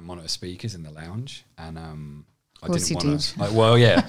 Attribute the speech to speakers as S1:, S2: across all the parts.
S1: monitor speakers in the lounge, and um, I
S2: course
S1: didn't
S2: you
S1: want
S2: did.
S1: to. Like, well, yeah,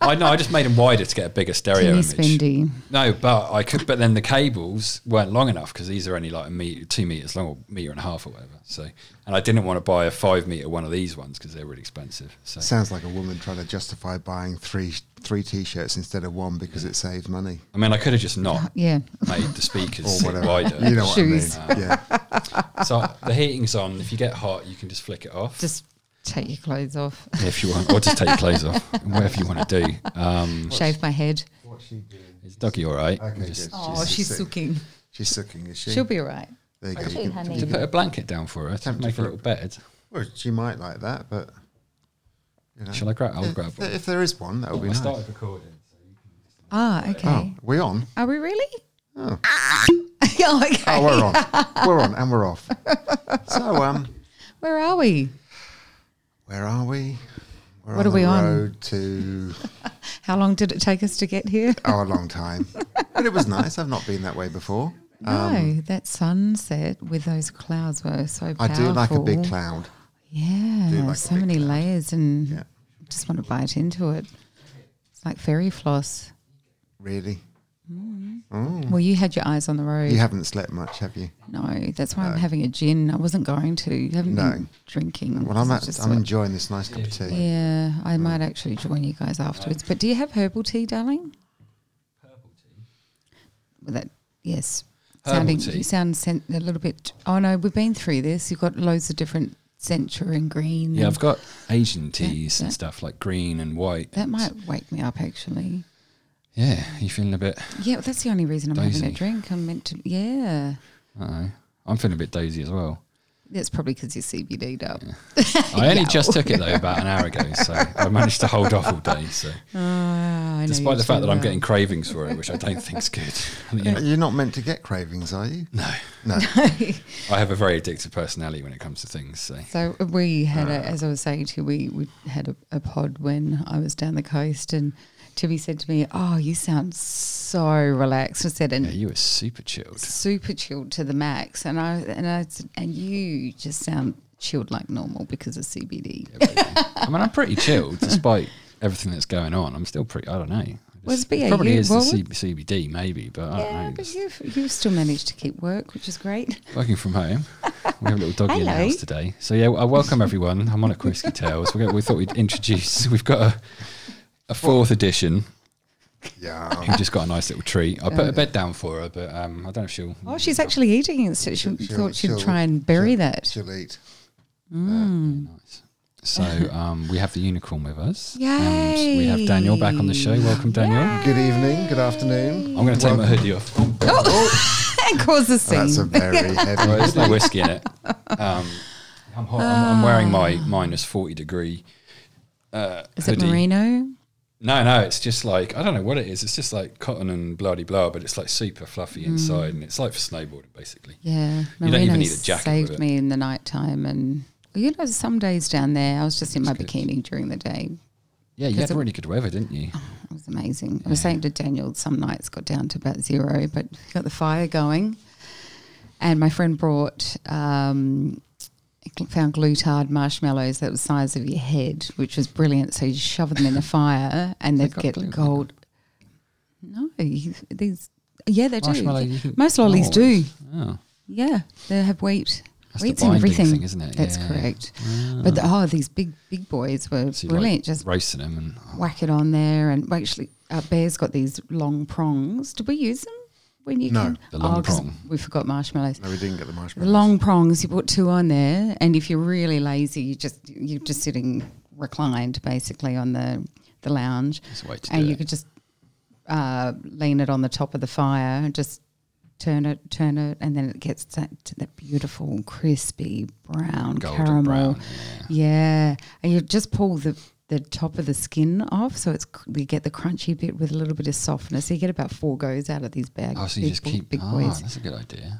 S1: I know. I just made them wider to get a bigger stereo
S2: Teeny
S1: image.
S2: spindy.
S1: No, but I could. But then the cables weren't long enough because these are only like a meter, two meters long, or meter and a half, or whatever. So, and I didn't want to buy a five meter one of these ones because they're really expensive. So,
S3: Sounds like a woman trying to justify buying three three t-shirts instead of one because it saves money
S1: I mean, I could have just not
S2: Yeah.
S1: made the speakers
S3: or
S1: sit
S3: whatever.
S1: wider.
S3: You know what
S2: Shoes.
S3: I mean? Yeah.
S1: So the heating's on. If you get hot, you can just flick it off
S2: Just take your clothes off.
S1: if you want, or just take your clothes off, whatever you want to do. Um,
S2: Shave my head.
S3: What's she doing?
S1: is Dougie all right?
S3: Okay,
S1: Just-
S3: good.
S2: Oh, she's,
S3: sick.
S2: sucking.
S3: She's sucking, is she?
S2: She'll be all right.
S3: There you go.
S2: Actually,
S3: You can-
S2: honey.
S3: you
S1: to
S3: can-
S1: put a blanket down for her, to
S3: Tempted
S1: make
S3: for
S1: a little bed.
S3: well, she might like that, but you know.
S1: Shall I grab? I'll
S3: If-
S1: grab.
S3: If,
S1: one.
S3: there is one, that would
S1: I
S3: be nice.
S1: started recording. so you can-
S2: Ah,
S3: Oh,
S2: okay.
S3: are we on?
S2: Are we really?
S3: Oh.
S2: oh, okay.
S3: Oh, we're on. we're on, and we're off. So, um,
S2: Where are we?
S3: where are we? We're
S2: What
S3: on
S2: are we
S3: the
S2: on?
S3: road to
S2: How long did it take us to get here?
S3: oh a long time, but it was nice. I've not been that way before.
S2: no, that sunset with those clouds were so
S3: Um, I
S2: powerful.
S3: do like a big cloud.
S2: Yeah,
S3: do like a
S2: so
S3: big
S2: many layers and
S3: Yeah.
S2: just want to bite into it. It's like fairy floss.
S3: Really, Hmm.
S2: Well, you had your eyes on the road.
S3: you haven't slept much, have you?
S2: No, that's why I'm having a gin. I wasn't going to. You haven't
S3: No.
S2: been drinking.
S3: Well, I'm
S2: It's
S3: at,
S2: just
S3: I'm Mm.
S2: like-
S3: enjoying this nice cup of tea.
S2: yeah, I might actually join you guys afterwards. But do you have herbal tea, darling? Well, that yes,
S1: Herbal
S2: sounding
S1: tea?
S2: you sound sen- a little bit. Oh no, we've been through this. You've got loads of different centre and green.
S1: Yeah,
S2: and
S1: I've got Asian teas
S2: yeah.
S1: and stuff like green and white.
S2: that might wake me up actually.
S1: Yeah, you feeling a bit?
S2: Yeah, well, that's the only reason I'm having
S1: Daisy.
S2: a drink. I'm meant to. Yeah,
S1: Uh, I'm feeling a bit daisy as well.
S2: that's probably because you're CBD'd up.
S1: I only
S2: Yeah.
S1: just took it though about an hour ago, so I managed to hold off all day. So,
S2: Ah, I know you
S1: despite the fact
S2: too
S1: that I'm
S2: well.
S1: getting cravings for it, which I don't think's good. You know,
S3: Uh, You're not meant to get cravings, are you?
S1: no,
S3: No.
S1: I have a very addictive personality when it comes to things. So,
S2: So we had
S1: Ah.
S2: a, as I was saying to you, we, we had a, a pod when I was down the coast and Tibby said to me, oh, you sound so relaxed. I said, and
S1: yeah, you were super chilled.
S2: super chilled to the max. And I, and I said, and you just sound chilled like normal because of CBD.
S1: I mean, I'm pretty chilled despite everything that's going on. I'm still pretty. I don't know.
S2: Well, it's
S1: It probably
S2: BAU,
S1: is the
S2: well,
S1: C- CBD, maybe, but I don't
S2: Yeah,
S1: know.
S2: but
S1: It's
S2: you've, you've still managed to keep work, which is great.
S1: Working from home, we have a little doggy in the
S2: Hello.
S1: house today. So yeah, I welcome everyone. I'm on at Whiskey Tales. We, got, we thought we'd introduce. We've got a, a fourth edition.
S3: Yeah.
S1: Who just got a nice little treat. I put a bed down for her, but um, I don't know if she'll.
S2: Oh, she's actually eating it. So she
S3: She'll-
S2: thought she'd
S3: she'll-
S2: try and bury
S3: she'll-
S2: that.
S3: She'll eat.
S1: Nice. So um, we have the unicorn with us. And we have Daniel back on the show. Welcome, Daniel.
S3: Good evening. Good afternoon.
S1: I'm going to take my hoodie off.
S2: and cause
S1: Oh,
S2: a scene.
S3: Oh, That's a very
S1: Well,
S3: heavy.
S1: there's no whiskey in it. Um, I'm, hot. I'm, I'm wearing my minus 40 degree. Uh,
S2: is it
S1: hoodie.
S2: merino?
S1: No, no, it's just like, I don't know what it is. It's just like cotton and bloody blah, but it's like super fluffy
S2: Mm.
S1: inside and it's like for snowboarding, basically.
S2: Yeah,
S1: You don't even need a jacket
S2: saved
S1: with it.
S2: me in the night time, and you know, some days down there, I was just in my bikini during the day.
S1: Yeah, you
S2: 'Cause
S1: had
S2: it-
S1: really good weather, didn't you?
S2: It was amazing. I was saying to Daniel, some nights got down to about zero, but got the fire going, and my friend brought. Um, Found glutard marshmallows that was the size of your head, which was brilliant. So you shove them in the fire, and they'd
S1: got
S2: get
S1: glue in them?
S2: gold. No, you- these yeah, they
S1: Marshmallow,
S2: do.
S1: you can-
S2: Most lollies
S1: Oh,
S2: do.
S1: Oh,
S2: Yeah, they have wheat.
S1: That's the
S2: Wheat's in
S1: binding
S2: everything,
S1: thing, isn't it?
S2: That's
S1: Yeah. Ah.
S2: correct. But the, oh, these big big boys were
S1: so you're
S2: brilliant.
S1: like
S2: Just Oh,
S1: roasting them and
S2: whack it on there, and well, actually, uh, Bear's got these long prongs. Did we use them when you
S3: No.
S2: came? Oh,
S1: The long
S2: 'cause
S1: prong.
S2: We forgot marshmallows.
S3: No, we didn't get the
S2: The
S3: marshmallows.
S2: long prongs. You put two on there, and if you're really lazy, you just you're just sitting reclined basically on the the lounge,
S1: That's the way to do
S2: and you
S1: it.
S2: could just uh, lean it on the top of the fire and just turn it, turn it, and then it gets that to that beautiful crispy brown
S1: golden
S2: caramel.
S1: brown.
S2: Yeah, and you just pull the the top of the skin off, so it's c- you get the crunchy bit with a little bit of softness. So you get about four goes out of these bags.
S1: Oh, so you
S2: big
S1: just
S2: bo-
S1: keep.
S2: big
S1: ah,
S2: boys.
S1: that's a good idea.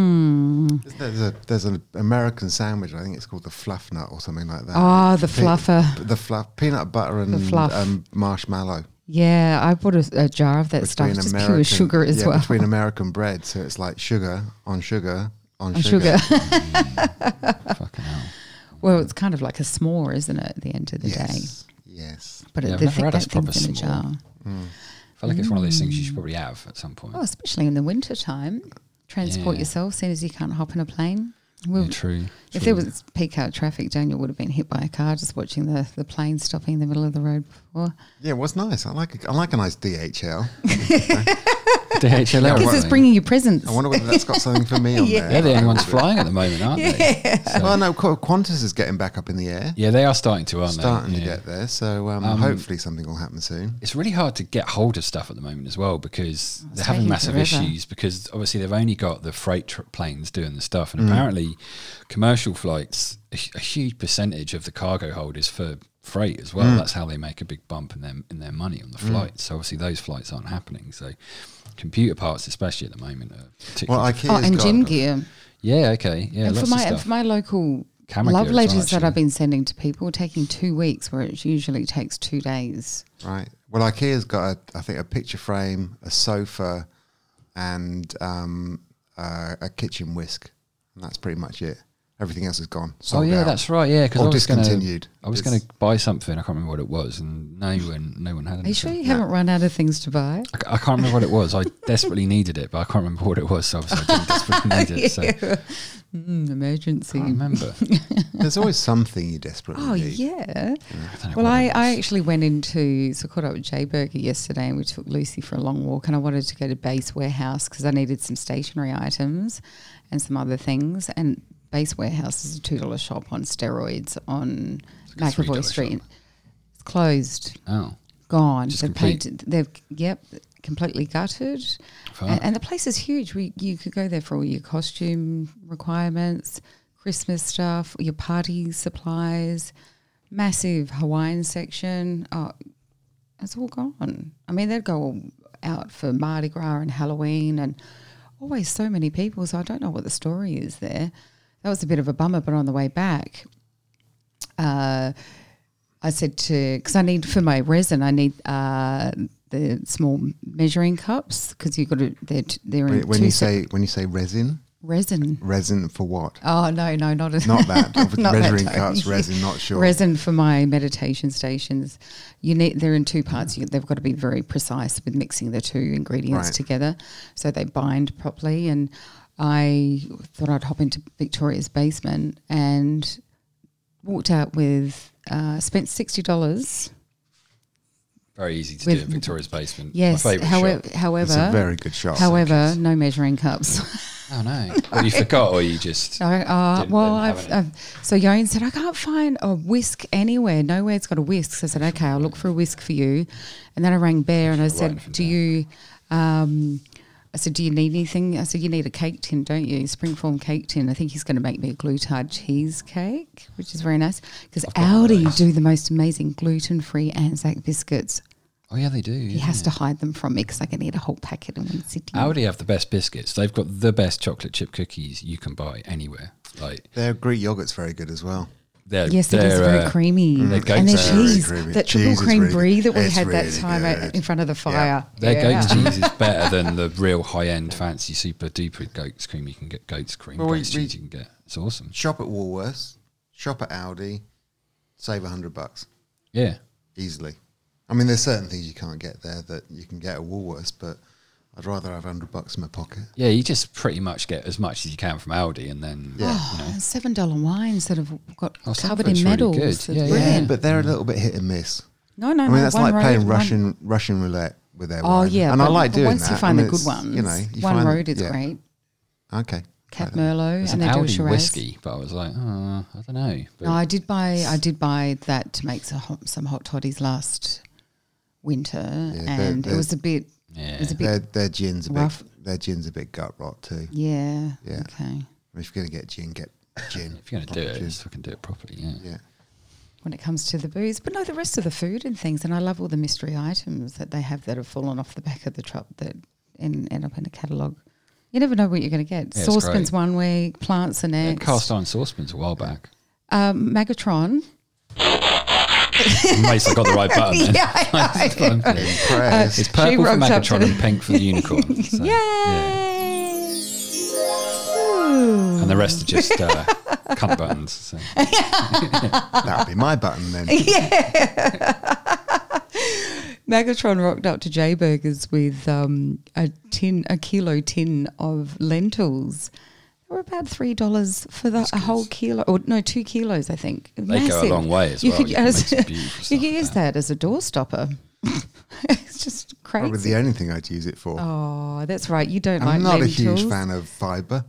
S2: Mm.
S3: There's a there's an American sandwich. I think it's called the fluff nut or something like that.
S2: Oh, the
S3: Pe-
S2: fluffer.
S3: The fluff peanut butter and
S2: fluff.
S3: um, marshmallow.
S2: Yeah, I bought a, a jar of that stuff, just pure sugar as
S3: yeah,
S2: well.
S3: Between American bread, so it's like sugar on sugar on,
S2: And sugar.
S1: Fucking hell.
S2: Well, it's kind of like a s'more, isn't it? At the end of the day,
S3: yes. Yes.
S2: but
S1: Yeah,
S2: it
S1: I've
S2: the
S1: never
S2: thing,
S1: had a
S2: that
S1: proper
S2: thing's in a
S1: s'more.
S2: jar.
S1: I feel like it's one of those things you should probably have at some point.
S2: Oh, especially in the winter time, transport
S1: Yeah.
S2: yourself. Seeing as you can't hop in a plane, We'll-
S1: yeah, true.
S2: If
S1: true.
S2: there was peak hour traffic, Daniel would have been hit by a car just watching the, the plane stopping in the middle of the road before.
S3: Yeah, it was nice. I like a, I like a nice DHL.
S1: DHL,
S3: Yeah,
S1: aren't
S2: Because it's
S1: they?
S2: bringing you presents.
S3: I wonder whether that's got something for me on
S2: Yeah.
S3: there.
S1: They're the
S3: I
S1: only ones
S3: wonder.
S1: flying at the moment, aren't they? So-
S3: Well, no, Qu- Qantas is getting back up in the air.
S1: yeah, they are starting to, aren't
S3: starting
S1: they?
S3: to
S1: Yeah.
S3: get there. So um,
S1: Um,
S3: hopefully something will happen soon.
S1: It's really hard to get hold of stuff at the moment as well because
S2: it's
S1: they're having
S2: taking
S1: massive
S2: forever.
S1: issues because obviously they've only got the freight tr- planes doing the stuff,
S3: Mm.
S1: and apparently commercial flights a, hu- a huge percentage of the cargo hold is for freight as well.
S3: Mm.
S1: That's how they make a big bump in their in their money on the flights. So obviously those flights aren't happening. So computer parts, especially at the moment, are
S3: Well,
S1: particularly
S3: IKEA's
S2: oh, and
S3: got
S2: gym gear.
S1: yeah okay yeah
S2: and
S1: lots
S2: for my
S1: of
S2: and
S1: stuff.
S2: for my local
S1: Camera
S2: love
S1: gear as well,
S2: letters that
S1: actually.
S2: I've been sending to people, taking two weeks where it usually takes two days.
S3: right. Well, IKEA's got a, I think a picture frame, a sofa, and um, uh, a kitchen whisk, and that's pretty much it. Everything else is gone.
S1: oh
S3: Sold
S1: yeah,
S3: out.
S1: that's right. Yeah, because
S3: Or
S1: I was
S3: discontinued.
S1: Gonna, I was
S3: It's-
S1: going to buy something. I can't remember what it was, and no one, no one had it.
S2: Are you sure you haven't run out of things to buy?
S1: I, ca- I can't remember what it was. I desperately needed it, but I can't remember what it was. So obviously I didn't desperately need it. So I
S2: Mm, emergency.
S1: can't remember.
S3: There's always something you desperately
S2: Oh
S3: need.
S2: yeah.
S1: I don't know
S2: Well,
S1: what
S2: I,
S1: it
S2: I
S1: was.
S2: actually went into so I caught up with Jay Berger yesterday, and we took Lucy for a long walk, and I wanted to go to Base Warehouse because I needed some stationery items and some other things. And Base Warehouse is a two dollar shop on steroids on
S1: like a $3
S2: McAvoy Street.
S1: shop.
S2: It's closed,
S1: oh,
S2: gone.
S1: Just
S2: they've
S1: complete.
S2: painted. They've yep, completely gutted.
S1: fuck.
S2: And, and the place is huge. We, you could go there for all your costume requirements, Christmas stuff, your party supplies, massive Hawaiian section. Oh, it's all gone. I mean, they'd go out for Mardi Gras and Halloween and always so many people. So I don't know what the story is there. That was a bit of a bummer, but on the way back, uh, I said to because I need for my resin, I need uh, the small measuring cups because you've got to they're t- they're in
S3: When, when
S2: two
S3: you
S2: se-
S3: say when you say resin,
S2: resin.
S3: resin for what?
S2: Oh no, no, not a,
S3: Not that. Obviously,
S2: Not that
S3: measuring
S2: type.
S3: cups, resin. Not sure.
S2: resin for my meditation stations. You need they're in two parts. You, they've got to be very precise with mixing the two ingredients
S3: Right.
S2: together so they bind properly. And I thought I'd hop into Victoria's basement and walked out with uh, spent sixty dollars.
S1: very easy to do
S2: with-
S1: in Victoria's basement.
S2: Yes,
S1: my favourite
S2: however,
S3: It's a
S2: however,
S3: very good shot.
S2: however, no measuring cups.
S1: shop. Oh no, Well, you forgot or you just
S2: So, uh,
S1: Didn't-
S2: well,
S1: didn't have
S2: I've,
S1: any.
S2: I've, so Yoan said, I can't find a whisk anywhere. Nowhere's got a whisk. So I said, okay, I'll look for a whisk for you. And then I rang Bear and I said,
S1: anything
S2: do
S1: down.
S2: you, um, I said, do you need anything? I said, you need a cake tin, don't you? Springform cake tin. I think he's going to make me a glutard cheesecake, which is very nice because
S1: got one of
S2: Audi
S1: those.
S2: do the most amazing gluten-free Anzac biscuits.
S1: oh yeah, they do.
S2: He has to hide them from me because I can eat a whole packet in one sitting.
S1: Audi have the best biscuits. They've got the best chocolate chip cookies you can buy anywhere. Like
S3: their Greek yogurt's very good as well.
S1: they're
S2: Yes, it is
S1: they're,
S2: very
S1: uh,
S2: creamy.
S1: their
S2: and
S1: goat's
S2: their
S1: are very
S2: cheese,
S3: creamy.
S2: that
S3: Cheese
S2: triple
S3: is
S2: cream
S3: really
S2: brie that we
S3: good.
S2: had
S3: It's
S2: that
S3: really
S2: time at-
S3: good.
S2: in front of the fire.
S1: Their
S2: Yeah.
S1: goat's cheese is better than the real high end fancy super duper goat's cream you can get. Goat's cream,
S3: Well, we-
S1: goat's
S3: we-
S1: cheese you can get. It's awesome.
S3: Shop at Woolworths. Shop at Aldi. Save a hundred bucks
S1: Yeah.
S3: easily. I mean, there's certain things you can't get there that you can get at Woolworths, but I'd rather have hundred bucks in my pocket.
S1: Yeah, you just pretty much get as much as you can from Aldi and then
S2: Oh, seven dollar wines that have got
S1: Oh, some
S2: covered
S1: of it's
S2: in
S1: really
S2: medals.
S1: good.
S2: That's
S1: Yeah, yeah.
S2: brilliant.
S3: But they're a little bit hit and miss.
S2: No, no,
S3: I
S2: Mm. no.
S3: mean, that's
S2: one
S3: like
S2: road,
S3: playing
S2: one-
S3: Russian Russian roulette with their
S2: Oh
S3: wine.
S2: yeah,
S3: and I
S2: but-
S3: like
S2: but
S3: doing
S2: once
S3: that.
S2: you
S3: I
S2: find
S3: mean,
S2: the good
S3: it's,
S2: ones,
S3: you know, you
S2: one
S3: find-
S2: road is
S3: yeah.
S2: great.
S3: Okay,
S2: Cab Merlot,
S1: It's
S2: and
S1: an
S2: they do a
S1: Aldi
S2: Shiraz.
S1: whiskey, but I was like, oh, I don't know. But
S2: No, I did buy. I did buy that to make some hot, some hot toddies last winter,
S3: they're-
S2: and
S3: they're-
S2: it was a bit.
S1: yeah,
S2: It was a bit.
S3: their their gin's a
S2: rough.
S3: bit their gin's a bit gut rot too.
S2: Yeah.
S3: Yeah.
S2: Okay.
S3: I mean, if you're gonna get gin, get gin.
S1: if you're gonna do
S3: Proper
S1: it,
S3: gin.
S1: just fucking do it properly. Yeah.
S3: yeah.
S2: when it comes to the booze, but no, the rest of the food and things. And I love all the mystery items that they have that have fallen off the back of the truck that end, end up in a catalogue. You never know what you're going to get.
S1: Yeah, it's
S2: Saucepans
S1: great.
S2: one week, plants the
S1: They had
S2: next.
S1: cast iron saucepans a while back.
S2: um, Megatron.
S1: In case I got the right button. then.
S2: Yeah, I
S1: That's what I'm doing.
S2: Uh,
S3: Press.
S1: It's purple for
S2: rocked up to
S1: Megatron
S2: the-
S1: and pink for the unicorn. So,
S2: know. Yay!
S1: And the rest are just uh, cunt buttons. So.
S3: That would be my button then.
S2: Magatron rocked up to J Burgers with um, a tin, a kilo tin of lentils. They were about three dollars for the a whole kilo, or no, two kilos, I think.
S1: They go a long way as
S2: you
S1: well.
S2: Could,
S1: You can make
S2: as-
S1: some beautiful
S2: you
S1: stuff
S2: could
S1: with
S2: use that as a doorstopper. it's just
S3: Probably
S2: crazy.
S3: the only thing I'd use it for.
S2: Oh, that's right. You don't like
S3: I'm not a
S2: lentils.
S3: huge fan of fibre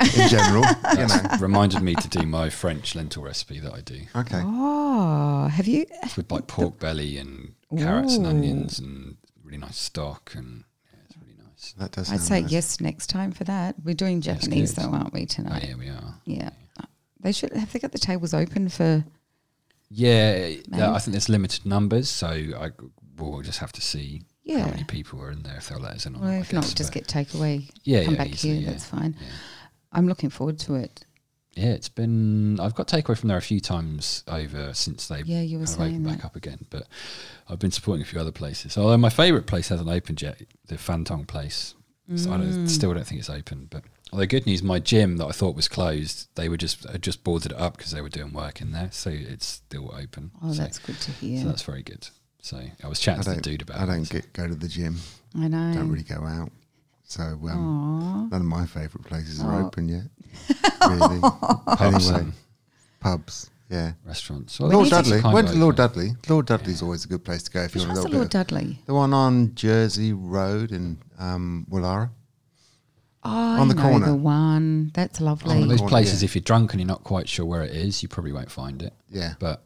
S3: in general. you know.
S1: That's reminded me to do my French lentil recipe that I do
S3: Okay.
S2: Oh, have you?
S1: It's with like pork belly and carrots and
S2: Ooh.
S1: onions and really nice stock and yeah, it's really nice.
S3: That does
S2: I'd
S3: sound
S2: say
S3: nice.
S2: yes next time for that. We're doing
S1: Yes,
S2: Japanese
S1: good.
S2: though, aren't we
S1: Oh
S2: tonight?
S1: yeah, we are.
S2: yeah. They should have they got the tables open for
S1: Yeah,
S2: Maybe.
S1: I think there's limited numbers, so I we'll just have to see
S2: yeah.
S1: how many people are in there if they'll let us in. Or
S2: Well,
S1: I
S2: if not,
S1: guess,
S2: just
S1: but
S2: get takeaway.
S1: yeah,
S2: come
S1: yeah,
S2: back
S1: easily,
S2: here.
S1: yeah.
S2: That's fine.
S1: yeah.
S2: I'm looking forward to it.
S1: Yeah, it's been. I've got takeaway from there a few times over since they
S2: Yeah, you were
S1: have opened
S2: saying
S1: back
S2: that.
S1: up again. But I've been supporting a few other places. Although my favourite place hasn't opened yet, the Fantong place. So I
S2: Mm.
S1: don't, still don't think it's open. But although good news, my gym that I thought was closed, they were just had just boarded it up because they were doing work in there, so it's still open.
S2: Oh,
S1: so,
S2: that's good to hear.
S1: so that's very good. So I was chatting
S3: I
S1: to the
S3: don't,
S1: dude about.
S3: I
S1: it.
S3: don't get, go to the gym.
S2: I know.
S3: Don't really go out. So um,
S2: Aw.
S3: none of my favourite places are
S2: Oh.
S3: open yet. Really.
S1: Pubs
S3: anyway.
S1: and
S3: Pubs. Yeah.
S1: restaurants. Well,
S3: Lord
S1: these are
S3: Dudley.
S1: kind
S3: Went
S1: of
S3: to Lord
S1: open.
S3: Dudley. Lord Dudley's always a good place to go if you
S2: Which
S3: want a
S2: one's the
S3: little bit.
S2: Lord
S3: of-
S2: Dudley?
S3: The one on Jersey Road in um, Willara.
S2: Oh,
S3: On the
S2: I know
S3: corner.
S2: the one. That's lovely.
S3: On the
S1: Those
S3: corner,
S1: places,
S3: yeah.
S1: if you're drunk and you're not quite sure where it is, you probably won't find it.
S3: Yeah.
S1: but
S2: I know-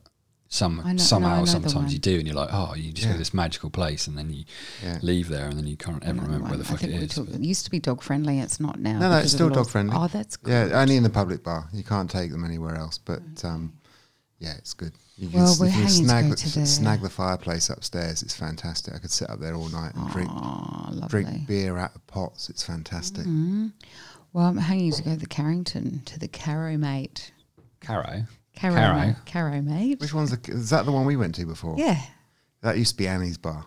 S1: some
S2: no, I
S1: somehow
S2: know the
S1: sometimes
S2: one.
S1: you do, and you're like, oh, you just go
S3: Yeah.
S1: to this magical place, and then you
S3: Yeah.
S1: leave there, and then you can't ever
S2: Another
S1: remember where
S2: one.
S1: the
S2: I
S1: fuck it
S2: think we
S1: is.
S2: talked-
S1: but-
S2: it used to be dog friendly. It's not now.
S3: No, no,
S2: because
S3: it's
S2: of
S3: still
S2: the laws.
S3: dog-friendly.
S2: Oh, that's good.
S3: Yeah, only in the public bar. You can't take them anywhere else. But um, yeah, it's good. You
S2: Mm-hmm. Well,
S3: s-
S2: we're hanging to
S3: snag
S2: go
S3: the,
S2: to the-
S3: snag the fireplace upstairs. It's fantastic. I could sit up there all night and drink
S2: Oh, lovely. Mm-hmm.
S3: drink beer out of pots. It's fantastic.
S2: Well, I'm hanging to go to the Carrington to the Caro Mate.
S1: Caro,
S2: Caro,
S1: Caro?
S2: Mate. Caro Mate.
S3: Which one's the, is that? The one we went to before?
S2: Yeah.
S3: That used to be Annie's bar.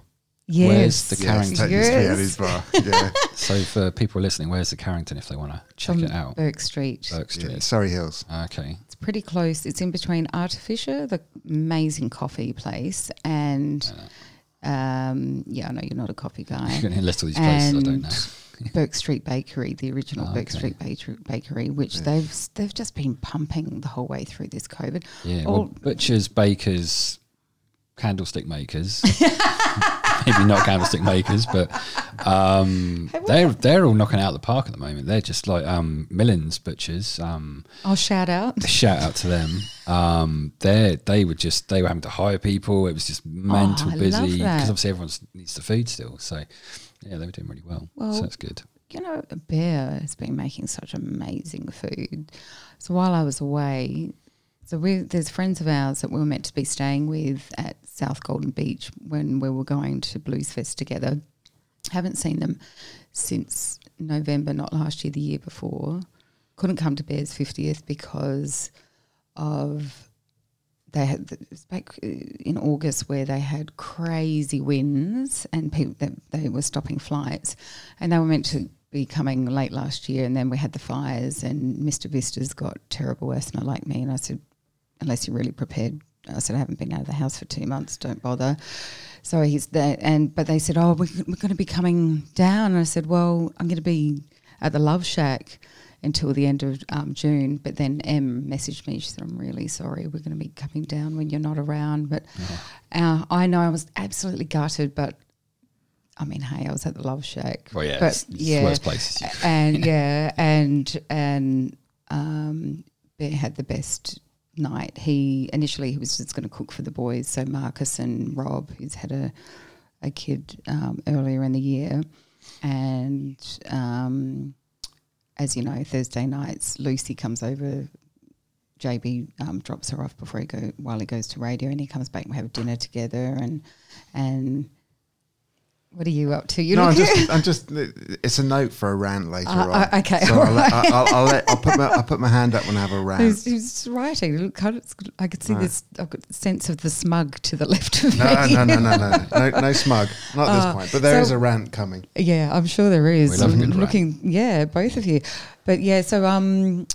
S2: Yes.
S1: Where's the
S3: Yeah,
S1: Carrington?
S3: that used to be
S2: Yes.
S3: Annie's bar. Yeah.
S1: so for people listening, where's the Carrington if they want to check
S2: From
S1: it out?
S2: Burke Street.
S1: Burke
S3: yeah.
S1: Street.
S3: Surrey Hills.
S1: Okay,
S2: It's pretty close. It's in between Artificer, the amazing coffee place, and um, yeah, I know you're not a coffee
S1: you're
S2: guy.
S1: going to list all these places. I don't
S2: And-
S1: know.
S2: Burke Street Bakery, the original
S1: Oh,
S2: Burke
S1: okay.
S2: Street Bakery- Bakery, which they've they've just been pumping the whole way through this COVID.
S1: Yeah,
S2: All-
S1: well, butchers, bakers, candlestick makers. Maybe not candlestick makers, but um, they're they're all knocking it out of the park at the moment. They're just like um, Millins butchers. Um,
S2: I'll shout out.
S1: shout out to them. Um, they they were just they were having to hire people. It was just mental
S2: Oh, I love
S1: busy
S2: that.
S1: because obviously everyone needs the food still. So yeah, they were doing really well.
S2: Well,
S1: so that's good.
S2: you know, Bear has been making such amazing food. So while I was away, so we there's friends of ours that we were meant to be staying with at South Golden Beach when we were going to Blues Fest together. Haven't seen them since November, not last year, the year before. Couldn't come to Bear's fiftieth because of they had it was back uh, in August where they had crazy winds and people that they were stopping flights, and they were meant to be coming late last year, and then we had the fires, and Mr. Vista's got terrible asthma like me, and I said, unless you're really prepared. I said I haven't been out of the house for two months. Don't bother. So he's there, and but they said, "Oh, we're, we're going to be coming down." And I said, "Well, I'm going to be at the Love Shack until the end of um, June." But then M messaged me. She said, "I'm really sorry. We're going to be coming down when you're not around." But uh, I know I was absolutely gutted, but I mean, hey, I was at the Love Shack.
S1: Well, yeah,
S2: but Uh,
S1: it's, it's the worst places. you-
S2: and yeah, and and um, Bear had the best night. He initially he was just going to cook for the boys, so Marcus and Rob, who's had a a kid um, earlier in the year, and um, as you know, Thursday nights Lucy comes over. JB um, drops her off before he go while he goes to radio, and he comes back. and We have dinner together, and and what are you up to? You
S3: no, I'm
S2: look-
S3: just, I'm just. It's a note for a rant later
S2: Uh,
S3: on.
S2: uh, okay,
S3: So I'll, let-
S2: all right.
S3: I'll, I'll, I'll, let, I'll put my I'll put my hand up when I have a rant.
S2: Who's, who's writing? Look, kind of- I could see
S3: Right.
S2: this. I've got the sense of the smug to the left of
S3: No,
S2: me.
S3: no, no, no, no, no, no smug. Not at this point. But there
S2: so-
S3: is a rant coming.
S2: Yeah, I'm sure there is.
S1: We love a
S2: I'm
S1: good rant.
S2: looking, yeah, both of you. But yeah, so um,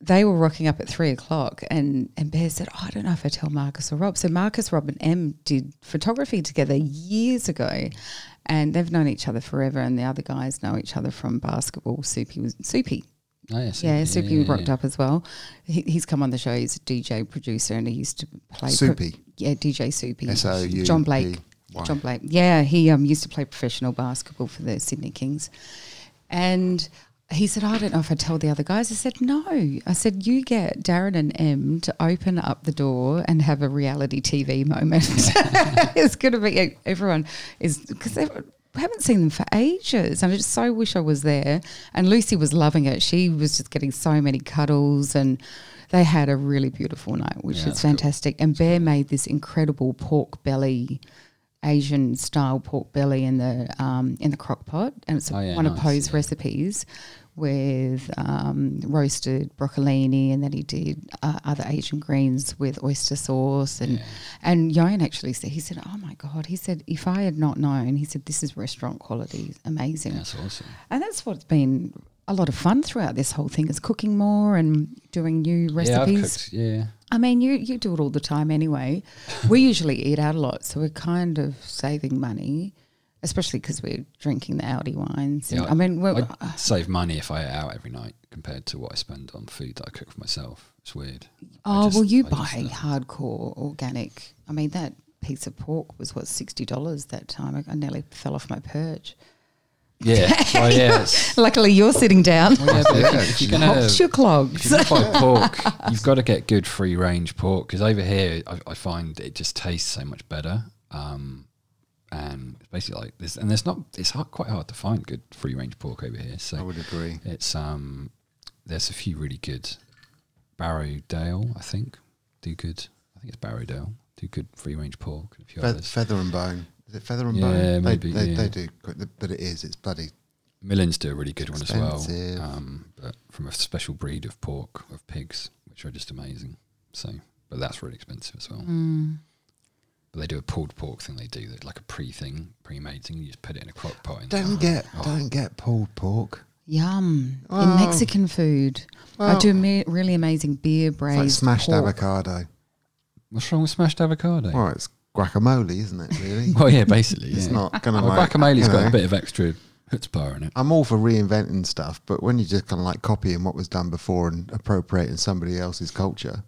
S2: they were rocking up at three o'clock, and and Bear said, oh, "I don't know if I tell Marcus or Rob." So Marcus, Rob, and M did photography together years ago, and they've known each other forever. And the other guys know each other from basketball. Soupy was Soupy
S1: Oh, yeah, Soupy,
S2: yeah, Soupy rocked up as well. He, he's come on the show. He's a DJ producer, and he used to play pro-
S3: Soupy.
S2: yeah, DJ Soupy.
S3: S O U
S2: John Blake.
S3: P Y.
S2: John Blake. Yeah, he um, used to play professional basketball for the Sydney Kings, and he said, "Oh, "I don't know if I tell the other guys." I said, "No." I said, "You get Darren and Em to open up the door and have a reality TV moment. it's going to be e, everyone is because they." haven't seen them for ages and I just so wish I was there and Lucy was loving it she was just getting so many cuddles and they had a really beautiful night which
S1: Yeah,
S2: is
S1: that's cool.
S2: fantastic and Bear made this incredible pork belly Asian style pork belly in the um, in the crock pot, and it's
S1: Oh, yeah,
S2: one of
S1: nice,
S2: Poe's
S1: yeah.
S2: recipes with um, roasted broccolini, and then he did uh, other Asian greens with oyster sauce, and
S1: Yeah.
S2: and Yoan actually said he said, "Oh my god," he said, "If I had not known," he said, "This is restaurant quality, amazing,"
S1: Yeah, that's awesome.
S2: and that's what's been a lot of fun throughout this whole thing is cooking more and doing new
S1: Yeah, I've
S2: recipes.
S1: cooked. Yeah,
S2: I mean, you, you do it all the time anyway. we usually eat out a lot, so we're kind of saving money, especially because we're drinking the Audi wines. And,
S1: Yeah,
S2: I mean, we're, uh,
S1: I save money if I eat out every night compared to what I spend on food that I cook for myself. It's weird. I
S2: oh,
S1: just-
S2: well, you
S1: I
S2: buy
S1: just, uh,
S2: hardcore organic. I mean, that piece of pork was what sixty dollars that time. I- I nearly fell off my perch.
S1: yeah, well, yeah. it's-
S2: Luckily, you're sitting down.
S1: well, yeah, but if you-
S3: Yeah,
S1: if
S3: it's
S1: you're gonna
S2: Hops your
S1: If
S2: clogs.
S1: you buy pork, you've got to get good free range pork because over here I, I find it just tastes so much better. Um, and it's basically like this, and there's not it's hard, quite hard to find good free range pork over here.
S3: I
S1: So
S3: would agree.
S1: it's um, there's a few really good Barrowdale, I think, do good. I think it's Barrowdale do good free range pork. and A few
S3: Fe-
S1: others.
S3: feather and bone. Is it feather and
S1: Yeah,
S3: bone? They-
S1: maybe,
S3: They,
S1: yeah.
S3: they do, quite- but it is. It's bloody.
S1: Millens do a really good one as
S3: Expensive.
S1: well, um, but from a special breed of pork of pigs, which are just amazing. So, but that's really expensive as well.
S2: Mm.
S1: But they do a pulled pork thing. They do that like a pre thing, pre-made thing. You just put it in a crock pot. And
S3: Don't get don't
S1: Oh.
S3: get pulled pork.
S2: Yum
S3: Well-
S2: in Mexican food. I
S3: Well-
S2: do ma- really amazing beer
S3: It's
S2: braised
S3: like smashed
S2: pork.
S3: avocado.
S1: What's wrong with smashed avocado?
S3: Well, it's guacamole, isn't it? Really?
S1: Well, yeah, basically,
S3: It's
S1: yeah.
S3: not gonna
S1: Well,
S3: like.
S1: guacamole's
S3: you
S1: got
S3: know.
S1: a bit of extra chutzpah in it.
S3: I'm all for reinventing stuff, but when you're just kind of like copying what was done before and appropriating somebody else's culture,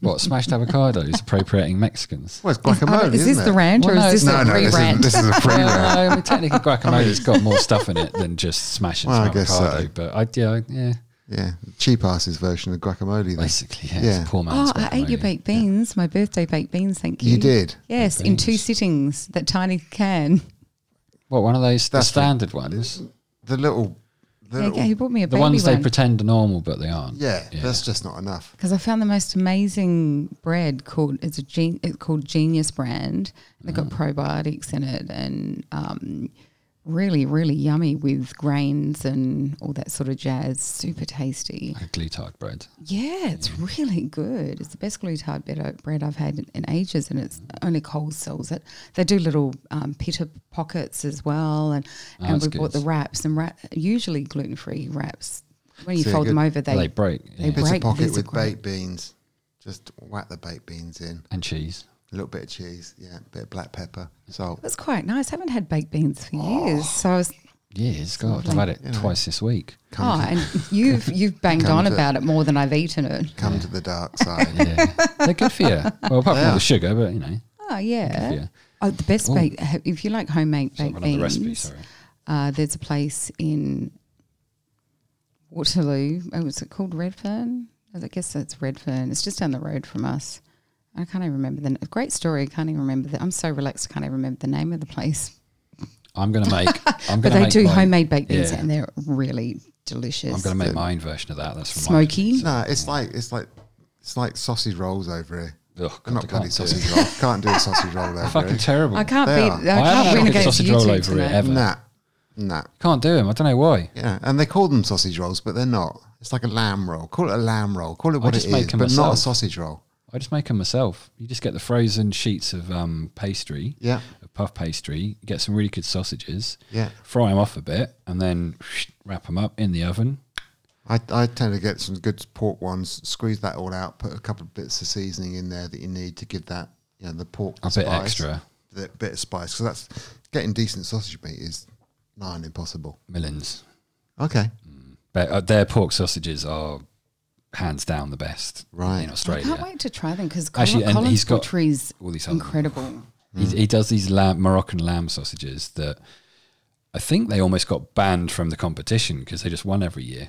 S1: what smashed avocados appropriating Mexicans?
S3: well, it's
S2: Is, I
S3: guacamole.
S2: don't- is this
S3: isn't
S2: the
S3: it?
S2: ranch
S1: Well,
S2: or
S1: no,
S2: is this
S3: No,
S2: a
S3: no, this is,
S2: rebrand?
S3: this is a free ranch.
S1: Well, no, well, technically guacamole's got more stuff in it than just smashing
S3: Well, I
S1: some
S3: guess so.
S1: avocado. But I, yeah, yeah,
S3: Yeah, cheap asses version of guacamole. Then.
S1: basically, yeah, it's
S3: Yeah.
S1: poor man's.
S2: Oh, I ate your
S1: guacamole.
S2: baked beans, my birthday baked beans, thank you.
S3: You did.
S2: Yes,
S1: Baked
S2: in two
S1: beans.
S2: sittings, that tiny can.
S1: What one of those the
S3: That's the-
S1: standard ones?
S3: The little, the
S2: Yeah,
S3: little
S2: yeah, he bought me a
S1: The
S2: baby
S1: ones they
S2: one
S1: pretend are normal but they aren't.
S3: yeah,
S1: Yeah.
S3: that's just not enough.
S2: because I found the most amazing bread called it's a gen, it's called Genius Brand. They've got
S1: Mm.
S2: probiotics in it and um, really, really yummy with grains and all that sort of jazz. Super tasty.
S1: Like glutard bread.
S2: Yeah, it's really good. It's the best glutard bread, I- bread I've had in, in ages, and it's only Coles sells it. They do little um, pita pockets as well, and,
S1: Oh,
S2: and
S1: that's
S2: we bought the
S1: good.
S2: wraps and wrap, ularly gluten free wraps. When you
S3: So
S2: fold
S3: good.
S2: them over,
S1: They,
S2: they
S1: break yeah.
S2: they-
S3: Bits
S2: Break
S3: of pocket
S2: these
S3: with
S2: great.
S3: baked beans. Just whack the baked beans in.
S1: and cheese.
S3: A little bit of cheese. Yeah, a bit of black pepper,
S2: it
S3: salt.
S2: was quite nice. I haven't had baked beans for years, so I was
S1: Yeah, it's got. I've
S2: lovely.
S1: had it
S3: You know.
S1: twice this week.
S3: Come,
S2: oh,
S3: to,
S2: and you've you've banged
S3: Come
S2: on
S3: to-
S2: about it more than I've eaten it.
S3: come to the dark side.
S1: Yeah, they're good for you. Well, apart from all
S3: Yeah.
S1: the sugar, but you know,
S2: Oh
S1: good for
S2: yeah,
S1: you.
S2: oh, the best
S1: Ooh.
S2: baked if you like homemade
S1: So
S2: baked
S1: another
S2: beans.
S1: recipe. Sorry,
S2: Uh, there's a place in Waterloo. Oh, is it called Redfern? I guess that's Redfern. It's just down the road from us. I can't even remember the n- great story. I can't even remember that. I'm so relaxed. I can't even remember the name of the place.
S1: I'm gonna make. I'm
S2: But
S1: gonna
S2: they
S1: make
S2: do
S1: my,
S2: homemade baked beans,
S1: yeah.
S2: and they're really delicious.
S1: I'm gonna make my own version of that. That's from my-
S2: smoky.
S3: no, it's like it's like it's like sausage rolls over here.
S1: Ugh,
S3: I'm
S1: God, I
S3: not bloody
S1: can't do
S3: sausage
S1: it.
S3: roll. Can't do a sausage roll
S1: They're
S3: over
S1: fucking
S3: here.
S1: terrible.
S2: I
S1: I
S2: can't
S3: They
S2: beat.
S3: are.
S2: I,
S1: I haven't
S2: can't win
S1: had a
S2: against
S1: sausage
S2: you
S1: roll
S2: two
S1: over it
S2: tonight.
S1: ever.
S3: Nah, nah.
S1: can't do them. I don't know why.
S3: Yeah, and they call them sausage rolls, but they're not. It's like a lamb roll. Call it a lamb roll. Call it what it
S1: just make
S3: is,
S1: 'em
S3: but not a
S1: myself.
S3: sausage roll.
S1: I just make them myself. You just get the frozen sheets of um, pastry,
S3: Yeah,
S1: of puff pastry. Get some really good sausages.
S3: yeah.
S1: fry them off a bit, and then wrap them up in the oven.
S3: I, I tend to get some good pork ones, squeeze that all out, put a couple of bits of seasoning in there that you need to give that, you know, the pork
S1: A bit extra.
S3: The bit of spice. Because that's getting decent sausage meat is nigh on impossible.
S1: Millins.
S3: Okay.
S1: But uh, their pork sausages are hands down the best
S3: Right.
S1: in
S2: I can't
S1: Australia.
S2: wait to try them because
S1: Actually, and
S2: Collins
S1: he's got
S2: Poultry's
S1: All these other
S2: incredible.
S1: He,
S3: Mm.
S1: he does these lamb, Moroccan lamb sausages that I think they almost got banned from the competition because they just won every year.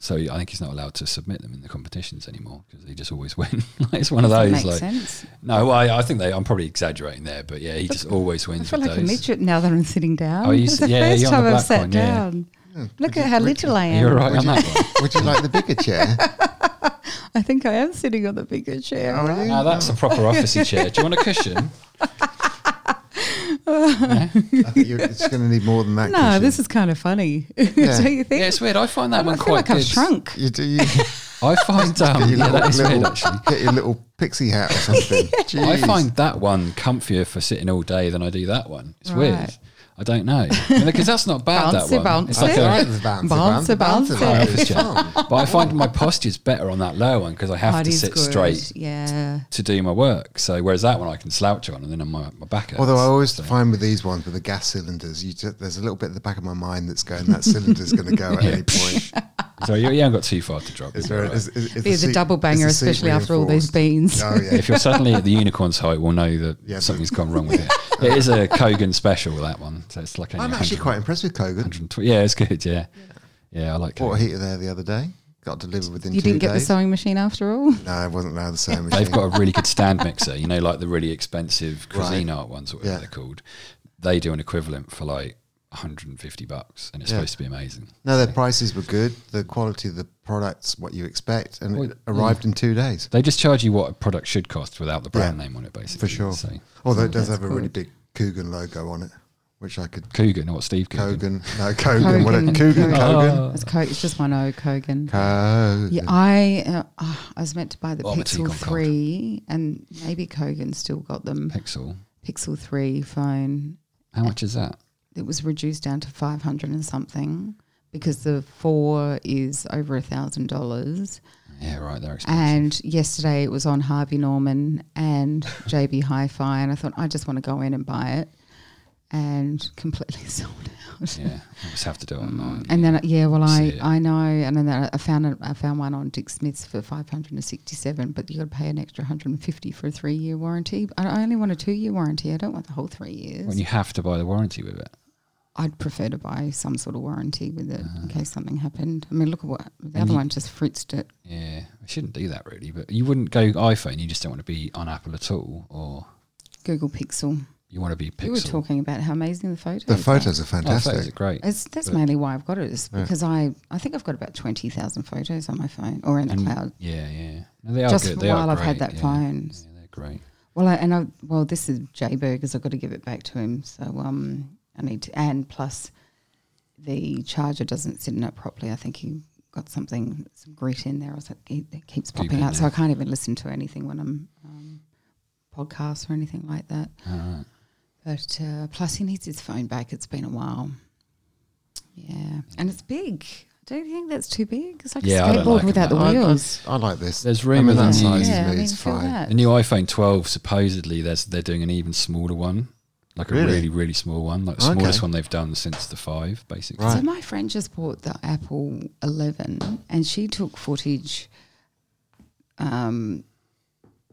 S1: So I think he's not allowed to submit them in the competitions anymore because they just always win. like it's one of
S2: That
S1: those.
S2: makes
S1: like
S2: sense.
S1: no, well, I, I think they. I'm probably exaggerating there, but yeah, he just always
S2: I
S1: wins
S2: feel
S1: with
S2: like a
S1: those.
S2: midget now that I'm sitting down.
S1: Oh, you
S2: it's
S1: sit-
S2: the
S1: yeah,
S2: first
S1: you're on
S2: time
S1: the
S2: I've
S1: black
S2: sat
S1: one, yeah.
S2: down.
S3: Yeah.
S2: Look
S3: Would
S2: at
S3: you-
S2: how
S3: would
S2: little I
S1: Are
S2: am.
S1: you all right on
S3: Would
S1: that one?
S3: Would you like the bigger chair?
S2: I think I am sitting on the bigger
S1: Oh,
S2: chair.
S3: Are
S2: right?
S3: you?
S1: Now that's a proper officey chair. Do you want a cushion?
S3: I think you're, it's going to need more than that.
S2: No, this is kind of funny.
S3: Yeah.
S2: Don't you think?
S1: Yeah, it's weird. I find that
S2: I
S1: one
S2: feel
S1: quite
S2: like
S1: good.
S2: I've shrunk.
S3: You do. You,
S1: I find um,
S3: Get your
S1: yeah,
S3: little,
S1: that is weird
S3: little-
S1: actually.
S3: get your little pixie hat or something.
S1: I
S3: Jeez.
S1: find that one comfier for sitting all day than I do that one. It's weird.
S2: Right.
S1: I don't know because that's not bad.
S2: Bouncy,
S1: that one. It's
S2: bouncy.
S1: like
S3: I
S1: a,
S3: like the bouncy
S2: Bouncy,
S3: one. The
S2: bouncy.
S3: one
S1: Office
S3: is
S1: chair.
S3: fun.
S1: but I find my posture's better on that lower one because I have to
S2: Body's
S1: sit
S2: good.
S1: straight
S2: Yeah.
S1: to do my work. So whereas that one I can slouch on and then on my, my back. hurts.
S3: Although I always find with these ones with the gas cylinders, you just, there's a little bit at the back of my mind that's going that cylinder's going to go at any point.
S1: so you, you haven't got too far to drop.
S3: It's
S1: you're
S3: very,
S1: all
S3: it's, it's, it's
S2: There's a
S3: seat-
S2: double
S3: it's
S2: banger,
S3: seat
S2: especially after all these
S3: reinforced.
S2: beans.
S3: Oh yeah,
S1: if you're suddenly at the unicorn's height, we'll know that
S3: Yeah,
S1: something's gone wrong with it. It is a Kogan special, that one. So it's like a
S3: I'm actually
S1: 100
S3: quite impressed with Kogan.
S1: 120. Yeah, it's good. Yeah, yeah, I like
S3: Bought a
S1: Kogan.
S3: heater there the other day. Got delivered within
S2: You
S3: two
S2: didn't get the
S3: days.
S2: sewing machine after all?
S3: no, I wasn't allowed the sewing machine.
S1: They've got a really good stand mixer. You know, like the really expensive cuisine
S3: Right.
S1: art ones, whatever
S3: Yeah.
S1: they're called. They do an equivalent for like 150 bucks, and it's
S3: Yeah.
S1: supposed to be amazing.
S3: no, their prices were good. The quality of the products, what you expect, and
S1: Well,
S3: it arrived in two days.
S1: They just charge you what a product should cost without the brand
S3: Yeah,
S1: name on it, basically.
S3: for sure.
S1: So
S3: Although it does have a really
S2: good.
S3: big Coogan logo on it, which I could
S1: Kogan, or what Steve Kogan.
S3: Kogan, no Kogan, what a
S2: Kogan.
S3: Coogan, Kogan,
S1: Oh.
S2: It's, Co- it's just one O Kogan.
S3: Kogan.
S2: Yeah, I uh, ah, I was meant to buy the
S1: Oh, my tea gone
S2: Pixel
S1: cold.
S2: Three, and maybe Kogan still got them.
S1: Pixel.
S2: Pixel Three phone.
S1: How much is that?
S2: It was reduced down to five hundred and something because the four is over a thousand dollars.
S1: Yeah, right. They're expensive.
S2: And yesterday it was on Harvey Norman and JB Hi-Fi, and I thought I just want to go in and buy it, and completely sold out.
S1: yeah, I just have to do it online.
S2: And then yeah, well
S1: See
S2: I,
S1: it.
S2: I know, and then I found a, I found one on Dick Smith's for five hundred and sixty seven, but you got to pay an extra hundred and fifty for a three year warranty. I I only want a two year warranty. I don't want the whole three years.
S1: when you have to buy the warranty with it.
S2: I'd prefer to buy some sort of warranty with it in case something happened. I mean, look at what
S1: Uh-huh.
S2: the
S1: And
S2: other
S1: you-
S2: one just fritzed it.
S1: Yeah, I shouldn't do that really, but you wouldn't go iPhone. You just don't want to be on Apple at all, or
S2: Google Pixel.
S1: you want to be Pixel.
S2: You were talking about how amazing the photos.
S3: The
S2: are.
S3: photos are
S1: Oh, photos are
S3: fantastic.
S1: great.
S2: It's, that's
S1: But-
S2: mainly why I've got it is
S3: Yeah.
S2: because I, I think I've got about twenty thousand photos on my phone or in the
S1: And-
S2: cloud.
S1: Yeah, yeah. No, they are
S2: Just
S1: good.
S2: for
S1: They
S2: a
S1: are
S2: while I've had
S1: great,
S2: that
S1: yeah.
S2: phone.
S1: Yeah, they're great.
S2: Well, I, and I, well, this is Jay Burgers. I've got to give it back to him. So um, I need to, and plus the charger doesn't sit in it properly. I think he got something, some grit in there. Or something. It keeps popping
S1: Keeping
S2: out. So
S1: it.
S2: I can't even listen to anything when I'm um, podcasts or anything like that.
S1: All right.
S2: But uh, plus he needs his phone back. It's been a while. Yeah. And it's big. Don't you think that's too big? It's like
S1: Yeah, I
S2: a
S1: don't
S2: skateboard
S1: like 'em
S2: without the
S1: that
S3: I, I,
S2: wheels.
S3: I like this.
S1: There's
S3: I
S1: rumour
S3: mean,
S1: that the-
S3: that size
S2: yeah,
S3: to
S2: I
S3: me
S2: mean,
S3: is
S2: feel
S3: fine.
S2: that.
S1: The new iPhone 12 supposedly there's they're doing an even smaller one, like a
S3: Really?
S1: really really, small one, like the
S3: Okay.
S1: smallest one they've done since the five, basically.
S3: Right.
S2: So my friend just bought the Apple 11, and she took footage. Um,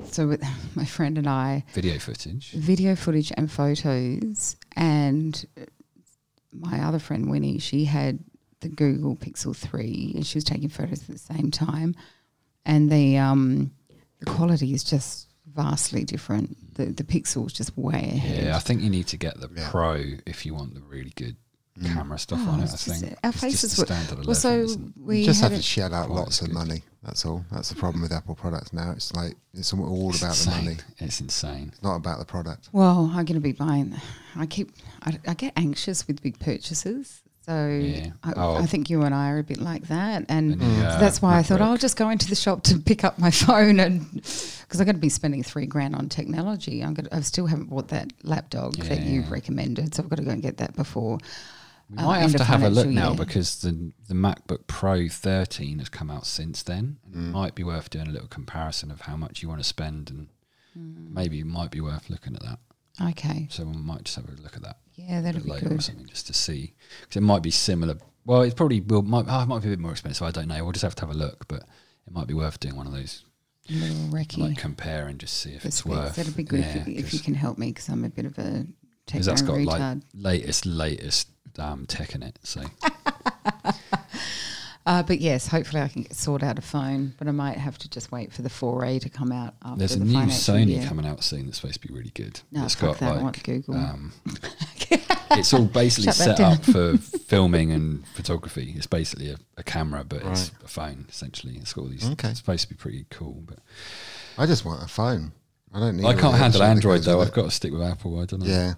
S2: so with my friend and I,
S1: Video footage.
S2: video footage and photos, and my other friend Winnie, she had the Google Pixel Three, and she was taking photos at the same time, and the um, the quality is just vastly different. The the Pixel is just way ahead.
S1: Yeah, I think you need to get the
S3: Yeah. Mm.
S1: Pro if you want the really good camera stuff
S2: Oh,
S1: on it.
S2: it's
S1: I
S2: just-
S1: think
S2: our
S1: It's
S2: faces
S1: just a
S2: were-
S1: standard 11.
S2: Well, so
S1: isn't it?
S2: we
S3: you just
S2: had
S3: have to
S2: it-
S3: shell out
S1: quite
S3: lots of
S1: good.
S3: money. That's all. That's the problem with Apple products now. It's like it's all all
S1: It's
S3: about the
S1: insane.
S3: money.
S1: It's insane.
S3: It's not about the product.
S2: Well, I'm going to be buying. I keep. I, I get anxious with big purchases, so
S1: Yeah.
S2: I,
S1: Oh.
S2: I think you and I are a bit like that, and
S1: And you, uh,
S2: so Mm. that's why I thought
S1: MacBook.
S2: I'll just go into the shop to pick up my phone, and because I'm going to be spending three grand on technology, I'm going. To, I still haven't bought that lapdog that you
S1: Yeah.
S2: recommended, so I've got to go and get that before.
S1: We
S2: Uh,
S1: might have
S2: end
S1: to
S2: of
S1: have a look
S2: financial
S1: now
S2: year.
S1: because the the MacBook Pro 13 has come out since then. And It might be worth doing a little comparison of how much you want to spend, and
S2: Mm.
S1: maybe it might be worth looking at that.
S2: Okay.
S1: So we might just have a look at that
S2: Yeah, that'd be
S1: later or
S2: good.
S1: something just to see because it might be similar. Well, it probably will. Might, oh, it might be a bit more expensive. I don't know. We'll just have to have a look, but it might be worth doing one of those
S2: Little recce.
S1: like compare and just see if
S2: the
S1: it's
S2: specs.
S1: worth.
S2: That'd be good if, you, if you
S1: 'cause-
S2: can help me because I'm a bit of a techno
S1: because that's got
S2: retard.
S1: like latest latest um, tech in it. So
S2: Uh, but yes, hopefully I can get- sort out a phone, but I might have to just wait for the 4A to come out after
S1: there's a
S2: the
S1: new
S2: financial
S1: Sony
S2: year.
S1: coming out soon that's supposed to be really good.
S2: No,
S1: it's
S2: fuck
S1: got
S2: that. I want
S1: like
S2: Google.
S1: um, it's all basically
S2: Shut that
S1: set up for filming and photography. It's basically a, a camera, but it's a phone essentially. It's got all these.
S3: Okay.
S1: It's supposed to be pretty cool, but
S3: I just want a phone. I don't need.
S1: I can't
S3: all the
S1: handle
S3: shit that
S1: Android
S3: goes
S1: though.
S3: with
S1: I've
S3: it.
S1: got Mm. to stick with Apple. I don't know.
S3: Yeah,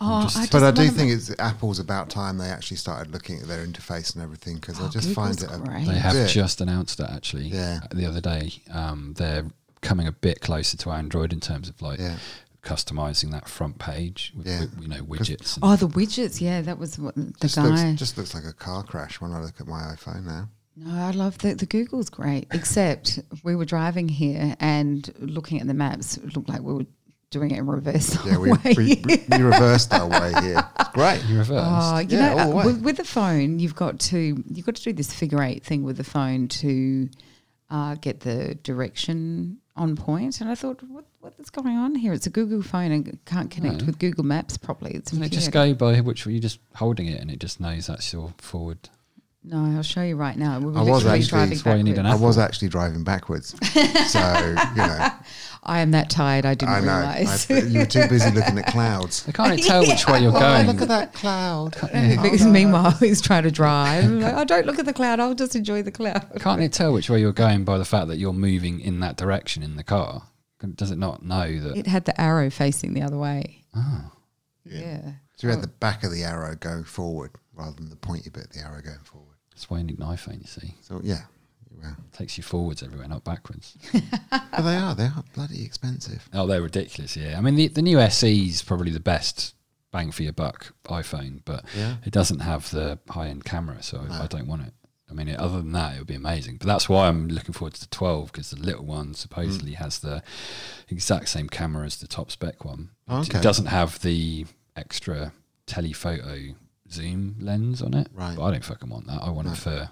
S2: oh,
S1: just-
S2: I just
S3: but I do
S2: wanna
S3: think it's Apple's about time they actually started looking at their interface and everything because I
S2: Oh,
S3: just
S2: Google's
S3: find it. a-
S2: great.
S1: They have
S3: Yeah.
S1: just announced that actually.
S3: Yeah.
S1: The other day, um, they're coming a bit closer to Android in terms of like
S3: Yeah.
S1: customizing that front page. With,
S3: Yeah.
S1: with, you know, widgets. and-
S2: Oh, the widgets. Yeah, that was what the
S3: Just
S2: guy.
S3: looks, just looks like a car crash when I look at my iPhone now.
S2: No, I love the the Google's great. Except we were driving here and looking at the maps, it looked like we were doing it in reverse.
S3: Yeah, we,
S2: way.
S3: we, we reversed our way here. It's great.
S1: You reversed.
S2: Oh, you
S3: Yeah, all
S2: know,
S3: the
S2: uh,
S3: way.
S2: with, with the phone, you've got to you've got to do this figure eight thing with the phone to uh, get the direction on point. And I thought, what what is going on here? It's a Google phone and it can't
S3: Hmm.
S2: connect
S1: No.
S2: with Google Maps properly. It's
S1: Doesn't it just
S2: weird.
S1: go by which you're just holding it and it just knows that's your forward?
S2: No, I'll show you right now. We were
S3: I was
S2: literally
S3: actually-
S2: driving
S1: That's why you need an
S2: backwards.
S3: I
S1: Apple.
S3: was actually driving backwards, so you know.
S2: I am that tired. I didn't
S3: I know. I,
S2: realize.
S3: you were too busy looking at clouds.
S1: They can't tell which way you're going.
S3: Look at that cloud.
S2: because
S3: Oh,
S2: meanwhile, he's trying to drive. I'm like, oh, don't look at the cloud. I'll just enjoy the cloud.
S1: Can't it tell which way you're going by the fact that you're moving in that direction in the car? Does it not know that?
S2: It had the arrow facing the other way.
S3: Ah.
S1: Oh.
S3: Yeah.
S2: yeah.
S3: So you had the back of the arrow go forward rather than the pointy bit of the arrow going forward.
S1: That's why you need an iPhone, you see.
S3: So yeah, you were.
S1: It takes you forwards everywhere, not backwards.
S3: but they are they are bloody expensive.
S1: Oh, they're ridiculous. Yeah, I mean the the new SE is probably the best bang for your buck iPhone, but
S3: Yeah.
S1: it doesn't have the high end camera, so I I don't want it. I mean, other than that, it would be amazing. But that's why I'm looking forward to the 12 because the little one supposedly
S3: Hmm.
S1: has the exact same camera as the top spec one.
S3: Oh,
S1: It
S3: okay.
S1: doesn't have the extra telephoto zoom lens on it.
S3: Right.
S1: But I don't fucking want that. I want it for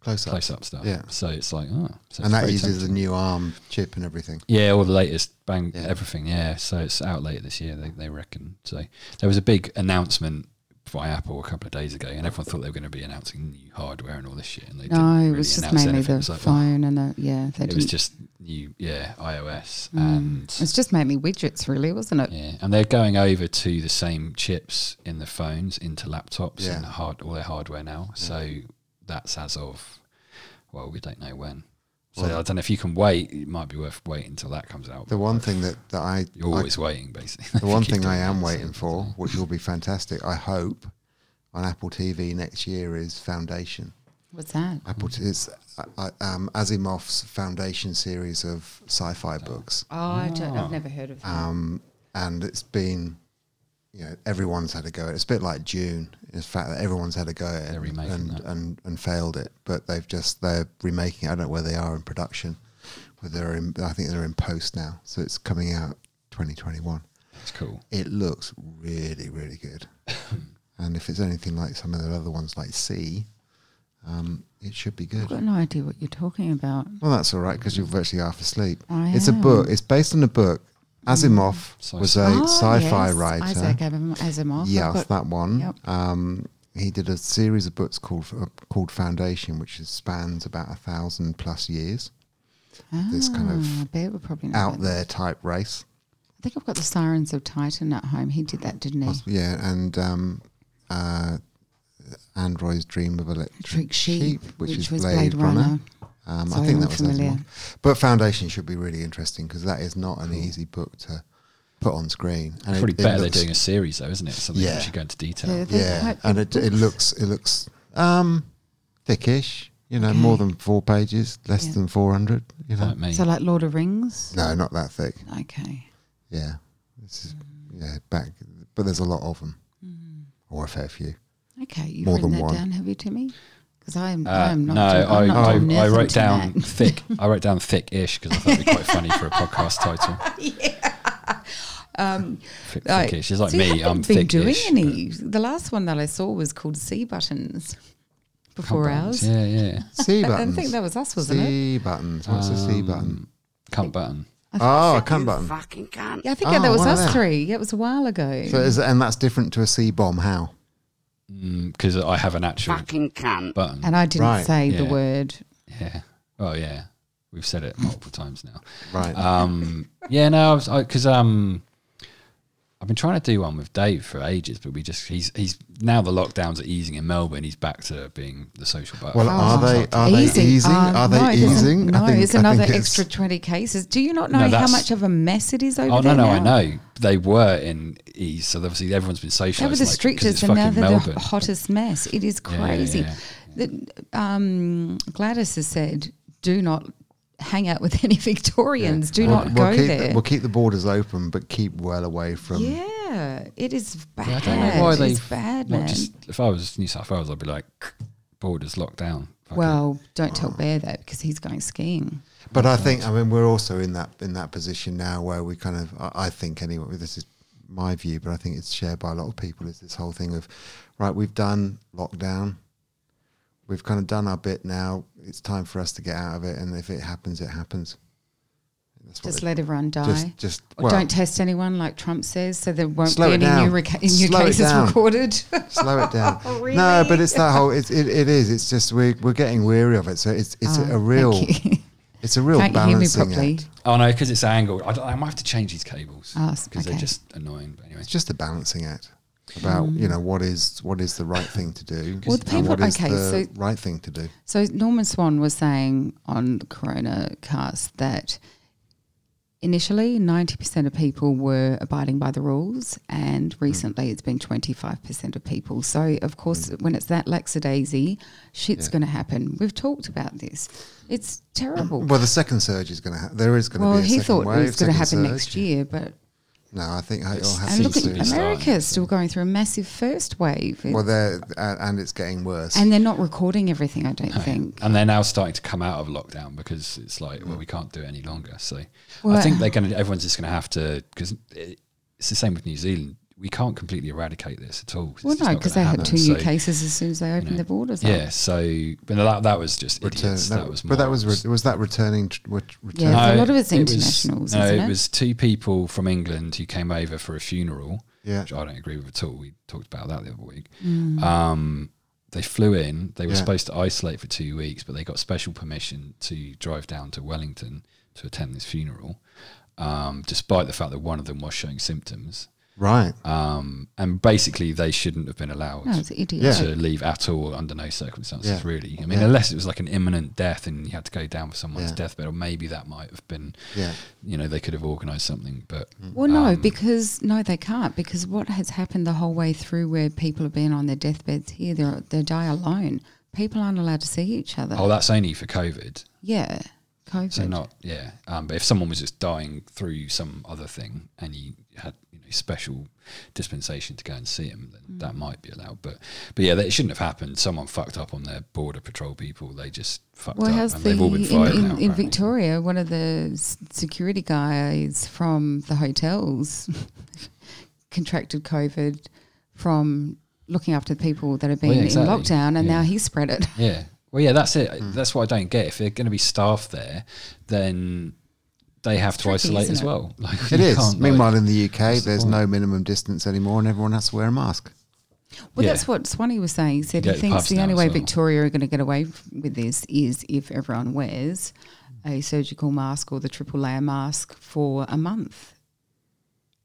S3: Close up.
S1: close up stuff.
S3: Yeah.
S1: So it's like, oh. So it's
S3: and that
S1: very
S3: uses
S1: tempting.
S3: the new ARM chip and everything.
S1: Yeah, all the latest bang
S3: Yeah.
S1: everything. Yeah, so it's out later this year. They they reckon. So there was a big announcement by Apple a couple of days ago, and everyone thought they were going to be announcing new hardware and all this shit. And they
S2: No,
S1: didn't
S2: it was
S1: really
S2: just
S1: announce
S2: mainly
S1: anything.
S2: the
S1: It was like, well,
S2: phone and the yeah. They
S1: It
S2: didn't,
S1: was just new, yeah, iOS
S2: Mm.
S1: and
S2: it's just mainly widgets, really, wasn't it?
S1: yeah, and they're going over to the same chips in the phones into laptops
S3: Yeah.
S1: and hard all their hardware now. So that's as of well, we don't know when. So
S3: Well-
S1: I don't know if you can wait. It might be worth waiting until that comes out.
S3: The one thing that, that I,
S1: You're
S3: I-
S1: always waiting, basically.
S3: the one thing I am waiting for, which will be fantastic, I hope, on Apple TV next year is Foundation.
S2: What's that?
S3: Apple t- it's uh, uh, um, Asimov's Foundation series of sci-fi books.
S2: Oh, I don't,
S1: Ah.
S2: I've never heard of that.
S3: um, and it's been you know everyone's had a go at it. It's a bit like June, in the fact that everyone's had a go at it
S1: They're
S3: and
S1: remaking
S3: and,
S1: that.
S3: and and failed it, but they've just they're remaking. it. I don't know where they are in production, whether they're in, I think they're in post now, so it's coming out 2021.
S1: That's cool.
S3: It looks really really good, and if it's anything like some of the other ones like C, um, it should be
S2: I've got
S3: good.
S2: no idea what you're talking about.
S3: Well, that's all right because you're virtually half asleep.
S2: I
S3: It's a
S2: am.
S3: book. It's based on a book. Asimov
S1: Sci-
S3: was a
S2: Oh,
S3: sci-fi
S2: yes,
S3: writer.
S2: Isaac Abim- Asimov. I've
S3: Yes,
S2: got-
S3: that one.
S2: Yep.
S3: Um, he did a series of books called uh, called Foundation, which is, spans about a thousand plus years. this kind of
S2: Ah, Bear would probably know
S3: Out
S2: that.
S3: there type race,
S2: I think I've got the Sirens of Titan at home. He did that, didn't he?
S3: Poss- yeah, and um, uh, Android's Dream of Electric
S2: Trick Sheep,
S3: which, is Blade, Runner. Um, I
S2: So
S3: think
S2: I'm
S3: that was
S2: familiar.
S3: Asimov. But Foundation should be really interesting because that is not an easy book to put on screen. And
S1: It's
S3: it-
S1: probably
S3: it
S1: better they're
S3: looks-
S1: doing a series, though, isn't it? Something
S3: Yeah.
S1: that should go into detail.
S2: Yeah. They're
S3: yeah,
S2: quite
S3: and
S2: big
S3: it, it looks it looks um thickish. You know, more
S2: Okay.
S3: than four pages, less
S2: Yeah.
S3: than four hundred. You know,
S1: Like me.
S2: So, like Lord of Rings?
S3: no, not that thick.
S2: Okay. Mm-hmm.
S3: Yeah, this is yeah back, but there's a lot of them, or a fair few.
S2: Okay, you've
S3: More
S2: written
S3: than
S2: that
S3: one.
S2: down, have you, Timmy? Because I'm,
S1: Uh,
S2: I'm not.
S1: no,
S2: I'm
S1: I,
S2: not doing
S1: I, I
S2: nothing
S1: wrote down
S2: tonight.
S1: thick. I wrote down thick-ish because I thought it'd be quite funny for a podcast title.
S2: Um,
S1: Thick,
S2: I-
S1: thickish. It's like
S2: so you
S1: me.
S2: haven't
S1: I'm
S2: been
S1: thick-ish.
S2: doing
S1: but-
S2: any. The last one that I saw was called C buttons. Before
S1: Cunt buttons.
S2: ours,
S1: Yeah, yeah.
S3: C
S2: I
S3: buttons.
S2: think that was us, wasn't it?
S3: C buttons. What's a C
S1: Um,
S3: button?
S1: Cunt button.
S3: Oh, a cum button.
S4: Fucking cunt.
S2: Yeah, I think
S3: Oh,
S2: that was
S3: wow.
S2: us three. Yeah, it was a while ago.
S3: So is, and that's different to a C bomb. How?
S1: Because Mm, I have an actual
S4: Fucking cunt.
S1: button.
S2: and I didn't
S3: Right,
S2: say the
S1: yeah.
S2: word.
S1: Yeah. Oh yeah. We've said it multiple times now.
S3: Right.
S1: Um, yeah. No, I was because um, I've been trying to do one with Dave for ages, but we just he's he's now the lockdowns are easing in Melbourne. He's back to being the social butterfly.
S3: well, are they are
S2: Easing.
S3: they easing?
S2: Um,
S3: are they
S2: no, it isn't-
S3: easing?
S2: No, it's
S3: I
S2: another
S3: think it's-
S2: extra 20 cases. Do you not
S1: No,
S2: know how
S1: that's-
S2: much of a mess it is over
S1: Oh no,
S2: there?
S1: no,
S2: now?
S1: I know they were in ease. So obviously everyone's been socialised.
S2: They were the
S1: like, 'cause
S2: strictest,
S1: it's
S2: and now
S1: fucking
S2: they're
S1: Melbourne.
S2: the hottest mess. It is
S1: Yeah, yeah,
S2: crazy.
S1: yeah.
S2: The- um, Gladys has said, do not hang out with any Victorians. Do
S3: We'll-
S2: not
S3: we'll
S2: go
S3: keep,
S2: there.
S3: We'll keep the borders open, but keep well away from.
S2: yeah, it is bad.
S1: Yeah, I don't know why they
S2: it's bad,
S1: not
S2: man.
S1: just if I was New South Wales, I'd be like borders locked down. Fucking-
S2: well, don't tell Bear that because he's going skiing.
S3: But I think I mean we're also in that in that position now where we kind of I, I think anyway this is my view, but I think it's shared by a lot of people. Is this whole thing of right? We've done lockdown. We've kind of done our bit now. It's time for us to get out of it, and if it happens, it happens. That's
S2: Just
S3: it-
S2: let everyone die.
S3: just just
S2: Or
S3: well,
S2: don't test anyone like Trump says, so there won't
S3: Slow
S2: be
S3: it
S2: any
S3: down.
S2: new, reca- new
S3: Slow it
S2: cases
S3: down.
S2: recorded.
S3: slow it down.
S2: Oh,
S3: No, but it's that whole. It's, it it is. It's just we we're getting weary of it. So it's it's
S2: Oh,
S3: a, a real
S2: thank you.
S3: it's a real
S2: Can't you hear me
S3: balancing
S2: properly?
S3: act.
S1: Oh no, because it's angled. I, don't- I might have to change these cables
S2: Oh,
S1: because they're
S2: okay.
S1: just annoying. But anyway,
S3: It's just a balancing act about you know what is what is the right thing to do.
S2: Mm. Well,
S3: and
S2: people-
S3: what is
S2: okay,
S3: the
S2: so-
S3: right thing to do.
S2: So Norman Swan was saying on the Corona cast that initially 90% of people were abiding by the rules and
S1: Hmm.
S2: recently it's been 25% of people. So of course
S1: Hmm.
S2: when it's that lackadaisy, shit's going to happen. We've talked about this. It's terrible.
S3: Well, the second surge is going to happen. There is going to
S2: Well,
S3: be a
S2: he
S3: second
S2: thought
S3: wave.
S2: it was going to happen
S3: second
S2: next
S3: surge.
S2: year, but
S3: No, I think it'll
S2: and
S3: happen
S2: look at
S1: seems to be Ameri-
S3: soon.
S2: America
S1: starting
S2: is still going through a massive first wave.
S3: Well, there uh, and it's getting worse.
S2: and they're not recording everything, I don't think.
S1: and they're now starting to come out of lockdown because it's like, well, we can't do it any longer. So I
S2: Well-
S1: think they're going to. Everyone's just going to have to because it's the same with New Zealand. We can't completely eradicate this at all. It's
S2: Well,
S1: just
S2: no,
S1: not
S2: because they
S1: gonna
S2: had
S1: happen.
S2: two new
S1: So,
S2: cases as soon as they opened
S1: know,
S2: their borders. up.
S1: Yeah, so but that that was just
S3: Return-
S1: idiots.
S3: no,
S1: that was
S3: but uh, that was
S1: morons.
S3: re- was that returning. Tr- what- return?
S2: Yeah.
S3: Yeah.
S2: a lot of it's
S1: it was-
S2: internationals,
S1: no,
S2: isn't it?
S1: it was two people from England who came over for a funeral.
S3: Yeah.
S1: which I don't agree with at all. We talked about that the other week. Um, they flew in. They were
S3: Yeah.
S1: supposed to isolate for two weeks, but they got special permission to drive down to Wellington to attend this funeral, um, despite the fact that one of them was showing symptoms.
S3: Right.
S1: Um, and basically, they shouldn't have been allowed
S2: No, it's idiot.
S3: Yeah.
S1: to leave at all under no circumstances,
S3: Yeah.
S1: really. I mean,
S3: Yeah.
S1: unless it was like an imminent death and you had to go down for someone's
S3: Yeah.
S1: deathbed, or maybe that might have been,
S3: Yeah.
S1: you know, they could have organised something. But
S3: Mm.
S2: Well, no,
S1: um,
S2: because no, they can't. Because what has happened the whole way through, where people have been on their deathbeds here, they are they die alone. People aren't allowed to see each other.
S1: oh, that's only for COVID.
S2: yeah, COVID.
S1: So not yeah. Um, but if someone was just dying through some other thing and you had you know, special dispensation to go and see him, then
S2: Mm.
S1: that might be allowed. But but yeah, that, it shouldn't have happened. Someone fucked up on their border patrol people. They just fucked
S2: Well,
S1: up,
S2: how's
S1: and
S2: the
S1: they've all been
S2: in,
S1: fired now.
S2: in, in
S1: apparently.
S2: Victoria? One of the s- security guys from the hotels contracted COVID from looking after the people that have been
S1: Well, yeah, exactly.
S2: in lockdown, and
S1: Yeah.
S2: now he spread it.
S1: Yeah. Well, yeah, that's it.
S2: Mm.
S1: That's what I don't get. If they're going to be staffed there, then they have to
S2: tricky,
S1: isolate
S2: isn't
S1: as
S2: it?
S1: well. Like,
S3: It
S1: you
S3: is.
S1: can't, like-
S3: Meanwhile, in the UK,
S1: the
S3: there's
S1: point?
S3: no minimum distance anymore, and everyone has to wear a mask.
S2: Well,
S1: Yeah.
S2: that's what Swanee was saying. He said
S1: You go
S2: he
S1: to
S2: thinks
S1: pubs
S2: the
S1: now
S2: only
S1: as
S2: way
S1: well.
S2: Victoria are going to get away f- with this is if everyone wears a surgical mask or the triple layer mask for a month.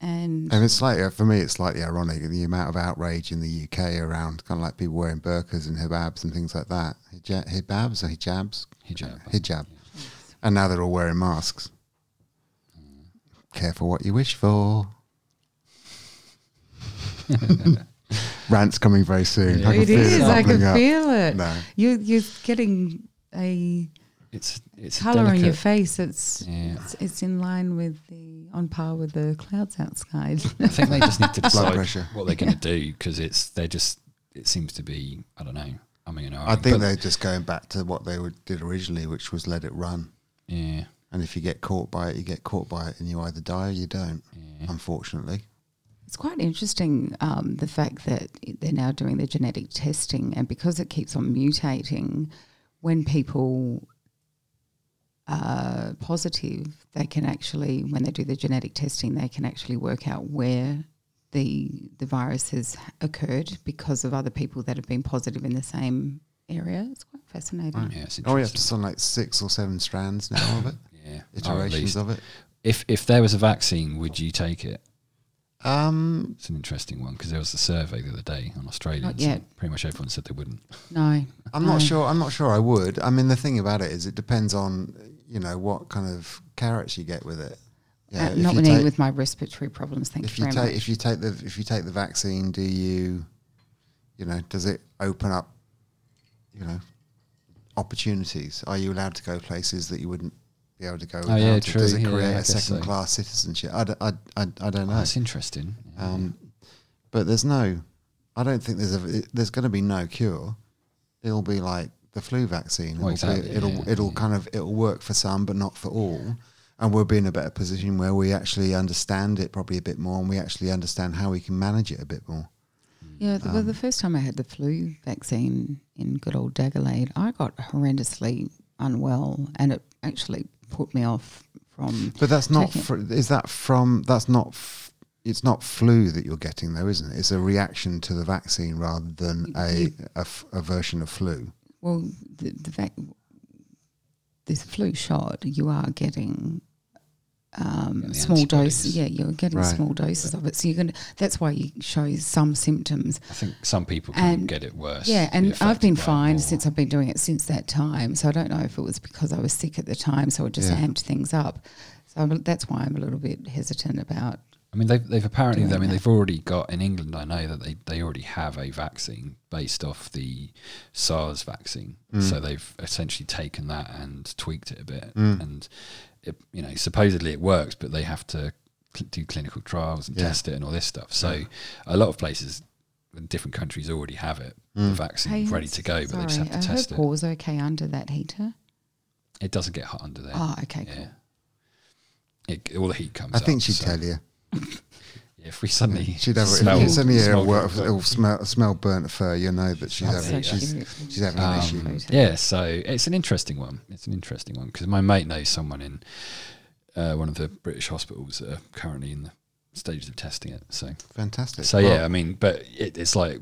S2: And
S3: And it's slightly, for me, it's slightly ironic the amount of outrage in the UK around kind of like people wearing burqas and hijabs and things like that. Hija- hijabs or hijabs?
S1: Hijab.
S3: Hijab. And now they're all wearing masks. Careful what you wish for. Rant's coming very soon. I can
S2: it
S3: feel
S2: is. I can
S3: bubbling up.
S2: feel it.
S3: No.
S2: You, you're getting a
S1: It's it's
S2: colour
S1: delicate.
S2: on your face. It's,
S1: Yeah.
S2: it's it's in line with the on par with the clouds outside.
S1: I think they just need to
S3: Blood
S1: decide
S3: pressure.
S1: what they're going to do because it's they're just it seems to be I don't know. I mean,
S3: I think they're just going back to what they would, did originally, which was let it run.
S1: yeah,
S3: And if you get caught by it, you get caught by it, and you either die or you don't.
S1: yeah.
S3: Unfortunately,
S2: It's quite interesting um, the fact that they're now doing the genetic testing, and because it keeps on mutating, when people are positive, they can actually, when they do the genetic testing, they can actually work out where the the virus has occurred because of other people that have been positive in the same area. It's quite fascinating.
S1: yeah it's
S3: oh, you have to
S1: interesting.
S3: on like six or seven strands now of it,
S1: yeah, Or at
S3: iterations
S1: least.
S3: of it.
S1: If if there was a vaccine, would you take it?
S3: Um,
S1: It's an interesting one because there was a survey the other day on Australia.
S2: Not yet.
S1: Pretty much everyone said they wouldn't.
S2: No,
S3: I'm
S2: No.
S1: Hmm.
S3: not sure. I'm not sure I would. I mean, the thing about it is, it depends on you know what kind of carrots you get with it.
S2: uh,
S3: if
S2: not
S3: you
S2: with me
S3: take-
S2: with my respiratory problems. Thank
S3: if
S2: you
S3: you
S2: very
S3: take
S2: much.
S3: if you take the if you take the vaccine, do you, you know, does it open up, you know, opportunities? Are you allowed to go places that you wouldn't be able to go?
S1: Oh, yeah,
S3: without it?
S1: true,
S3: Does it
S1: yeah,
S3: create
S1: I
S3: a
S1: guess so.
S3: second class citizenship? I, d- I, I, I don't know.
S1: That's interesting. Yeah.
S3: Um, but there's no, I don't think there's a there's going to be no cure. It'll be like the flu vaccine.
S1: Well,
S3: It'll
S1: exactly,
S3: be, it'll
S1: yeah,
S3: it'll
S1: yeah.
S3: kind of it'll work for some, but not for all. And we'll be in a better position where we actually understand it probably a bit more, and we actually understand how we can manage it a bit more.
S2: Yeah, the, well,
S1: Um,
S2: the first time I had the flu vaccine in good old Dagalade, I got horrendously unwell, and it actually put me off from.
S3: But that's not
S2: Taking it-
S3: fr- is that from that's not. F- it's not flu that you're getting, though, isn't it? It's a reaction to the vaccine rather than a, a, f- a version of flu.
S2: Well, the, the vac- this flu shot, you are getting um,
S1: Yeah, the
S2: small
S1: antibodies.
S2: doses. Yeah, you're getting
S3: Right.
S2: small doses of it. So you're going to. That's why you show some symptoms.
S1: I think some people can
S2: and-
S1: get it worse.
S2: Yeah,
S1: be
S2: and I've been
S1: affected by it
S2: fine
S1: more.
S2: since I've been doing it since that time. So I don't know if it was because I was sick at the time, so it just
S3: Yeah.
S2: amped things up. So I'm, that's why I'm a little bit hesitant about.
S1: I mean, they've, they've apparently, I
S2: Doing
S1: mean,
S2: that.
S1: they've already got in England, I know that they, they already have a vaccine based off the SARS vaccine.
S3: Mm.
S1: So they've essentially taken that and tweaked it a bit.
S3: Mm.
S1: And, it, you know, supposedly it works, but they have to cl- do clinical trials and
S3: Yeah.
S1: test it and all this stuff. So a lot of places in different countries already have it,
S3: Mm.
S1: the vaccine
S2: Hey,
S1: ready to go, but they just
S2: sorry,
S1: have to
S2: are
S1: test
S2: her
S1: it.
S2: paws okay under that heater?
S1: It doesn't get hot under there.
S2: Oh, okay,
S1: yeah.
S2: cool.
S1: It, all the heat comes
S3: Mm. I think
S1: up,
S3: she'd
S1: so
S3: tell you.
S1: If we suddenly
S3: She'd have
S1: smell-
S3: if it's only a
S1: smell
S3: wor-
S1: good,
S3: it'll smell smell burnt fur. You know that she's
S1: That's
S3: having
S1: so
S3: she's,
S2: cute.
S3: she's having an
S1: Um,
S3: issue.
S1: yeah, so it's an interesting one. It's an interesting one because my mate knows someone in uh, one of the British hospitals that are currently in the stages of testing it. So,
S3: Fantastic.
S1: so
S3: Well,
S1: yeah, I mean, but it, it's like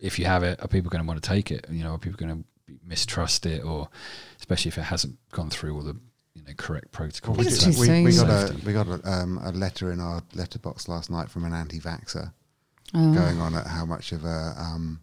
S1: if you have it, are people going to want to take it? You know, are people going to mistrust it, or especially if it hasn't gone through all the you know correct protocols?
S3: we,
S2: It's
S1: and
S2: too
S1: stuff.
S3: we- we
S2: soon.
S3: got a
S1: Safety.
S3: we got a, um, a letter in our letterbox last night from an anti-vaxer
S2: Oh.
S3: going on at how much of a um,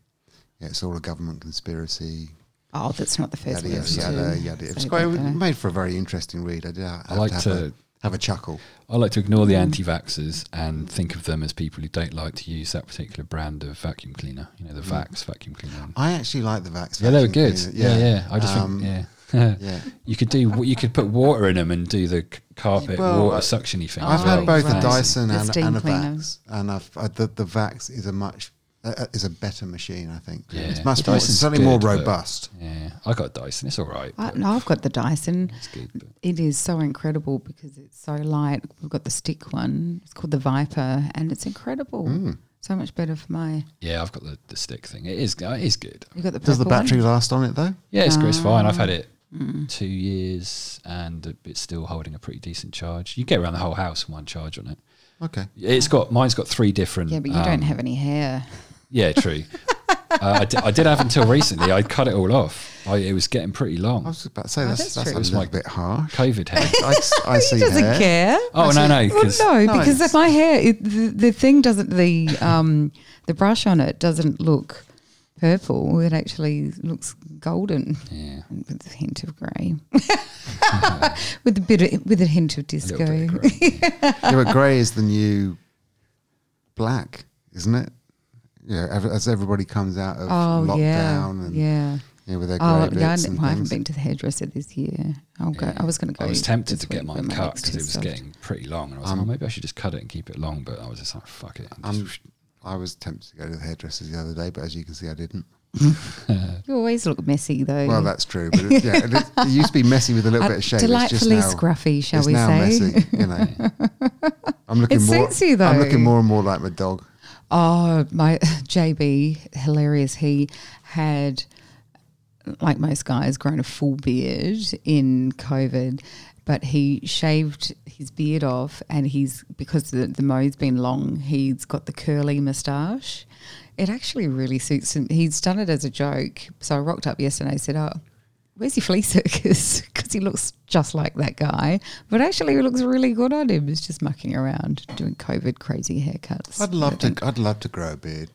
S3: yeah, it's all a government conspiracy.
S2: Oh, that's not the first
S3: Yada
S2: one.
S3: yada
S2: that's
S3: yada
S2: two.
S3: yada. It was
S2: So
S3: quite
S2: that, uh,
S3: made for a very interesting read. I did have,
S1: I like
S3: have,
S1: to.
S3: a, have a chuckle.
S1: I like to ignore the anti-vaxxers and think of them as people who don't like to use that particular brand of vacuum cleaner. You know, the
S3: Mm.
S1: Vax vacuum cleaner.
S3: I actually like the vax.
S1: Yeah, they were
S3: vaccine
S1: good.
S3: cleaner.
S1: Yeah, yeah. I just
S3: Um,
S1: think, yeah.
S3: yeah.
S1: you could do. You could put water in them and do the c- carpet
S3: Well,
S1: water
S3: I-
S1: suctiony thing.
S3: I've
S1: as
S3: had
S1: well.
S3: both a
S2: Right.
S3: Dyson
S2: The
S3: and,
S2: steam
S3: and a
S2: cleaner.
S3: Vax, and I've, I, the, the Vax is a much uh, uh, is a better machine. I think
S1: Yeah.
S3: it's much
S1: The
S3: more,
S1: Dyson's
S3: certainly more
S1: good, but-
S3: robust.
S1: Yeah, I got a Dyson. It's all right.
S2: I,
S1: but
S2: no, I've got the Dyson.
S1: It's good. But
S2: It is so incredible because it's so light. We've got the stick one. It's called the Viper, and it's incredible.
S3: Hmm.
S2: So much better for my.
S1: yeah, I've got the, the stick thing. It is. uh, It is good.
S2: You got the
S3: Does the
S2: purple one?
S3: battery last on it though?
S1: Yeah, it's, it's fine. I've had it two years and it's still holding a pretty decent charge. You get around the whole house in one charge on it.
S3: Okay.
S1: It's got mine's got three different.
S2: Yeah, but you
S1: um,
S2: don't have any hair.
S1: Yeah, true. uh, I, di- I did have until recently. I cut it all off. I, it was getting pretty
S3: I
S1: long.
S3: was about to say that's,
S2: Oh, that's
S3: that's,
S2: true.
S3: a
S1: It's
S3: little
S1: like-
S3: bit harsh.
S1: COVID hair.
S3: I, s- I see hair.
S2: care.
S1: Oh no no
S2: Well,
S1: because
S2: no,
S3: No,
S2: because
S3: it's-
S2: my hair, it, the, the thing doesn't the um the brush on it doesn't look purple. It actually looks golden
S1: yeah.
S2: with a hint of grey, with a bit of, with a hint of
S1: A
S2: disco.
S1: little bit of grey.
S3: Yeah, but grey is the new black, isn't it? Yeah, ev- as everybody comes out of
S2: Oh
S3: lockdown
S2: yeah,
S3: and
S2: yeah.
S3: you know, with their grey
S2: Oh, yeah, I,
S3: bits and
S2: well, I haven't
S3: things.
S2: been to the hairdresser this year. I'll go.
S1: Yeah.
S2: I was going to go.
S1: I was tempted
S2: this
S1: to get
S2: week, but
S1: mine
S2: my
S1: cut
S2: leg's
S1: because
S2: too
S1: it was
S2: soft.
S1: Um, getting pretty long, and I was like, oh, maybe I should just cut it and keep it long. But I was just like, fuck it. and
S3: I'm-
S1: just-
S3: I was tempted to go to the hairdressers the other day, but as you can see, I didn't.
S2: You always look messy though.
S3: Well, that's true. But it, yeah, it, is- it used to be messy with a little
S2: Uh,
S3: bit of shape.
S2: Delightfully
S3: it's just now,
S2: scruffy, shall
S3: it's
S2: we
S3: now
S2: say?
S3: messy. You know, I'm looking
S2: It
S3: more.
S2: suits you,
S3: I'm
S2: though.
S3: looking more and more like my dog.
S2: Oh, my JB, hilarious. He had, like most guys, grown a full beard in COVID, but he shaved his beard off and he's, because the, the moe's been long, he's got the curly moustache. It actually really suits him. He's done it as a joke. So I rocked up yesterday and said, Oh, where's your flea circus? Because he looks just like that guy, but actually, it looks really good on him. He's just mucking around doing COVID crazy haircuts.
S3: I'd love to. I'd love to grow a beard,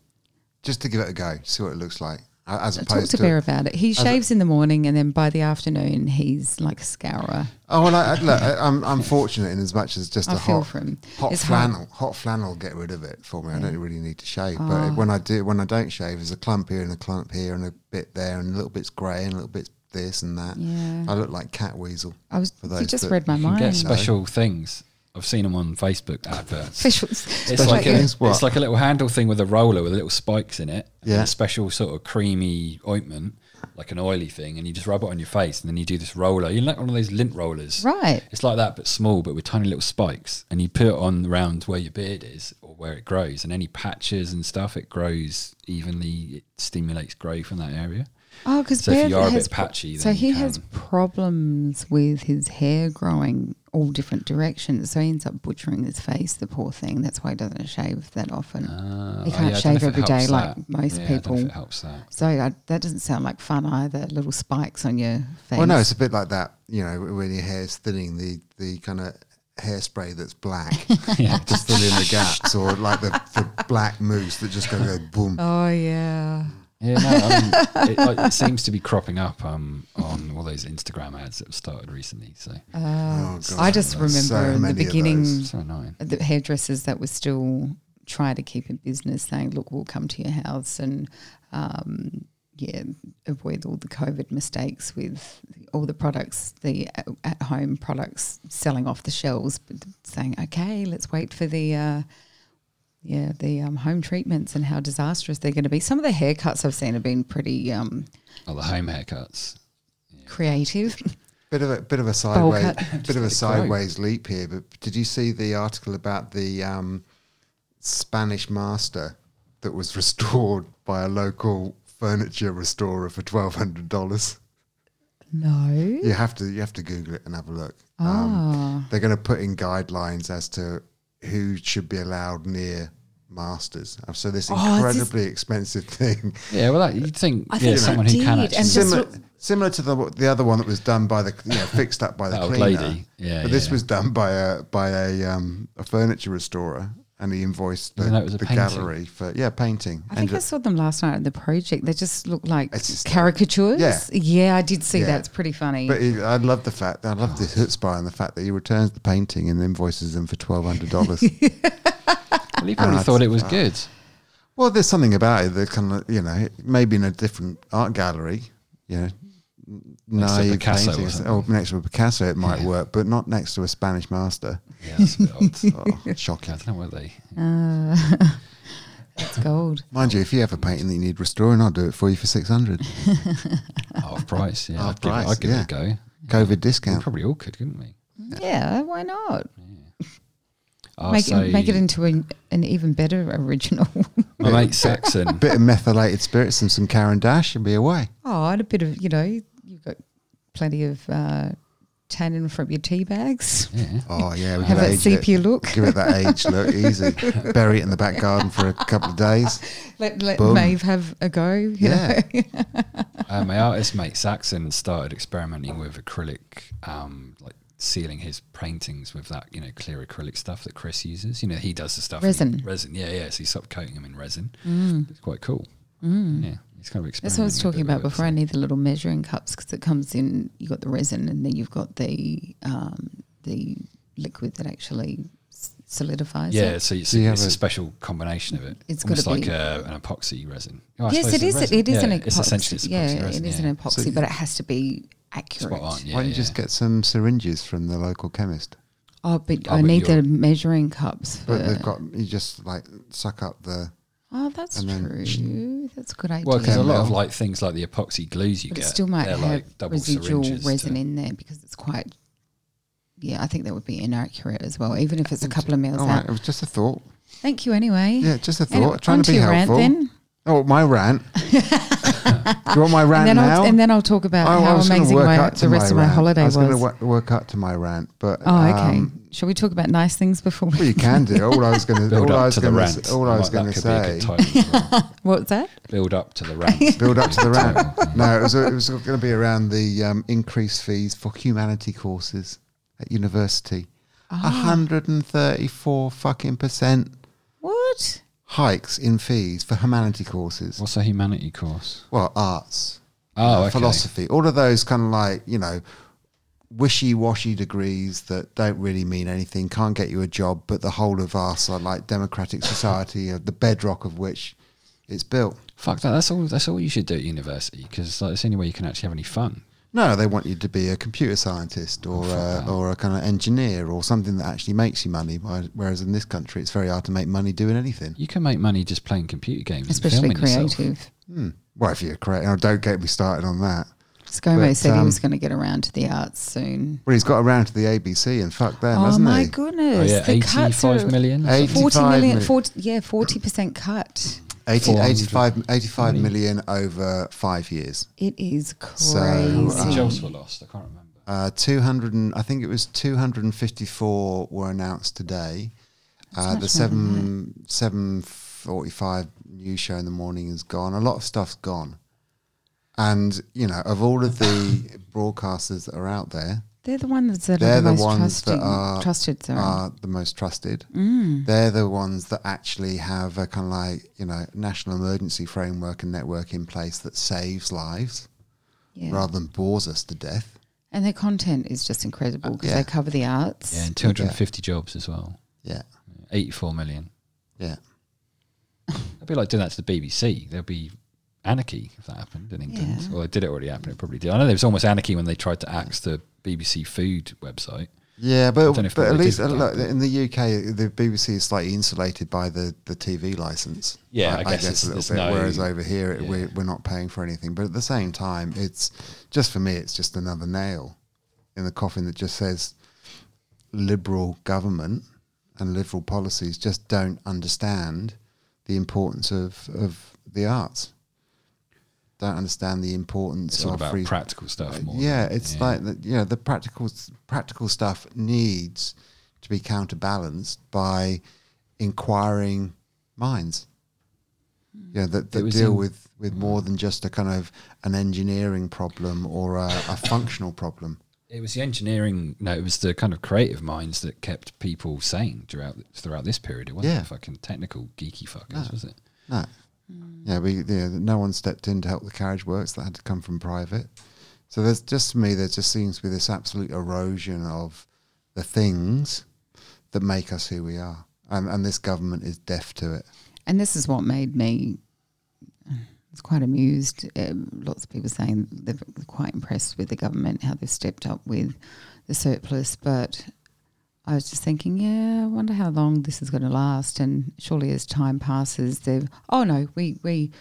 S3: just to give it a go, see what it looks like, a- as
S2: Talk
S3: opposed
S2: to
S3: to.
S2: Bear about it. He
S3: a-
S2: shaves in the morning, and then by the afternoon, he's like a scourer.
S3: oh well, I, I- look, I, I'm I'm fortunate in as much as just a
S2: I feel
S3: hot
S2: for him.
S3: hot
S2: It's hard.
S3: flannel. Hot. flannel will get rid of it for me. I don't really need to shave,
S2: Ah.
S3: but when I do, when I don't shave, there's a clump here and a clump here and a bit there and a little bit's grey and a little bit's this and that.
S2: Yeah.
S3: I look like cat weasel.
S2: I was.
S3: For
S2: You
S3: those
S2: just
S3: that
S2: read my
S1: You can get
S2: mind.
S3: spe-
S1: special things. I've seen them on Facebook adverts.
S2: Special.
S1: It's
S3: Special
S1: like, a,
S3: things, what?
S1: it's like a little handle thing with a roller with little spikes in it. and
S3: Yeah.
S1: A special sort of creamy ointment, like an oily thing, and you just rub it on your face, and then you do this roller. You like one of those lint rollers.
S2: right.
S1: It's like that, but small, but with tiny little spikes, and you put it on around where your beard is or where it grows, and any patches and stuff, it grows evenly. It stimulates growth in that area.
S2: Oh, because
S1: So if you are a
S2: has,
S1: bit patchy,
S2: so
S1: then
S2: he
S1: you
S2: has
S1: can.
S2: problems with his hair growing all different directions. So he ends up butchering his face. The poor thing. That's why he doesn't shave that often.
S1: Ah,
S2: He
S1: oh, yeah,
S2: can't
S1: I don't know
S2: shave
S1: if it
S2: every day
S1: helps
S2: like
S1: that.
S2: most
S1: Yeah, I don't know if
S2: people.
S1: it helps that.
S2: So I, that doesn't sound like fun either. Little spikes on your face.
S3: Well, no, it's a bit like that. You know, when your hair's thinning, the the kind of hairspray that's black
S1: Yeah,
S3: to fill in the gaps, or like the, the black mousse that just goes go boom.
S2: Oh yeah.
S1: Yeah, no, I mean, it, like, it seems to be cropping up um, on all those Instagram ads that have started recently. So,
S2: Uh,
S3: Oh, God.
S2: I just remember
S3: So
S2: in the
S3: many of
S2: beginning,
S3: those.
S1: so annoying.
S2: the hairdressers that were still trying to keep in business saying, "Look, we'll come to your house and." Um, yeah, avoid all the COVID mistakes with all the products, the at- at-home products selling off the shelves, but saying, "Okay, let's wait for the uh, yeah the um, home treatments and how disastrous they're going to be." Some of the haircuts I've seen have been pretty um,
S1: Oh, the home haircuts.
S2: creative.
S3: Bit of a bit of a
S2: Bowl
S3: sideways bit of a
S1: Just let it grow.
S3: sideways leap here. But did you see the article about the um, Spanish master that was restored by a local furniture restorer for twelve hundred dollars?
S2: no.
S3: You have to you have to Google it and have a look.
S2: Ah.
S3: they're going to put in guidelines as to who should be allowed near masters. So this
S2: Oh, it's just-
S3: incredibly expensive thing,
S1: Yeah, well, that, you'd think,
S2: I
S1: yeah,
S2: think
S1: someone
S2: I
S1: who can
S2: did,
S1: actually.
S2: and just
S3: similar
S2: look-
S3: similar to the the other one that was done by the you know, fixed up by the
S1: That old
S3: cleaner.
S1: lady. Yeah,
S3: but this
S1: yeah.
S3: was done by a by a um, a furniture restorer, and he invoiced the,
S1: And that was a
S3: the
S1: painting.
S3: gallery for yeah painting.
S2: I think I
S3: And uh,
S2: saw them last night at the project. They just look like
S3: It's just like-
S2: caricatures.
S3: Yeah.
S2: Yeah, I did see
S3: Yeah.
S2: that. It's pretty funny.
S3: but he, I love the fact I love the chutzpah and the fact that he returns the painting and invoices them for twelve hundred dollars.
S1: Well, he probably
S3: Ah,
S1: thought it
S3: it's-
S1: was
S3: ah.
S1: good.
S3: Well, there's something about it that kind of, you know, maybe in a different art gallery, you know,
S1: Next to
S3: naive
S1: Picasso or
S3: painting. Or,
S1: something.
S3: next to a Picasso, it might
S1: Yeah.
S3: work, but not next to a Spanish master.
S1: Yeah, that's a bit odd. Yeah,
S3: Oh,
S1: I
S3: shocking.
S1: don't know what they.
S2: uh, that's gold.
S3: Mind you, if you have a painting that you need restoring, I'll do it for you for 600.
S1: Half price. Yeah,
S3: Half
S1: I'd give, it,
S3: price,
S1: I'd give
S3: yeah.
S1: it a go.
S3: COVID
S1: We
S3: discount.
S1: probably all could, couldn't we?
S2: Yeah, why not?
S1: I'll
S2: Make
S1: say
S2: it, make it into an, an even better original.
S1: my mate Saxon.
S3: Bit of methylated spirits and some Karen Dash and be away.
S2: oh, and a bit of, you know, you've got plenty of uh, tannin from your tea bags.
S1: yeah.
S3: Oh, yeah. We
S2: Have
S3: could
S2: that
S3: age it.
S2: sepia look.
S3: Give it that age look, easy. Bury it in the back garden for a couple of days.
S2: Let, let
S3: Boom.
S2: Maeve have a go. you
S3: Yeah.
S2: know.
S1: Uh, my artist mate Saxon started experimenting with acrylic, um, like sealing his paintings with that you know clear acrylic stuff that Chris uses. You know he does the stuff
S2: Resin.
S1: resin. Yeah, yeah. So he stopped coating them in resin.
S2: Mm.
S1: It's quite cool. Yeah, he's kind of experimenting.
S2: That's what I was
S1: a
S2: talking
S1: bit with
S2: about
S1: it,
S2: before. I
S1: so.
S2: need the little measuring cups because it comes in. You got the resin, and then you've got the um, the liquid that actually s- solidifies.
S1: Yeah,
S2: it.
S1: so it's,
S3: Do you have
S1: it's a,
S3: a-
S1: special combination of it.
S2: It's
S1: almost
S2: gotta
S1: like
S2: be-
S1: a, an epoxy resin. Oh, I
S2: yes,
S1: suppose
S2: it
S1: it's
S2: is.
S1: resin.
S2: It is
S1: yeah,
S2: an epoxy.
S1: It's essentially it's
S2: yeah,
S1: epoxy resin.
S2: it is
S1: yeah.
S2: an epoxy,
S3: So-
S2: but it has to be accurate.
S1: Spot on. Yeah,
S3: Why don't you
S1: yeah.
S3: just get some syringes from the local chemist?
S2: Oh, but
S1: Oh,
S2: I
S1: but
S2: need
S1: you're-
S2: the measuring cups. For,
S3: But they've got you just like suck up the
S2: Oh, that's
S3: And then-
S2: true. That's a good idea.
S1: Well, because a
S3: Yeah.
S1: lot of like things like the epoxy glues you
S2: but
S1: get,
S2: it still might
S1: they're
S2: have
S1: like double
S2: residual
S1: syringes.
S2: resin
S1: to-
S2: in there because it's quite. Yeah, I think that would be inaccurate as well, even if it's a couple of meals
S3: All
S2: out.
S3: right, it was just a thought.
S2: Thank you anyway.
S3: Yeah, just a thought.
S2: Anyway,
S3: Trying
S2: on
S3: to be
S2: your
S3: helpful.
S2: Rant, then.
S3: Oh, my rant. Do you want my
S2: and
S3: rant
S2: then
S3: now? Oh,
S2: I'll and then I'll talk about
S3: I- I
S2: how
S3: was gonna
S2: amazing
S3: work
S2: my,
S3: up to
S2: the rest of my
S3: rant.
S2: holiday
S3: I was,
S2: was.
S3: going to work, work up to my rant, but
S2: oh, okay.
S3: um,
S2: Shall we talk about nice things before
S3: well,
S2: we?
S3: you can do. All I was going to,
S1: Build
S3: all I
S1: up
S3: was
S1: to the
S3: going
S1: rant.
S3: to, all I
S1: Like,
S3: was
S1: that
S3: going to
S1: could
S3: say,
S1: Be a good title as well.
S2: What's that?
S1: build up to the rant.
S3: build up to the rant. No, it was, it was going to be around the um, increased fees for humanity courses at university.
S2: Ah.
S3: hundred and thirty-four fucking percent
S2: What?
S3: hikes in fees for humanity courses.
S1: What's a humanity course?
S3: Well, arts.
S1: Oh,
S3: uh,
S1: okay.
S3: philosophy, all of those kind of like, you know, wishy washy degrees that don't really mean anything, can't get you a job, but the whole of us are like democratic society, uh, the bedrock of which it's built.
S1: Fuck that. That's all. That's all you should do at university because like, it's the only way you can actually have any fun.
S3: No, they want you to be a computer scientist or a, or a kind of engineer or something that actually makes you money. whi- Whereas in this country, it's very hard to make money doing anything.
S1: You can make money just playing computer games, and
S2: Especially
S1: filming yourself.
S2: creative.
S3: Hmm. Well, if you're correct, oh, don't get me started on that.
S2: Scomo
S3: But,
S2: said he
S3: um,
S2: was going to get around to the arts soon.
S3: Well, he's got around to the ABC and fuck them,
S2: oh
S3: hasn't
S2: my
S3: he?
S1: Oh
S2: goodness!
S1: yeah,
S2: the cuts are
S1: eighty-five million. or something.
S2: 40
S3: 55
S2: million,
S3: million.
S2: 40, yeah, forty percent cut.
S3: 80,
S1: 400
S3: 85, 85 million over five years.
S2: It is crazy.
S3: So,
S1: How
S3: uh,
S1: much else were lost? I can't remember.
S3: Uh, 200 and, I think it was 254 were announced today. Uh, the
S2: much more than
S3: 7 745 news show in the morning is gone. A lot of stuff's gone. And, you know, of all of the broadcasters that are out there,
S2: They're the ones that
S3: They're
S2: are the,
S3: the
S2: most
S3: ones that
S2: trusting,
S3: are-
S2: trusted. Sorry.
S3: are uh, the most trusted.
S2: Mm.
S3: They're the ones that actually have a kind of like, you know, national emergency framework and network in place that saves lives
S2: yeah.
S3: rather than bores us to death.
S2: And their content is just incredible because
S3: Uh, Yeah.
S2: they cover the arts.
S1: Yeah, and two hundred and fifty jobs as well.
S3: Yeah.
S1: Eighty-four million.
S3: Yeah.
S1: It'd be like doing that to the BBC. There'll be anarchy if that happened in England.
S2: Yeah.
S1: Well, it did it already happen. It probably did. I know there was almost anarchy when they tried to axe the BBC food website.
S3: Yeah,
S1: I
S3: but,
S1: don't know if
S3: but
S1: they
S3: at
S1: did
S3: least
S1: that,
S3: look,
S1: but-
S3: in the UK, the BBC is slightly insulated by the, the TV license.
S1: Yeah, I guess it's-
S3: a little
S1: it's
S3: bit.
S1: no-
S3: whereas over here, it,
S1: yeah.
S3: we're, we're not paying for anything. But at the same time, it's just for me, it's just another nail in the coffin that just says liberal government and liberal policies just don't understand the importance of, of the arts. Don't understand the importance
S1: It's all
S3: of
S1: about
S3: free Uh,
S1: practical stuff more.
S3: yeah,
S1: than-
S3: it's like the, you know the practical practical stuff needs to be counterbalanced by inquiring minds. Yeah, that, that
S1: Hmm. was
S3: deal
S1: in- Hmm.
S3: with, with more than just a kind of an engineering problem or a, a functional problem.
S1: It was the engineering. No, it was the kind of creative minds that kept people sane throughout throughout this period. It wasn't
S3: Yeah.
S1: fucking technical geeky fuckers, was it?
S3: No, yeah, we yeah, no one stepped in to help the carriage works. That had to come from private. So there's just to me there just seems to be this absolute erosion of the things that make us who we are, and and this government is deaf to it.
S2: And this is what made me I was quite amused. Um, lots of people saying they're quite impressed with the government, how they've stepped up with the surplus. But I was just thinking, yeah, I wonder how long this is going to last. And surely as time passes, they've, oh no, we, we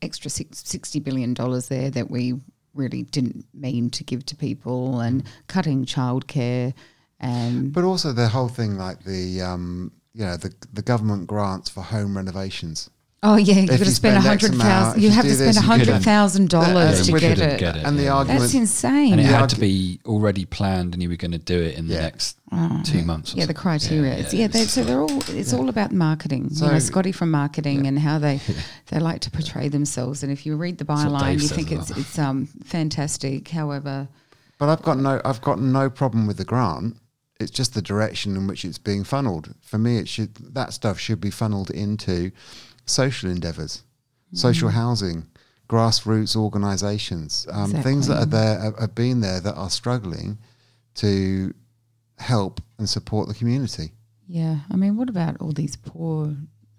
S2: extra six, $60 billion there that we really didn't mean to give to people and cutting childcare. And
S3: But also the whole thing, like the um, you know the the government grants for home renovations.
S2: Oh yeah, you've
S3: If
S2: got to
S3: you
S2: spend a
S3: spend X
S2: hundred
S3: amount,
S2: thousand.
S3: if
S2: You
S3: you
S2: have
S3: do
S2: to spend
S3: this,
S2: a
S3: you
S2: hundred
S3: couldn't.
S2: thousand dollars
S3: Yeah,
S2: to
S3: we
S2: get
S1: couldn't
S2: it.
S1: get it,
S3: and the
S1: yeah.
S3: argument,
S2: That's insane.
S1: And it
S3: Yeah,
S1: had
S3: I
S1: to be already planned, and you were going to do it in the
S3: Yeah.
S1: next
S2: Oh.
S1: two months. Or
S2: Yeah, the
S1: something.
S2: criteria. Yeah,
S1: yeah, it
S2: they,
S1: was-
S2: so they're all. It's all about marketing. you know,
S3: So-
S2: Scotty from marketing and how they they like to portray themselves. And if you read the
S1: what
S2: byline,
S1: Dave
S2: you
S1: says
S2: think
S1: as
S2: it's it's um fantastic. However,
S3: But I've got no I've got no problem with the grant. It's just the direction in which it's being funneled. For me, it should that stuff should be funneled into social endeavours, social housing, grassroots organisations, um, things that are there have- have been there that are struggling to help and support the community.
S2: yeah, I mean, what about all these poor?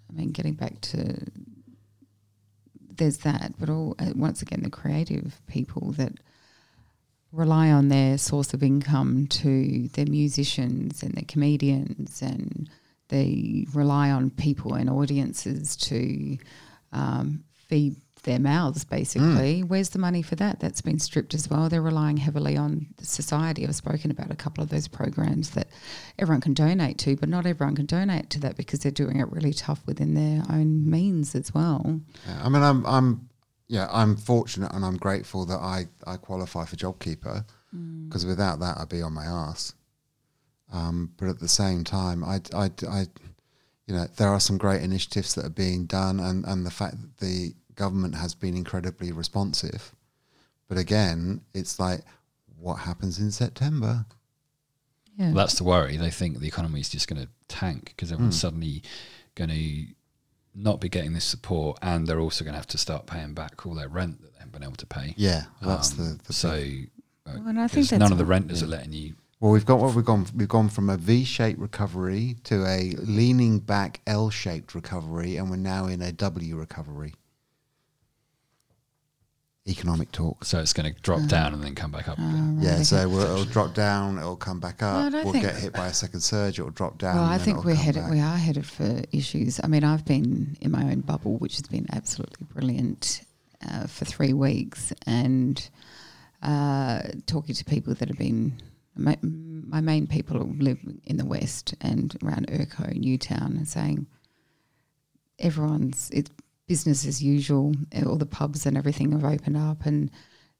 S2: I mean, getting back to there's that, but all uh, once again the creative people that rely on their source of income to their musicians and their comedians and they rely on people and audiences to um, feed their mouths, basically.
S1: Hmm.
S2: Where's the money for that? That's been stripped as well. They're relying heavily on the society. I've spoken about a couple of those programs that everyone can donate to, but not everyone can donate to that because they're doing it really tough within their own means as well.
S3: Yeah, I mean, I'm, I'm, yeah, I'm fortunate and I'm grateful that I, I qualify for JobKeeper because without that, I'd be on my ass. Um, but at the same time, I, I, I, you know, there are some great initiatives that are being done, and, and the fact that the government has been incredibly responsive. But again, it's like, what happens in September?
S2: Yeah.
S1: Well, that's the worry. They think the economy is just going to tank because
S2: Hmm.
S1: everyone's suddenly going to not be getting this support, and they're also going to have to start paying back all their rent that they haven't been able to pay.
S3: Yeah, that's
S1: Um,
S3: the, the
S1: so.
S3: big-
S1: uh,
S2: Well, and I
S1: 'cause
S2: think that's
S1: none of the
S2: what-
S1: renters are letting you.
S3: Well, we've got what we've gone. We've gone from a V-shaped recovery to a leaning back L-shaped recovery, and we're now in a W recovery. Economic talks.
S1: So it's going to drop down and then come back up again.
S2: All Ah, right,
S3: Yeah,
S2: okay.
S3: so we'll, it'll drop down, it'll come back
S2: Well, I
S3: up.
S2: don't
S3: we'll
S2: think-
S3: get hit by a second surge, it'll drop down.
S2: Well,
S3: and
S2: I
S3: then
S2: think
S3: it'll
S2: we're
S3: come
S2: headed.
S3: back.
S2: We are headed for issues. I mean, I've been in my own bubble, which has been absolutely brilliant uh, for three weeks, and uh, talking to people that have been. My, my main people live in the west and around Urco, Newtown, and saying everyone's it's business as usual. All the pubs and everything have opened up, and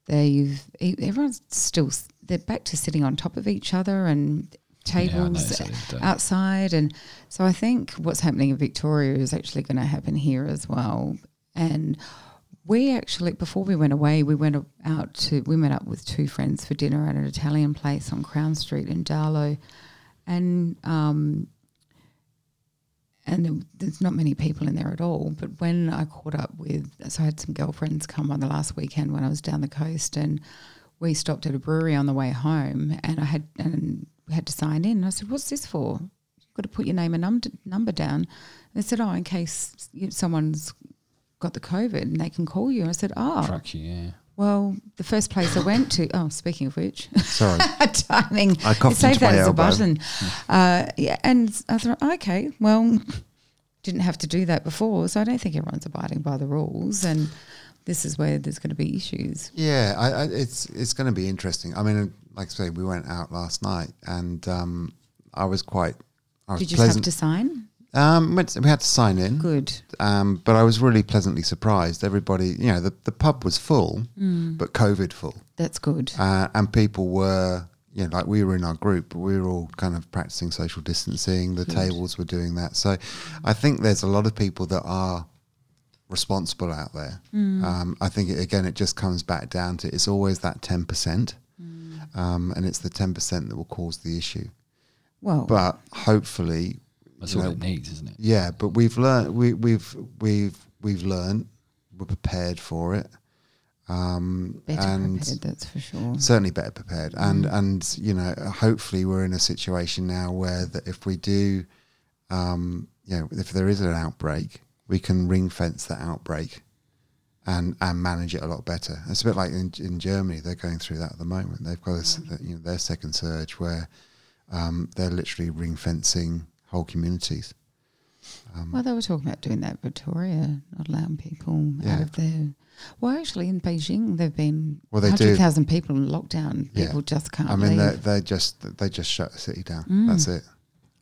S2: they've e- everyone's still s- they're back to sitting on top of each other and
S1: Yeah, I
S2: tables
S1: noticed that the other day.
S2: outside. And so I think what's happening in Victoria is actually going to happen here as well. And we actually, before we went away, we went out to, we met up with two friends for dinner at an Italian place on Crown Street in Darlow. And, um, and there- there's not many people in there at all. But when I caught up with, so I had some girlfriends come on the last weekend when I was down the coast, and we stopped at a brewery on the way home, and I had and we had to sign in. And I said, "What's this for? You've got to put your name and num- number down." And they said, "Oh, in case you- someone's got the COVID and they can call you." I said, "Oh,
S1: Track you, yeah.
S2: well, the first place I went to. Oh, speaking of which,
S3: Sorry.
S2: timing.
S3: I coughed
S2: Save
S3: into my
S2: that as a
S3: elbow. Hmm.
S2: button. Uh, yeah, and I thought, okay, well, didn't have to do that before, so I don't think everyone's abiding by the rules, and this is where there's going to be issues.
S3: Yeah, I, I, it's it's going to be interesting. I mean, like I say, we went out last night, and um, I was quite. I was
S2: Did you
S3: pleasant.
S2: have to sign?
S3: Um, went- we had to sign in.
S2: Good.
S3: um, but I was really pleasantly surprised. Everybody, you know, the, the pub was full, but COVID full,
S2: That's good.
S3: uh, and people were, you know, like we were in our group, but we were all kind of practicing social distancing. The tables were doing that, so I think there's a lot of people that are responsible out there. Um, I think it, again, it just comes back down to it's always that ten percent, um, and it's the ten percent that will cause the issue.
S2: Well,
S3: But hopefully,
S1: That's
S3: you
S1: all
S3: know,
S1: it needs, isn't it?
S3: yeah, but we've learned. We, we've we've we've learned. We're prepared for it. Um,
S2: better
S3: and Hmm.
S2: prepared, that's for sure.
S3: certainly better prepared. And and you know, hopefully, we're in a situation now where that if we do, um, you know, if there is an outbreak, we can ring fence that outbreak. And, and manage it a lot better. It's a bit like in, in Germany; they're going through that at the moment. They've got this, you know, their second surge where um, they're literally ring fencing whole communities.
S2: Well, they were talking about doing that in Victoria, not allowing people out
S3: Yeah.
S2: of their. Well, actually, in Beijing, they've been
S3: Well, they do.
S2: 100,000 people in lockdown.
S3: Yeah.
S2: People just can't
S3: I mean,
S2: leave.
S3: they they just they just shut the city down. That's it.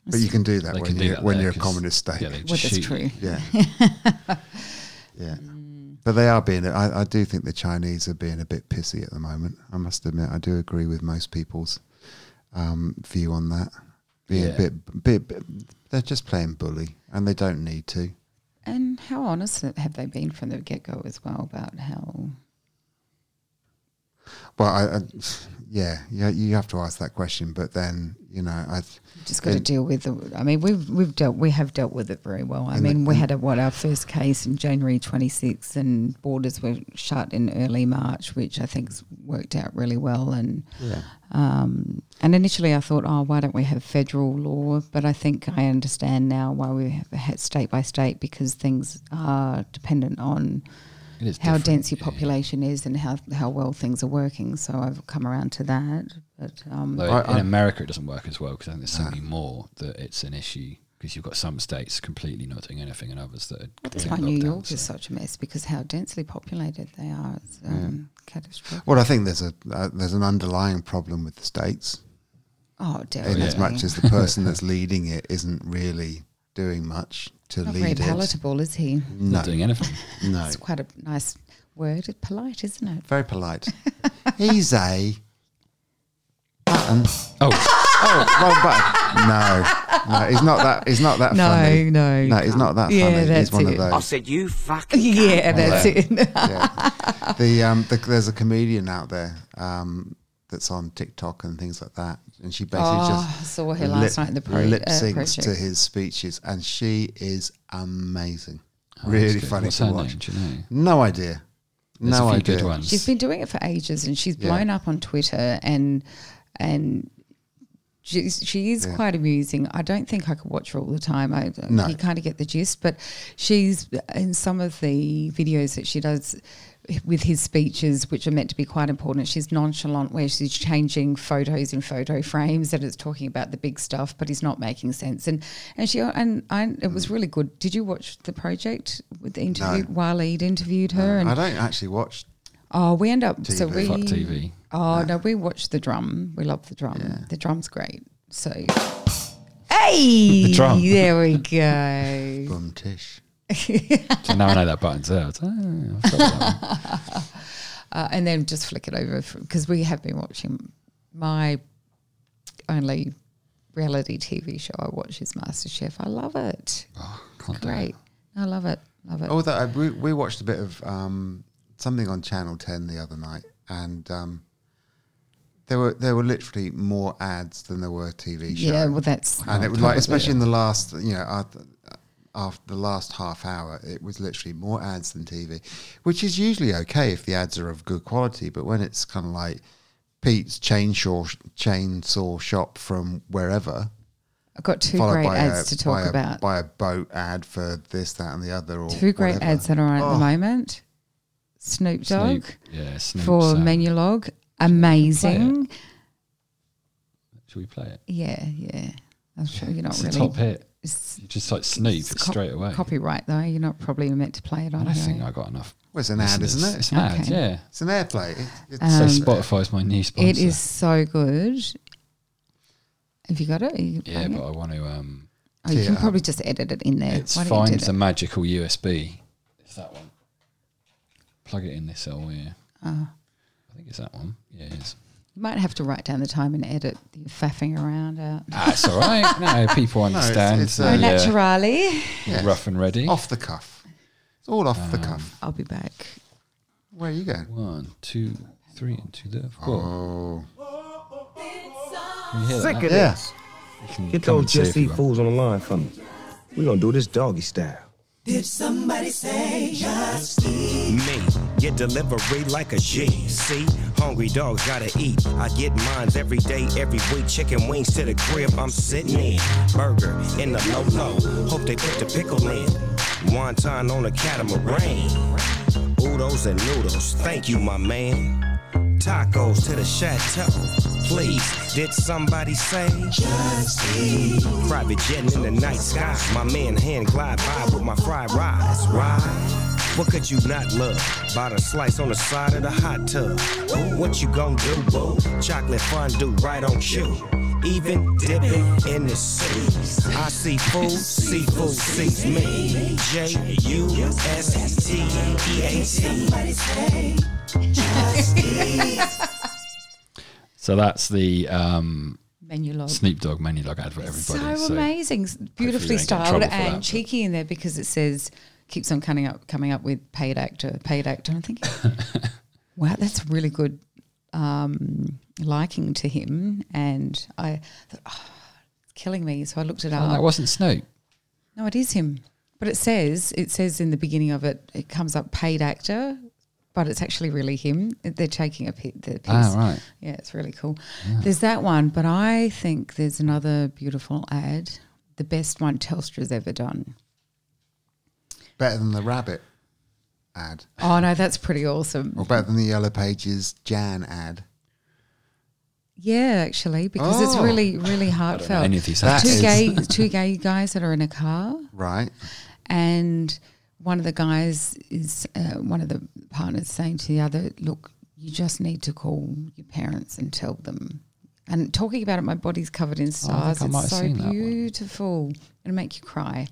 S3: But you can do that
S1: They
S3: when
S1: can do
S3: you
S1: that
S3: when
S1: there
S3: you're a
S1: 'cause-
S3: communist state.
S1: Yeah,
S3: Yeah,
S1: they
S2: well,
S1: shoot
S2: that's
S1: you.
S2: true.
S3: yeah. But they are being. I, I do think the Chinese are being a bit pissy at the moment. I must admit, I do agree with most people's um, view on that. Being
S1: Yeah.
S3: a bit, bit, bit, they're just playing bully, and they don't need to.
S2: And how honest have they been from the get go as well about how.
S3: Well, I, I, yeah, yeah, you have to ask that question. But then, you know, I
S2: Just got to
S3: And-
S2: deal with it. I mean, we've we've dealt we have dealt with it very well. I
S3: And the-
S2: mean, we
S3: and-
S2: had a, what our first case in January 26th, and borders were shut in early March, which I think's worked out really well. And
S3: yeah.
S2: Um, and initially, I thought, oh, why don't we have federal law? But I think I understand now why we have had state by state because things are dependent on
S1: It is
S2: how
S1: different,
S2: dense your
S1: yeah, yeah.
S2: population is and how, how well things are working. So I've come around to that. But um,
S1: Though
S3: I-
S1: in
S3: I-
S1: America, it doesn't work as well because I think there's so many more that it's an issue. because you've got some states completely not doing anything and others that are.
S2: That's
S1: doing
S2: why New
S1: lockdown,
S2: York is
S1: so- Mm.
S2: such a mess because how densely populated they are. It's um, catastrophic.
S3: Well, I think there's a uh, there's an underlying problem with the states,
S2: Oh, definitely.
S3: in as much as the person that's leading it isn't really doing much to
S2: Not very
S3: lead it.
S2: palatable, is he?
S3: No,
S1: Not doing anything.
S3: no,
S2: It's quite a nice word. It's polite, isn't it?
S3: very polite. He's a button.
S1: Oh,
S3: Oh, wrong button. No, no, he's not that. He's not that funny.
S2: no.
S3: No, he's not that funny.
S2: Yeah,
S3: he's
S2: that's
S3: one
S2: it.
S3: of
S4: I
S3: those.
S4: said, you fucking.
S2: Yeah,
S3: uh,
S2: that's
S1: Yeah.
S2: it.
S3: yeah. The um, the, there's a comedian out there um, that's on TikTok and things like that, and she basically
S2: Oh,
S3: just
S2: I saw her last night in the pro-
S3: lip
S2: uh,
S3: syncs
S2: project.
S3: to his speeches, and she is amazing. really
S1: Oh, that's good.
S3: funny
S1: What's
S3: to
S1: her
S3: watch.
S1: Name? Do you know?
S3: No idea.
S1: There's
S3: no
S1: a few
S3: idea.
S1: good ones.
S2: She's been doing it for ages, and she's
S3: Yeah.
S2: blown up on Twitter, and and she's, she is
S3: Yeah.
S2: quite amusing. I don't think I could watch her all the time. I
S3: No.
S2: you kind of get the gist, but she's in some of the videos that she does with his speeches, which are meant to be quite important. She's nonchalant where she's changing photos in photo frames, and it's talking about the big stuff, but he's not making sense. And and she and I, it
S3: Mm.
S2: was really good. Did you watch the project with the interview? While Waleed interviewed her, and
S3: I don't actually watch.
S2: Oh, we end up so
S3: TV.
S2: we
S1: Fuck TV.
S2: Oh no, we watch the drum. We love the drum. The drum's great. So, hey,
S1: The drum.
S2: There we go.
S3: Bum tish.
S1: So now I know that button's there. It's, oh, I forgot about that one.
S2: Uh, and then just flick it over because we have been watching my only reality TV show I watch is MasterChef. I love it.
S1: Can't do it.
S2: Great. I love it. Love it.
S3: Oh, that I, we, we watched a bit of um, something on Channel Ten the other night, and um, there were there were literally more ads than there were TV shows.
S2: yeah. Well, that's
S3: and it was like, especially in the last, you know, after, after the last half hour, it was literally more ads than TV, which is usually okay if the ads are of good quality. But when it's kind of like Pete's chainsaw chainsaw shop from wherever,
S2: I've got two
S3: followed
S2: great
S3: by
S2: ads
S3: a,
S2: to
S3: by
S2: talk
S3: a-
S2: about.
S3: by a boat ad for this, that, and the other, or
S2: Two great
S3: whatever.
S2: ads that are on at
S3: Oh.
S2: the moment. Snoop Dogg.
S1: Snoop. Yeah, Snoop.
S2: for Menulog. Amazing.
S1: Should we play it?
S2: Yeah, yeah. I'm sure you're not
S1: It's a
S2: really.
S1: top hit.
S2: It's,
S1: You just like Snoop it's
S2: cop-
S1: straight away.
S2: Copyright though, you're not probably meant to play it
S1: I
S2: on
S1: don't
S2: here.
S1: think I got enough.
S3: Well, it's an ad,
S1: listeners.
S3: isn't it?
S1: It's an ad,
S2: Okay.
S1: yeah.
S3: It's an airplay. It, it's
S1: So
S2: Um,
S1: Spotify's my new sponsor.
S2: it is so good. Have you got it? Are you
S1: Yeah,
S2: playing
S1: but
S2: it?
S1: I want to. Um,
S2: Oh, you can
S3: Yeah.
S2: probably just edit it in there.
S1: it's
S2: Why don't you
S1: find
S2: do
S1: the
S2: that?
S1: magical USB. It's that one. Plug it in this hole here.
S2: Ah.
S1: I think it's that one. Yeah, it is.
S2: You might have to write down the time and edit the faffing around out.
S1: Ah, it's all right. No, people
S3: it's-
S1: understand.
S3: it's,
S1: the,
S3: uh,
S2: Oh,
S3: Yeah.
S2: naturally.
S3: Yes.
S1: Rough and ready.
S3: off the cuff. It's all off the cuff.
S2: I'll be back.
S3: Where are you going?
S1: One, two, three, and two there. Four.
S3: Oh,
S1: Can you hear that?
S4: Sick of
S3: Yeah.
S4: this.
S1: You can
S4: Get
S1: Hmm. come
S4: those
S1: and see if
S4: Just
S1: you
S4: Eat
S1: want.
S4: Fools on the line for me. We're going to do this doggy style.
S5: me. Get delivery like a G. See, hungry dogs gotta eat. I get mines every day, every week. Chicken wings to the crib, I'm sitting in. Burger in the low low. Hope they put the pickle in. Wonton on a catamaran. Oodles and noodles, thank you, my man. Tacos to the chateau. Please, did somebody say? Private jet in the night sky. My man hand glide by with my fried rice. Ride. What could you not love? Bought a slice on the side of the hot tub. What you gon' do, boo? Chocolate fondue right on cue. Even dipping in the sea. I see food, seafood sees me. J U S T E A T.
S1: So that's the um,
S2: Menulog.
S1: Snoop Dogg menu log ad for everybody.
S2: so, amazing, S-
S1: you
S2: beautifully
S1: don't get in
S2: styled
S1: trouble for that,
S2: and
S1: but-
S2: cheeky in there because it says keeps on coming up coming up with paid actor, paid actor. And I'm thinking, wow, that's really good um, liking to him. And I thought, oh, it's killing me. So I looked it
S1: Oh,
S2: up.
S1: that wasn't Snoop.
S2: no, it is him, but it says it says in the beginning of it, it comes up paid actor. But it's actually really him. They're taking a pi- the piece.
S1: Ah, right.
S2: Yeah, it's really cool. There's that one, but I think there's another beautiful ad, the best one Telstra's ever done.
S3: better than the rabbit ad,
S2: Oh no, that's pretty awesome.
S3: or better than the Yellow Pages Jan ad.
S2: Yeah, actually, because it's
S3: Oh.
S2: really, really heartfelt.
S1: Any of these
S3: That
S1: actors.
S2: two
S3: is-
S2: gay, two gay guys that are in a car,
S3: Right.
S2: and one of the guys is uh, one of the partners saying to the other, "Look, you just need to call your parents and tell them." And talking about it, my body's covered in stars.
S1: Oh, I might
S2: it's
S1: have
S2: so
S1: seen that one.
S2: beautiful. It'll make you cry.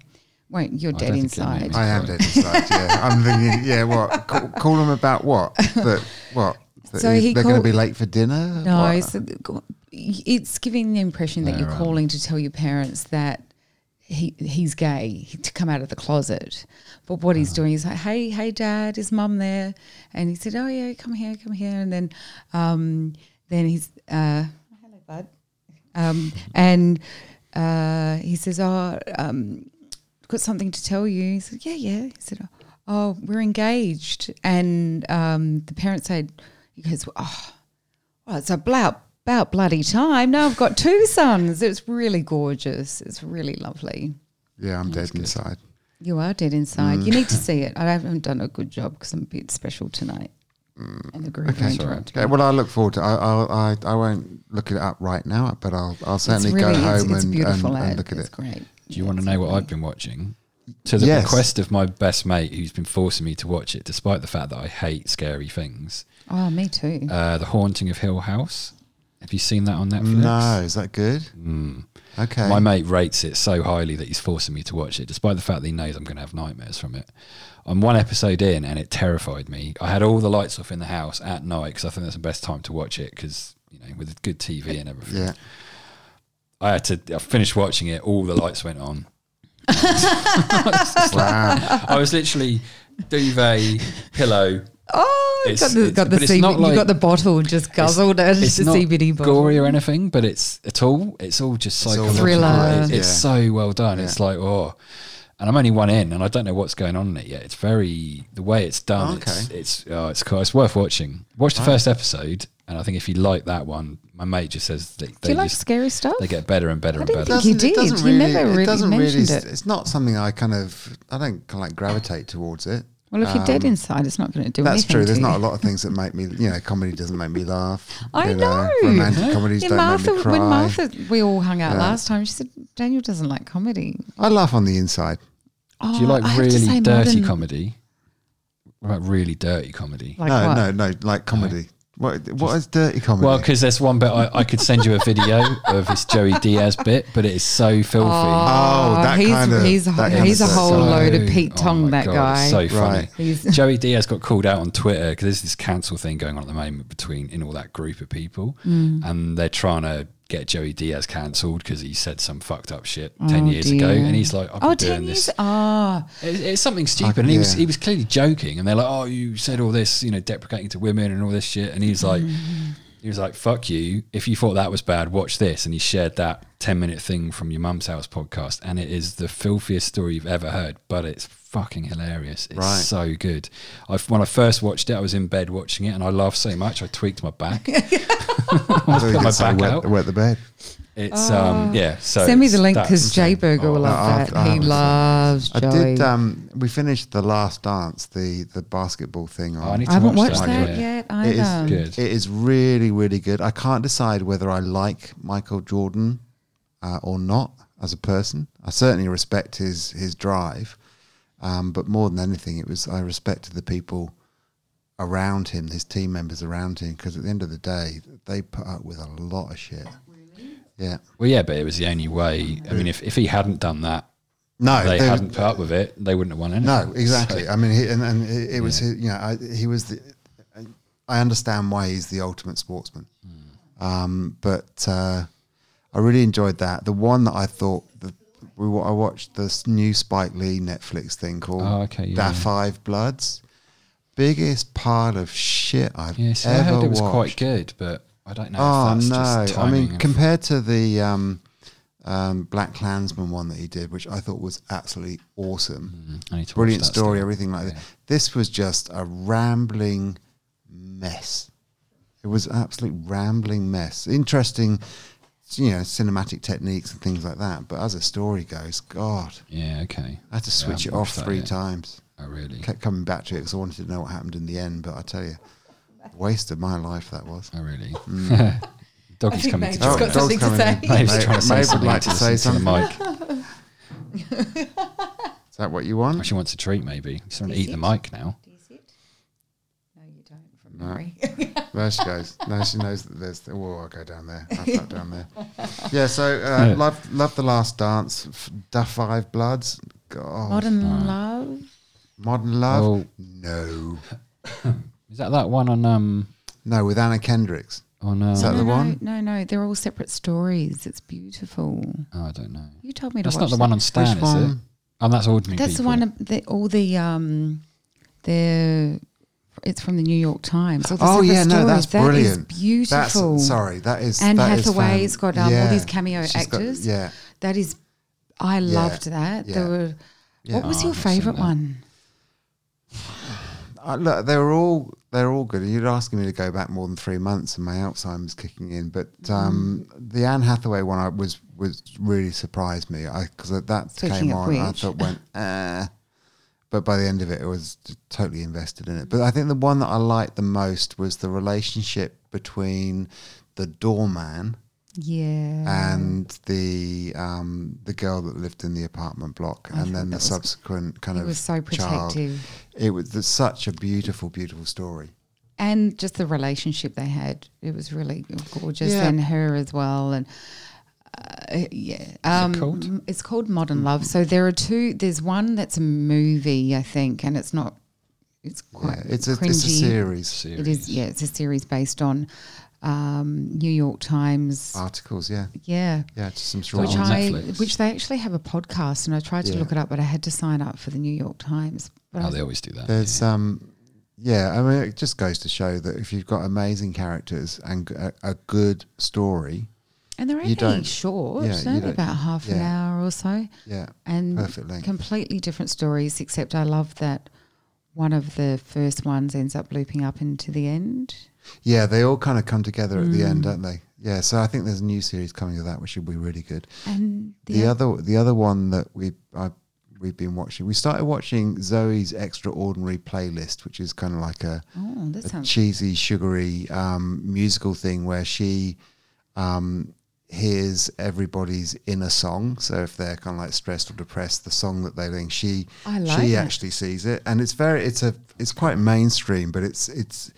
S2: Won't you're
S1: I
S2: dead
S1: don't think it'll make
S2: inside?
S1: me
S3: I am
S1: Right.
S3: dead inside. Yeah, I'm thinking. Yeah, what? Call, call them about what? That what? That
S2: So he
S3: they're going to
S2: called-
S3: be late for dinner.
S2: No,
S3: What?
S2: so the- go- it's giving the impression that
S1: Yeah,
S2: you're
S1: right.
S2: calling to tell your parents that he he's gay to come out of the closet. But what he's doing is like, hey, hey, dad, is mum there? And he said, oh yeah, come here, come here. And then, um, then he's uh, hello, bud. Um, and uh, he says, oh, um, got something to tell you. He said, yeah, yeah. He said, oh, we're engaged. And um, the parents said, he goes, oh. Well, it's about about bloody time. Now I've got two sons. It's really gorgeous. It's really lovely.
S3: Yeah, I'm dead inside.
S2: You are dead inside. You need to see it. I haven't done a good job because I'm a bit special tonight. and the group
S3: Okay.
S2: interrupted.
S3: Okay, well, I look forward to. I, I'll, I I won't look it up right now, but I'll I'll certainly go
S2: it's,
S3: home
S2: it's
S3: and, and,
S2: beautiful.
S3: and
S2: ad.
S3: look at
S2: it's
S3: it.
S2: great.
S1: Do you want to know what I've been watching? To the
S3: Yes.
S1: request of my best mate, who's been forcing me to watch it, despite the fact that I hate scary things.
S2: Oh, me too.
S1: Uh, the Haunting of Hill House. Have you seen that on Netflix?
S3: No, is that good? Okay.
S1: My mate rates it so highly that he's forcing me to watch it, despite the fact that he knows I'm going to have nightmares from it. I'm one episode in, and it terrified me. I had all the lights off in the house at night because I think that's the best time to watch it because you know with good TV and everything.
S3: yeah.
S1: I had to. I finished watching it. All the lights went on.
S3: Wow.
S1: I was literally duvet, pillow.
S2: oh, you
S1: it's-
S2: got the,
S1: it's-
S2: got the
S1: but it's
S2: CB,
S1: not
S2: you
S1: like-
S2: got the bottle just guzzled. It's,
S1: It's
S2: the
S1: not
S2: CBD bottle.
S1: gory or anything, but it's at all. It's all just
S3: all
S1: psychological.
S2: Thriller.
S1: It's, it's so well done. It's like oh, and I'm only one in, and I don't know what's going on in it yet. It's very the way it's done.
S3: Oh,
S1: It's
S3: okay.
S1: it's oh, it's cool. It's worth watching. Watch the first episode, and I think if you like that one, my mate just says they,
S2: Do
S1: they
S2: you like
S1: just-
S2: scary stuff?
S1: they get better and better and
S2: didn't
S1: better.
S2: think he
S3: Doesn't- it
S2: did.
S3: doesn't
S2: He never really mentioned
S3: s-
S2: it.
S3: It's not something I kind of. I don't kind of like gravitate towards it.
S2: well, if you're dead
S3: Um,
S2: inside, it's not going to do
S3: That's
S2: anything.
S3: true. There's
S2: to you.
S3: not a lot of things that make me, you know, comedy doesn't make me laugh.
S2: I
S3: you
S2: know.
S3: Romantic comedies
S2: Yeah,
S3: don't
S2: Martha,
S3: make me cry.
S2: when Martha, we all hung out
S3: Yeah.
S2: last time. She said Daniel doesn't like comedy.
S3: I laugh on the inside.
S2: Oh,
S1: Do you like
S2: I have to say
S1: really dirty
S2: modern-
S1: comedy? What about really dirty comedy?
S2: Like
S3: no,
S2: what?
S3: no, no, like comedy. What, what is dirty comedy?
S1: Well, because there's one bit I, I could send you a video of this Joey Diaz bit, but it is so filthy.
S3: oh, that
S2: he's
S3: kind of.
S2: he's, a-
S3: that kind
S2: he's a
S3: of-
S2: whole load of Pete
S1: oh
S2: Tong.
S1: my
S2: that
S1: God,
S2: guy.
S1: it's So funny.
S3: Right.
S2: He's-
S1: Joey Diaz got called out on Twitter because there's this cancel thing going on at the moment between in all that group of people,
S2: Mm.
S1: and they're trying to get Joey Diaz cancelled because he said some fucked up shit ten
S2: Oh,
S1: years ago,
S2: dear.
S1: and he's like, "I've been
S2: oh,
S1: doing
S2: 10
S1: this
S2: years. Ah,
S1: it's, it's something stupid, and he was
S3: yeah.
S1: he was clearly joking, and they're like, "Oh, you said all this, you know, deprecating to women and all this shit," and he was like, he was like, "Fuck you! If you thought that was bad, watch this." And he shared that ten minute thing from your mum's house podcast, and it is the filthiest story you've ever heard, but it's fucking hilarious. It's
S3: Right.
S1: so good. I when I first watched it, I was in bed watching it, and I laughed so much I tweaked my back.
S3: I thought you
S1: got my
S3: could say
S1: back
S3: wet,
S1: out.
S3: wet the bed.
S1: It's um yeah. So
S2: send me
S1: it's-
S2: the link
S1: that's-
S2: because Jay Berger will
S1: Oh,
S2: love
S3: I've-
S2: that.
S3: I
S2: he
S3: haven't seen it.
S2: loves
S3: I
S2: Joey.
S3: did. Um, we finished the last dance, the the basketball thing. On.
S1: Oh, I need
S2: I haven't
S1: watch
S2: watched
S1: that,
S2: that,
S1: yeah.
S2: yet
S3: It
S2: either.
S3: is
S1: Good.
S3: It is really, really good. I can't decide whether I like Michael Jordan uh, or not as a person. I certainly respect his his drive, um, but more than anything, it was I respected the people around him, his team members around him, because at the end of the day, they put up with a lot of shit. Yeah.
S1: Well, yeah, but it was the only way. I mean, if if he hadn't done that.
S3: No,
S1: they,
S3: they-
S1: hadn't put up with it, they wouldn't have won anything.
S3: No, exactly. I mean, he, and, and it, it was his, you know I, he was the. I understand why he's the ultimate sportsman,
S1: Hmm.
S3: um, but uh, I really enjoyed that. The one that I thought the, we wa- I watched this new Spike Lee Netflix thing called
S1: Oh, okay, yeah.
S3: Da Five Bloods. Biggest pile of shit I've
S1: Yeah, see, I
S3: ever
S1: heard it was
S3: watched.
S1: quite good, but I don't know.
S3: Oh
S1: if that's
S3: no!
S1: Just
S3: I
S1: timing
S3: mean,
S1: and-
S3: compared to the um, um, Black Klansman one that he did, which I thought was absolutely awesome,
S1: I need to watch
S3: brilliant
S1: that
S3: story,
S1: still.
S3: everything like that. This was just a rambling mess. It was an absolute rambling mess. Interesting, you know, cinematic techniques and things like that. But as a story goes, God,
S1: Yeah, okay.
S3: I had to
S1: Yeah, I
S3: switch it
S1: haven't
S3: off
S1: watched that
S3: three
S1: yet.
S3: times.
S1: Oh, really?
S3: Kept coming back to it because I wanted to know what happened in the end. But I tell you, waste of my life that was.
S1: Oh, really? Doggy's
S2: think
S1: coming to
S2: Maeve's
S1: join
S2: got
S1: us.
S2: something to say.
S1: Maeve's trying to say
S3: Maeve would
S1: something
S3: like
S1: to
S3: Mm. to say
S1: listen to the
S3: something.
S1: mic.
S3: Is that what you want?
S1: Oh, She wants a treat, maybe. She's going to
S2: Is
S1: eat
S2: it?
S1: the mic now.
S2: Do you see it? No, you don't. From
S3: No. Oh,
S2: memory.
S3: There she goes. Now she knows that there's. Oh, I'll go down there. I'll flap down there. Yeah. So uh, love, love the last dance. F- Da Five Bloods. God. Modern,
S2: Modern love.
S3: love.
S1: Oh.
S3: No.
S1: Is that that one on um
S3: No, with Anna Kendricks.
S1: on uh,
S3: Is that
S2: no,
S3: the
S2: no,
S3: one?
S2: No, no, they're all separate stories. It's beautiful.
S1: oh, I don't know.
S2: You told me to
S1: That's
S2: watch
S1: not the
S2: that.
S1: one on Stan,
S3: Which
S1: is it?
S3: one?
S1: Oh, that's ordinary.
S2: That's the
S1: People.
S2: one. of The, all the um, the it's from the New York Times. All the
S3: Oh
S2: separate
S3: yeah, no,
S2: stories.
S3: that's
S2: That is
S3: brilliant.
S2: beautiful.
S3: That's, sorry, that is.
S2: Anne
S3: that is
S2: Hathaway's
S3: fan-
S2: got um, all
S3: yeah.
S2: these cameo
S3: She's got-
S2: actors.
S3: yeah,
S2: That is, I loved that.
S3: yeah,
S2: There were. What was
S1: Oh,
S2: your
S1: I've not seen
S2: favourite
S1: that.
S2: one?
S3: Uh, look, they were all they're all good. You're asking me to go back more than three months, and my Alzheimer's kicking in. But
S2: Mm.
S3: um, the Anne Hathaway one, I was was really surprised me because that
S2: Speaking
S3: came
S2: of
S3: on. I
S2: which.
S3: thought went, eh. but by the end of it, I was t- totally invested in it. But I think the one that I liked the most was the relationship between the doorman
S2: Yeah.
S3: and the um, the girl that lived in the apartment block,
S2: I
S3: and
S2: thought
S3: then the
S2: that was-
S3: subsequent kind
S2: it
S3: of
S2: was so
S3: child.
S2: protective.
S3: It was th- such a beautiful, beautiful story.
S2: and just the relationship they had it was really gorgeous
S3: Yeah.
S2: and her as well and uh, yeah um,
S1: it called?
S2: m- it's called modern love so there are two there's one that's a movie i think and it's not it's quite
S3: Yeah, it's a
S2: cringy.
S3: it's a series
S2: it is
S1: Series.
S2: yeah it's a series based on um, new york times
S3: articles. Yeah,
S2: yeah
S3: yeah, just some short.
S2: which
S1: on
S3: ones.
S2: I,
S1: Netflix?
S2: which they actually have a podcast, and I tried to
S3: Yeah.
S2: look it up, but I had to sign up for the New York Times. But I
S1: Oh,
S2: was-
S1: they always do that.
S3: There's um, yeah. I mean, it just goes to show that if you've got amazing characters and g- a, a good story,
S2: and they're
S3: you
S2: only
S3: don't-
S2: short,
S3: yeah,
S2: they're
S3: you
S2: only
S3: don't-
S2: about half an
S3: yeah.
S2: hour or so.
S3: yeah,
S2: and
S3: Perfect length.
S2: completely different stories. Except I love that one of the first ones ends up looping up into the end.
S3: yeah, they all kind of come together at the
S2: Mm.
S3: end, don't they? Yeah. So I think there's a new series coming of that, which should be really good.
S2: And the,
S3: The
S2: oth-
S3: other the other one that we I, we've been watching, we started watching Zoe's Extraordinary playlist, which is kind of like a,
S2: oh, that
S3: a
S2: sounds
S3: cheesy, sugary um, musical thing where she um, hears everybody's inner song. So if they're kind of like stressed or depressed, the song that they think she
S2: I like
S3: she
S2: that.
S3: actually sees it, and it's very it's a it's quite mainstream, but it's it's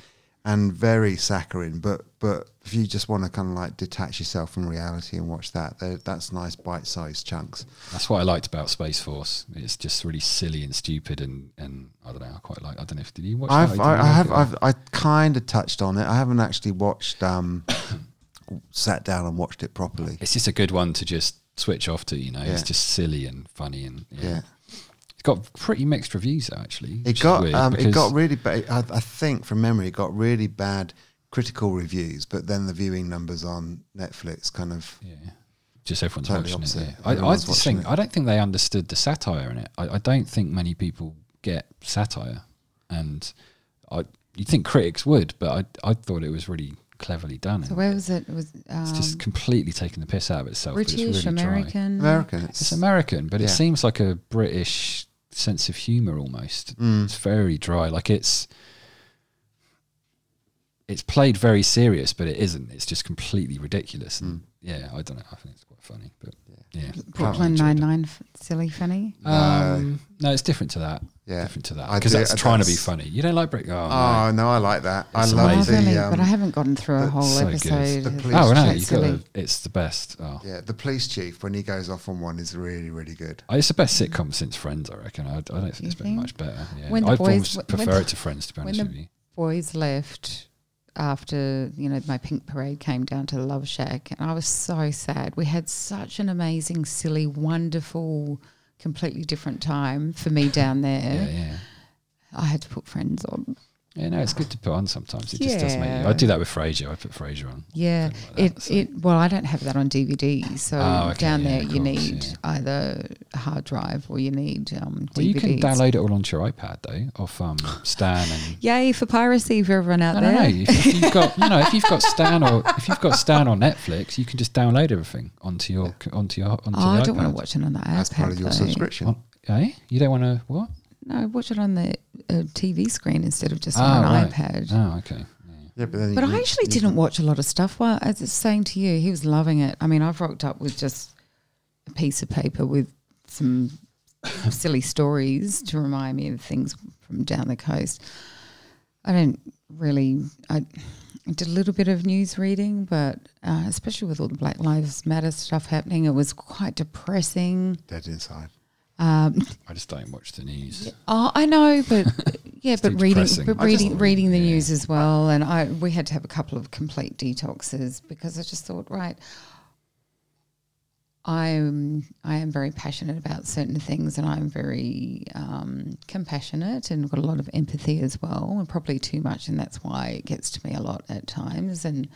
S3: and very saccharine. But but if you just want to kind of like detach yourself from reality and watch that, there- that's nice bite sized chunks.
S1: That's what I liked about Space Force. It's just really silly and stupid, and, and I don't know. I quite like. I don't know if did you watch
S3: I've,
S1: that?
S3: I, I have,
S1: I've,
S3: I've, I kind of touched on it. I haven't actually watched, um, sat down and watched it properly.
S1: it's just a good one to just switch off to. You know, it's
S3: Yeah.
S1: just silly and funny, and yeah.
S3: Yeah,
S1: it's got pretty mixed reviews though. Actually, which
S3: it
S1: is
S3: got,
S1: weird
S3: um, it
S1: because-
S3: got really bad. I, I think from memory, it got really bad critical reviews, but then the viewing numbers on Netflix kind of.
S1: Yeah. Just everyone's
S3: Totally
S1: watching
S3: opposite.
S1: it. Yeah. I, I
S3: Everyone's
S1: just
S3: watching
S1: think
S3: it.
S1: I don't think they understood the satire in it. I, I don't think many people get satire, and I you'd think critics would, but I I thought it was really cleverly done.
S2: So
S1: and
S2: where was it? It was um,
S1: it's just completely taking the piss out of itself. but
S2: British
S1: it's really dry.
S2: American.
S3: American,
S1: Mm. It's
S3: it's,
S1: American, but it
S3: Yeah.
S1: seems like a British sense of humor almost.
S3: Mm.
S1: It's very dry. Like it's it's played very serious, but it isn't. It's just completely ridiculous. And
S3: Mm.
S1: yeah, I don't know. I think it's quite funny, but yeah.
S2: Brooklyn
S1: Enjoyed it.
S2: Nine Nine, silly funny.
S1: Um, no, it's different to that.
S3: Yeah.
S1: different to that
S3: I
S1: because
S3: do-
S1: that's trying to be
S3: that's-
S1: funny. You don't like Brit. Oh,
S3: Oh no, I like that. I
S1: It's
S2: Oh,
S3: love
S1: amazing.
S2: really?
S3: the. Um,
S2: but I haven't gotten through a whole
S1: so good.
S2: episode.
S3: The
S2: of
S3: police
S1: no. oh no,
S2: Chat
S1: you got
S2: Silly.
S1: to, it's the best. Oh,
S3: yeah, the police chief when he goes off on one is really, really good.
S1: Uh, it's the best sitcom since Friends. I reckon. I, I don't think
S2: You
S1: it's been
S2: think?
S1: much better. Yeah.
S2: When the
S1: I'd
S2: boys-
S1: almost
S2: when
S1: prefer
S2: the-
S1: it to Friends. To be
S2: when
S1: honest
S2: the-
S1: with you.
S2: boys left after you know my pink parade came down to the love shack and i was so sad we had such an amazing silly wonderful completely different time for me down there
S1: Yeah, yeah.
S2: i had to put friends on
S1: Yeah, no, it's good to put on sometimes. It just does make you.
S2: Yeah.
S1: I do that with Frasier. I put Frasier on.
S2: yeah
S1: like that,
S2: it
S1: so-
S2: it well i don't have that on dvd so
S1: Oh, okay,
S2: down
S1: yeah,
S2: there
S1: of
S2: you
S1: course,
S2: need
S1: yeah.
S2: either a hard drive or you need um
S1: Well, you can
S2: DVDs.
S1: download it all onto your iPad though, off um, Stan and.
S2: yay for piracy for everyone out
S1: No, no,
S2: there
S1: no. If, if you've got, you know, if you've got Stan or if you've got Stan on Netflix, you can just download everything onto your onto your onto
S2: oh,
S1: the
S2: i
S1: iPad.
S2: don't want to watch it on the iPad
S3: That's part of your
S2: though.
S3: subscription.
S1: Oh, eh? You don't want to what?
S2: no watch it on the uh, tv screen instead of just
S1: Ah,
S2: on an
S1: right.
S2: ipad
S1: Oh, okay. Yeah.
S3: Yeah, but then you
S2: But I
S3: can-
S2: actually
S3: you
S2: didn't watch a lot of stuff. Well, as I was saying to you, he was loving it. I mean, I've rocked up with just a piece of paper with some silly stories to remind me of things from down the coast. I don't really. I, I did a little bit of news reading, but uh, especially with all the Black Lives Matter stuff happening, it was quite depressing.
S3: dead inside.
S1: I just don't watch the news.
S2: Oh, I know, but yeah, but
S1: too
S2: reading,
S1: depressing.
S2: but
S1: I just-
S2: reading, reading the news as well, and I we had to have a couple of complete detoxes because I just thought, right, I'm I am very passionate about certain things, and I'm very um, compassionate and got a lot of empathy as well, and probably too much, and that's why it gets to me a lot at times, and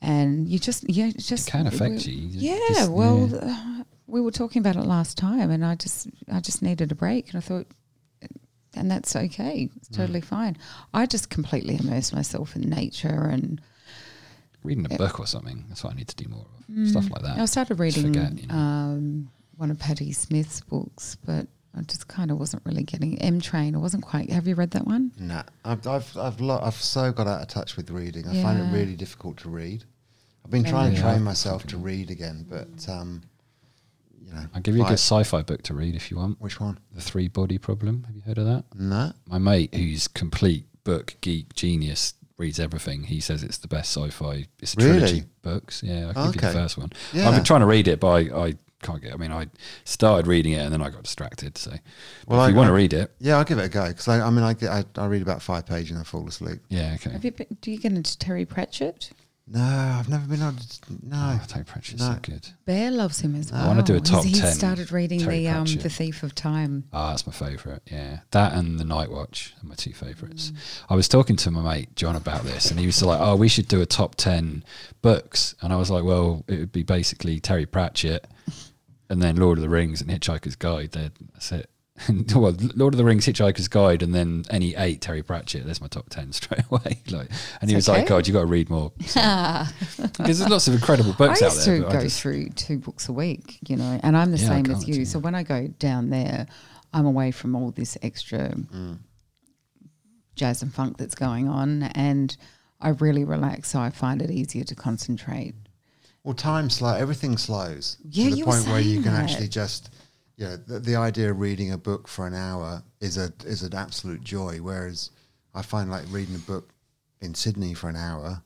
S2: and you just yeah, it just
S1: can affect
S2: we-
S1: you. You
S2: Yeah,
S1: just-
S2: well,
S1: yeah.
S2: uh, we were talking about it last time, and I just I just needed a break, and I thought, and that's okay,
S1: Mm.
S2: it's totally fine. I just completely immersed myself in nature, and
S1: Reading a book or something. That's what I need to do more of.
S3: Mm.
S1: Stuff like that.
S2: I started
S1: Uh, Just
S2: reading
S1: forget, you know.
S2: um, one of Patty Smith's books, but I just kind of wasn't really getting M Train. I wasn't quite. Have you read that one?
S3: Nah, I've I've I've, lo- I've so got out of touch with reading. I find
S2: Yeah.
S3: it really difficult to read. I've been trying to
S1: Yeah.
S3: train myself to read again, but um, you know,
S1: I'll give you a
S3: like-
S1: good sci-fi book to read if you want.
S3: Which one?
S1: The Three Body Problem. Have you heard of that?
S3: No,
S1: My mate, who's complete book geek genius, reads everything. He says it's the best sci-fi. It's a trilogy
S3: Really?
S1: books. Yeah, I can give you the
S3: Okay.
S1: first one. I've
S3: Yeah.
S1: been trying to read it, but I, I can't get. I mean, I started reading it and then I got distracted. So, but
S3: Well,
S1: if
S3: I-
S1: you want to
S3: I-
S1: read it,
S3: yeah, I'll give it a go because I, I mean, I, get- I I read about five pages and I fall asleep.
S1: yeah, okay.
S2: Have you? Been, do you get into Terry Pratchett?
S3: No, I've never been on. No,
S1: Oh, Terry Pratchett's
S3: No.
S1: so good.
S2: Bear loves him as well.
S1: I wanna do a
S2: He's-
S1: top
S2: he
S1: 10
S2: started reading
S1: Terry
S2: the um,
S1: Pratchett.
S2: the Thief of Time.
S1: Ah, that's my favourite. Yeah, that and the Night Watch are my two favourites. I was talking to my mate John about this, and he was like, "Oh, we should do a top ten books," and I was like, "Well, it would be basically Terry Pratchett, and then Lord of the Rings and Hitchhiker's Guide. They're- That's it." And, well, Lord of the Rings, Hitchhiker's Guide, and then any eight Terry Pratchett. There's my top ten straight away. Like, and he was like,
S2: okay.
S1: "God, you got to read more," because there's lots of incredible books
S2: I
S1: out
S2: used
S1: there.
S2: to
S1: but
S2: go
S1: I just-
S2: through two books a week, you know, and I'm the
S1: Yeah, I
S2: same as
S1: can't,
S2: you.
S1: yeah.
S2: So when I go down there, I'm away from all this extra jazz and funk that's going on, and I really relax. So I find it easier to concentrate.
S3: Well, time slow. Everything slows
S2: Yeah,
S3: to the
S2: you were
S3: point where you
S2: saying
S3: can
S2: that.
S3: actually just, you know, the, the idea of reading a book for an hour is a is an absolute joy. Whereas I find like reading a book in Sydney for an hour,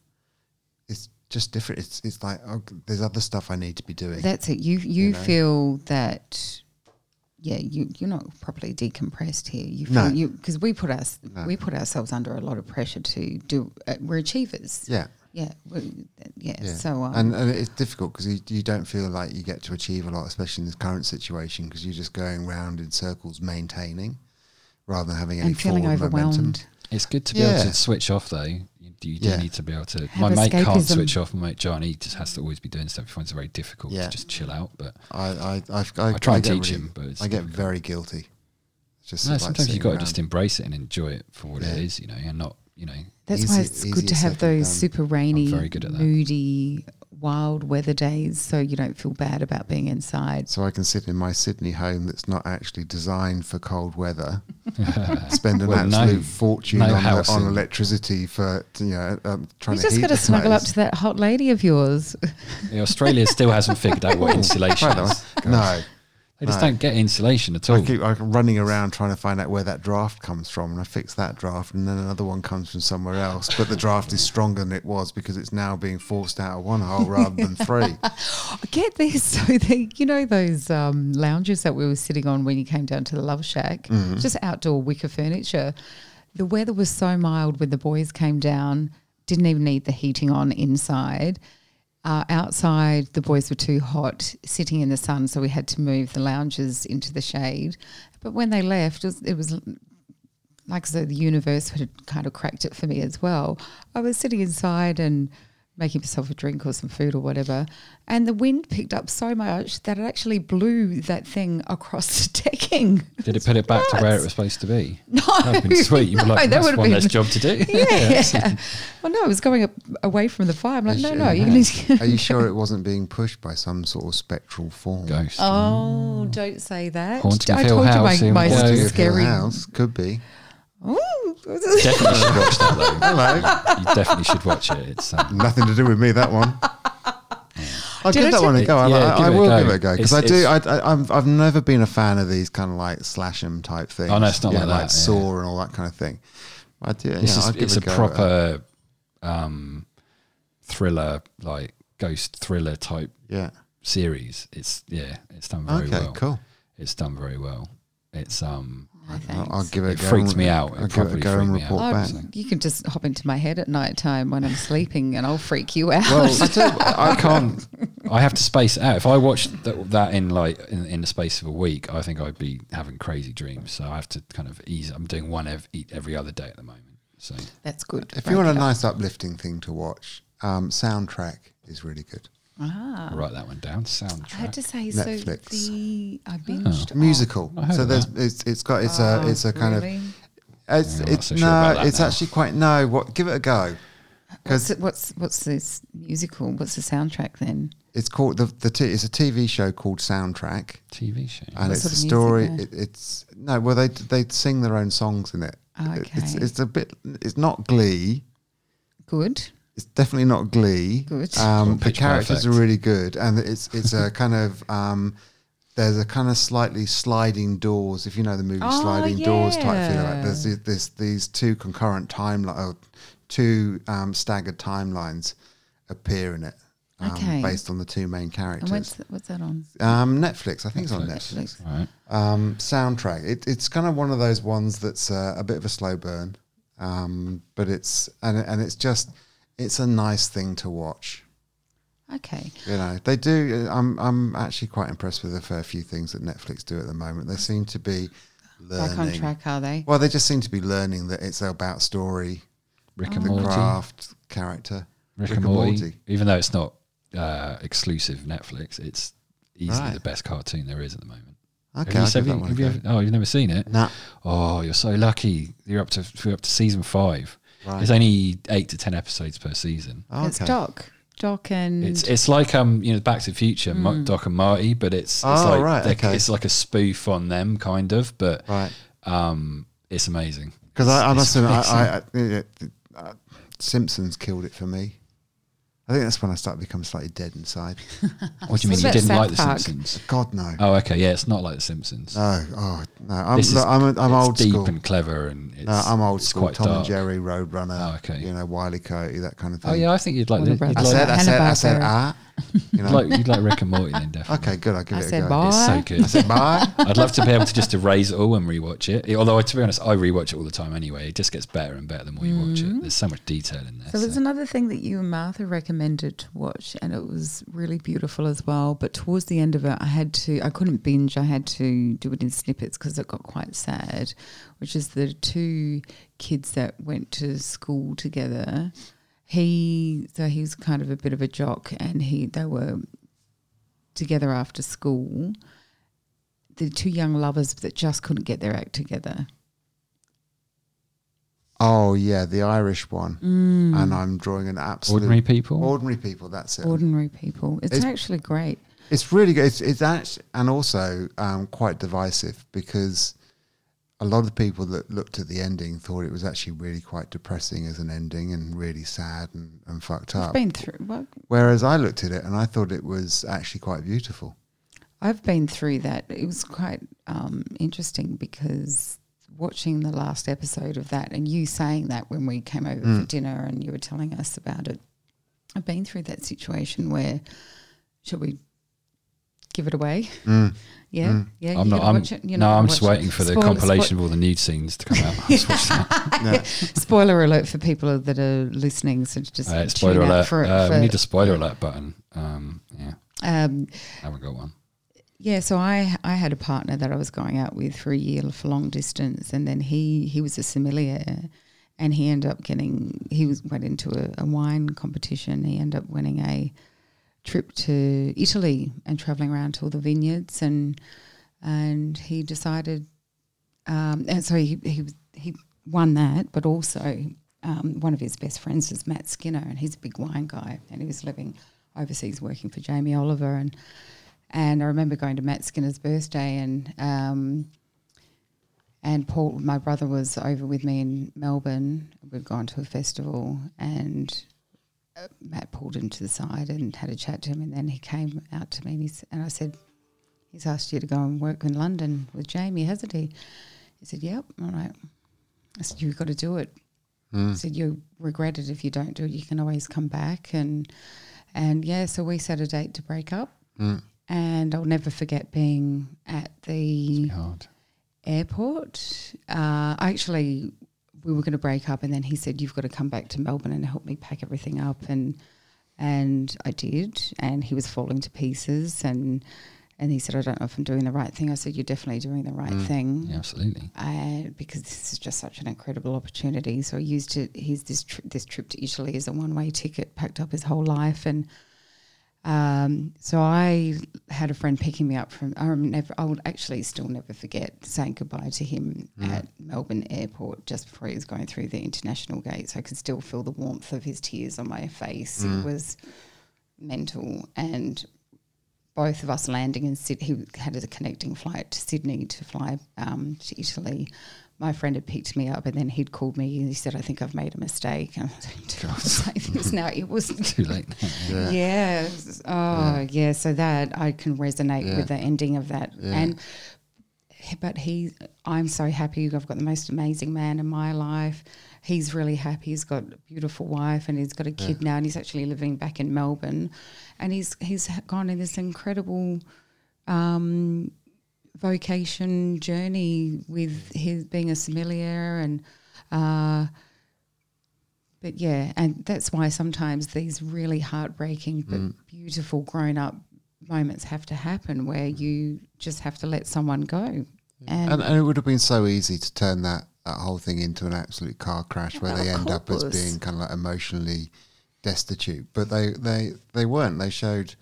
S3: it's just different. It's it's like oh, there's other stuff I need to be doing.
S2: That's it. You you feel that. Yeah, you you're not properly decompressed here. You feel
S3: No.
S2: you because we put us we put ourselves under a lot of pressure to do. Uh, we're achievers.
S3: yeah.
S2: yeah, we- yeah.
S3: Yeah.
S2: So um,
S3: and, and it's difficult because you, you don't feel like you get to achieve a lot, especially in this current situation, because you're just going round in circles, maintaining rather than having any
S2: and feeling
S3: forward
S2: overwhelmed.
S3: Momentum.
S1: It's good to be able
S3: Yeah.
S1: to switch off though. You, you do
S3: Yeah.
S1: need to be able to.
S2: Have
S1: my mate can't
S2: escapism.
S1: switch off. My mate John, he just has to always be doing stuff. He finds it very difficult
S3: Yeah.
S1: to just chill out. But
S3: I, I, I've, I,
S1: I try and
S3: get
S1: teach
S3: really-
S1: him, but it's
S3: I get
S1: difficult.
S3: very guilty. It's Just
S1: no,
S3: like
S1: sometimes you
S3: sitting
S1: got to
S3: around.
S1: just embrace it and enjoy it for what it
S3: Yeah.
S1: is, you know, and not, you know,
S2: That's
S3: Easy- um,
S2: why it's good to
S3: easier
S2: have
S3: said than
S2: those
S3: done.
S2: super rainy,
S1: very good at that.
S2: moody, wild weather days so you don't feel bad about being inside.
S3: So I can sit in my Sydney home that's not actually designed for cold weather, spend an
S1: Well, no-
S3: absolute fortune
S1: no
S3: on, the,
S1: house
S3: on
S1: in-
S3: electricity for you know um, trying
S2: You
S3: to
S2: just
S3: heat
S2: got to
S3: the
S2: snuggle up
S3: place.
S2: to that hot lady of yours.
S1: Yeah, Australia still hasn't figured out what insulation
S3: Try that
S1: is.
S3: one. No,
S1: They just
S3: No.
S1: don't get insulation at all.
S3: I keep I'm running around trying to find out where that draft comes from, and I fix that draft, and then another one comes from somewhere else. But the draft is stronger than it was because it's now being forced out of one hole rather than three.
S2: Get this. So, they, you know, those um, lounges that we were sitting on when you came down to the Love Shack, just outdoor wicker furniture. The weather was so mild when the boys came down, didn't even need the heating on inside. Uh, outside, the boys were too hot sitting in the sun, so we had to move the lounges into the shade. But when they left, it was, it was like I said, the universe had kind of cracked it for me as well. I was sitting inside and making myself a drink or some food or whatever, and the wind picked up so much that it actually blew that thing across the decking.
S1: Did it put it back to where it
S2: nuts.
S1: was supposed to be?
S2: No,
S1: That'd been sweet. You'd be
S2: no,
S1: like,
S2: that
S1: that's
S2: would've
S1: one
S2: been-
S1: less job to do.
S2: Yeah. well, no, it was going up away from the fire. I'm like, no, no, you need to.
S3: Are you sure it wasn't being pushed by some sort of spectral form?
S1: Ghost.
S2: Oh, don't say that.
S1: Haunting
S2: I
S1: Hill
S2: told
S1: House, here
S2: you
S1: we
S2: my,
S1: go.
S2: my
S1: Haunting
S3: Haunting of Hill
S2: scary.
S3: House could be.
S2: Ooh.
S1: Definitely should watch that though.
S3: Hello.
S1: You definitely should watch it. It's um,
S3: Nothing to do with me. That one. I'll
S2: Did I
S3: give that
S2: tell
S3: one a
S1: you-
S3: go. I,
S1: Yeah,
S3: I,
S1: give
S3: I
S1: it a
S3: will
S1: go.
S3: give it a go because I
S1: It's-
S3: do. I, I, I'm, I've never been a fan of these kind of like slash 'em type things.
S1: Oh, no, it's not
S3: yeah,
S1: like that, yeah.
S3: Saw and all that kind of thing. I do.
S1: This
S3: yeah,
S1: is
S3: I'll give
S1: it's
S3: it
S1: a,
S3: go.
S1: proper um, thriller, like ghost thriller type
S3: yeah.
S1: series. It's yeah, it's done very
S3: Okay.
S1: well.
S3: Cool.
S1: It's done very well. It's um,
S2: No,
S3: I'll,
S2: thanks.
S3: I'll give it.
S1: It
S3: a go
S1: freaked
S3: and-
S1: me out. It
S3: I'll give it a
S1: probably
S3: go and
S1: freaked me out.
S3: report
S2: Oh,
S3: back.
S2: you can just hop into my head at night time when I'm sleeping and I'll freak you out.
S3: Well, I tell you what,
S1: I can't. I have to space it out. If I watched that, that in like in, in the space of a week, I think I'd be having crazy dreams. So I have to kind of ease. I'm doing one ev- eat every other day at the moment. So
S2: That's good.
S3: if you want a
S2: Break it up.
S3: nice uplifting thing to watch, um, soundtrack is really good.
S2: Ah.
S1: I'll write that one down.
S2: I had
S1: Soundtrack.
S2: to say,
S3: Netflix.
S2: so the I binged Oh, off-
S3: Musical.
S1: I heard
S3: So
S1: of
S3: there's it's, it's got it's a
S2: Oh,
S3: it's a kind
S2: really?
S3: of it's
S1: I'm not
S3: it's
S1: so
S3: no
S1: sure about that
S3: it's
S1: now.
S3: actually quite no what give it a go because
S2: What's, it- what's what's this musical? What's the soundtrack then?
S3: it's called the the t- it's a TV show called Soundtrack
S1: TV show.
S3: and it's
S2: sort
S3: a
S2: of music
S3: story
S2: there?
S3: it, it's no well they they sing their own songs in it it's
S2: Oh, Okay.
S3: it's a bit it's not Glee
S2: Good.
S3: It's definitely not Glee.
S2: Good.
S3: Um,
S1: Or
S3: the
S1: Pitch
S3: characters
S1: Perfect.
S3: are really good, and it's it's a kind of um, there's a kind of slightly sliding doors. If you know the movie
S2: Oh,
S3: Sliding Doors type feel,
S2: yeah.
S3: like there's thi- this these two concurrent timeline, or two um, staggered timelines appear in it, um,
S2: Okay.
S3: based on the two main
S2: And what's
S3: characters.
S2: th- what's that on?
S3: Um, Netflix, I think it's on Netflix.
S2: Netflix.
S1: All right.
S3: Um, soundtrack. It, it's kind of one of those ones that's uh, a bit of a slow burn, um, but it's and and it's just it's a nice thing to watch.
S2: Okay.
S3: You know, they do. I'm I'm actually quite impressed with a fair few things that Netflix do at the moment. They seem to be learning.
S2: Back on track, are they?
S3: Well, they just seem to be learning that it's about story,
S1: Rick
S3: the
S1: and Morty.
S3: craft, character.
S1: Rick, and Morty. Even though it's not uh, exclusive Netflix, it's easily
S3: Right.
S1: the best cartoon there is at the moment.
S3: Okay,
S1: have you,
S3: I'll
S1: have you-
S3: give that one a
S1: have you
S3: go.
S1: ever- oh, you've never seen it?
S3: Nah.
S1: Oh, you're so lucky. You're up to we're up to season five.
S3: Right.
S1: There's only eight to ten episodes per season.
S3: Okay.
S2: It's Doc. Doc and
S3: Mm.
S1: It's it's like um you know Back to the Future, Mo-
S2: Mm.
S1: Doc and Marty, but it's, it's
S3: Oh,
S1: like
S3: right,
S1: they-
S3: okay.
S1: it's like a spoof on them kind of, but
S3: Right.
S1: um it's amazing.
S3: Because I, I
S1: It's-
S3: must
S1: it's
S3: admit,
S1: amazing.
S3: I, I, I, I, uh, Simpsons killed it for me. I think that's when I started to become slightly dead inside.
S1: what do you
S2: What
S1: mean you
S2: about
S1: didn't
S2: South
S1: like The
S2: Park?
S1: Simpsons?
S3: God no,
S1: Oh, okay, yeah, it's not like The Simpsons.
S3: no, oh no. I'm
S1: This is-
S3: look, I'm, a, I'm
S1: it's
S3: old
S1: deep
S3: school.
S1: and clever, and it's,
S3: no, I'm old
S1: it's
S3: school.
S1: Quite
S3: Tom and
S1: dark.
S3: Jerry, Roadrunner.
S1: Oh, okay.
S3: You know, Wiley Coyote, that kind of thing.
S1: Oh yeah, I think you'd like
S2: Warner
S1: the, you'd
S2: Brothers.
S3: I
S1: like,
S3: said, I said, I said,
S2: Hanna-Barbera.
S3: ah. You know,
S1: you'd like you'd like Rick and Morty then definitely.
S3: okay, good. I'll give
S2: I
S3: it
S2: said
S3: a go.
S2: bye.
S1: It's so
S2: Bye.
S1: good.
S3: Bye.
S1: I'd love to be able to just erase it all and rewatch it. It- Although, to be honest, I rewatch it all the time anyway. It just gets better and better the more you watch it. There's so much detail in there.
S2: Mm-hmm. So there's
S1: so-
S2: another thing that you and Martha recommended to watch, and it was really beautiful as well. But towards the end of it, I had to, I couldn't binge, I had to do it in snippets because it got quite sad, which is the two kids that went to school together. He, so he was kind of a bit of a jock, and he, they were together after school. The two young lovers that just couldn't get their act together.
S3: Oh yeah, the Irish one, and I'm drawing an absolute
S1: ordinary people.
S3: Ordinary people. That's it.
S2: Mm. Ordinary people. It's,
S3: It's-
S2: actually great.
S3: It's really good. It's, it's actually, and also um, quite divisive because a lot of people that looked at the ending thought it was actually really quite depressing as an ending and really sad and, and fucked
S2: I've
S3: up.
S2: been through. Well,
S3: Whereas I looked at it and I thought it was actually quite beautiful.
S2: I've been through that. It was quite um, interesting because watching the last episode of that and you saying that when we came over
S1: Mm.
S2: for dinner and you were telling us about it, I've been through that situation where, shall we give it away? Yeah, yeah.
S1: Mm. I'm not.
S2: you're gonna
S1: I'm,
S2: watch it? You're
S1: no,
S2: not
S1: I'm
S2: gonna
S1: just
S2: watch it?
S1: waiting for the
S2: Spoiler-
S1: compilation of all the nude scenes to come out. I'm just watching that.
S2: Spoiler alert for people that are listening. So just
S1: All right, Uh,
S2: tune
S1: spoiler
S2: out
S1: alert.
S2: For it,
S1: uh,
S2: for,
S1: we need a spoiler alert button. Um, yeah,
S2: um,
S1: I haven't got one.
S2: Yeah, so I I had a partner that I was going out with for a year for long distance, and then he he was a sommelier, and he ended up getting he was went into a, a wine competition. He ended up winning a trip to Italy and traveling around to all the vineyards, and and he decided, um, and so he he was- he won that, but also um, one of his best friends was Matt Skinner, and he's a big wine guy, and he was living overseas working for Jamie Oliver and. And I remember going to Matt Skinner's birthday, and um, And Paul, my brother, was over with me in Melbourne. We'd gone to a festival, and uh, Matt pulled him to the side and had a chat to him. And then he came out to me and, he's, and I said, He's asked you to go and work in London with Jamie, hasn't he? He said, Yep. All right. I said, You've got to do it. I said, You'll regret it if you don't do it. You can always come back. And, and yeah, so we set a date to break up. And I'll never forget being at the
S1: Hard.
S2: airport. Uh, actually, we were going to break up, and then he said, "You've got to come back to Melbourne and help me pack everything up." And and I did, and he was falling to pieces. And and he said, "I don't know if I'm doing the right thing." I said, "You're definitely doing the right thing."
S1: Yeah, absolutely.
S2: uh, because this is just such an incredible opportunity. So I used it. He's this tri- this trip to Italy is a one way ticket, packed up his whole life, and um, so I had a friend picking me up from. I never. I will actually still never forget saying goodbye to him at Melbourne Airport just before he was going through the international gates. I could still feel the warmth of his tears on my face. It was mental and both of us landing in Sydney, he had a connecting flight to Sydney to fly um, to Italy. My friend had picked me up, and then he'd called me and he said, "I think I've made a mistake." And I was like, "This now it was
S1: Too late. now.
S2: yeah. Oh, yeah. So that I can resonate with the ending of that, and but he, I'm so happy. I've got the most amazing man in my life. He's really happy. He's got a beautiful wife, and he's got a kid now, and he's actually living back in Melbourne, and he's he's ha- gone in this incredible vocation journey with his being a sommelier and uh but yeah and that's why sometimes these really heartbreaking but
S3: Mm.
S2: beautiful grown up moments have to happen where
S3: Mm.
S2: you just have to let someone go and,
S3: And, and it would have been so easy to turn that, that whole thing into an absolute car crash where
S2: Yeah,
S3: they
S2: of
S3: end up as
S2: course.
S3: being kind of like emotionally destitute. But they, they, they weren't. They showed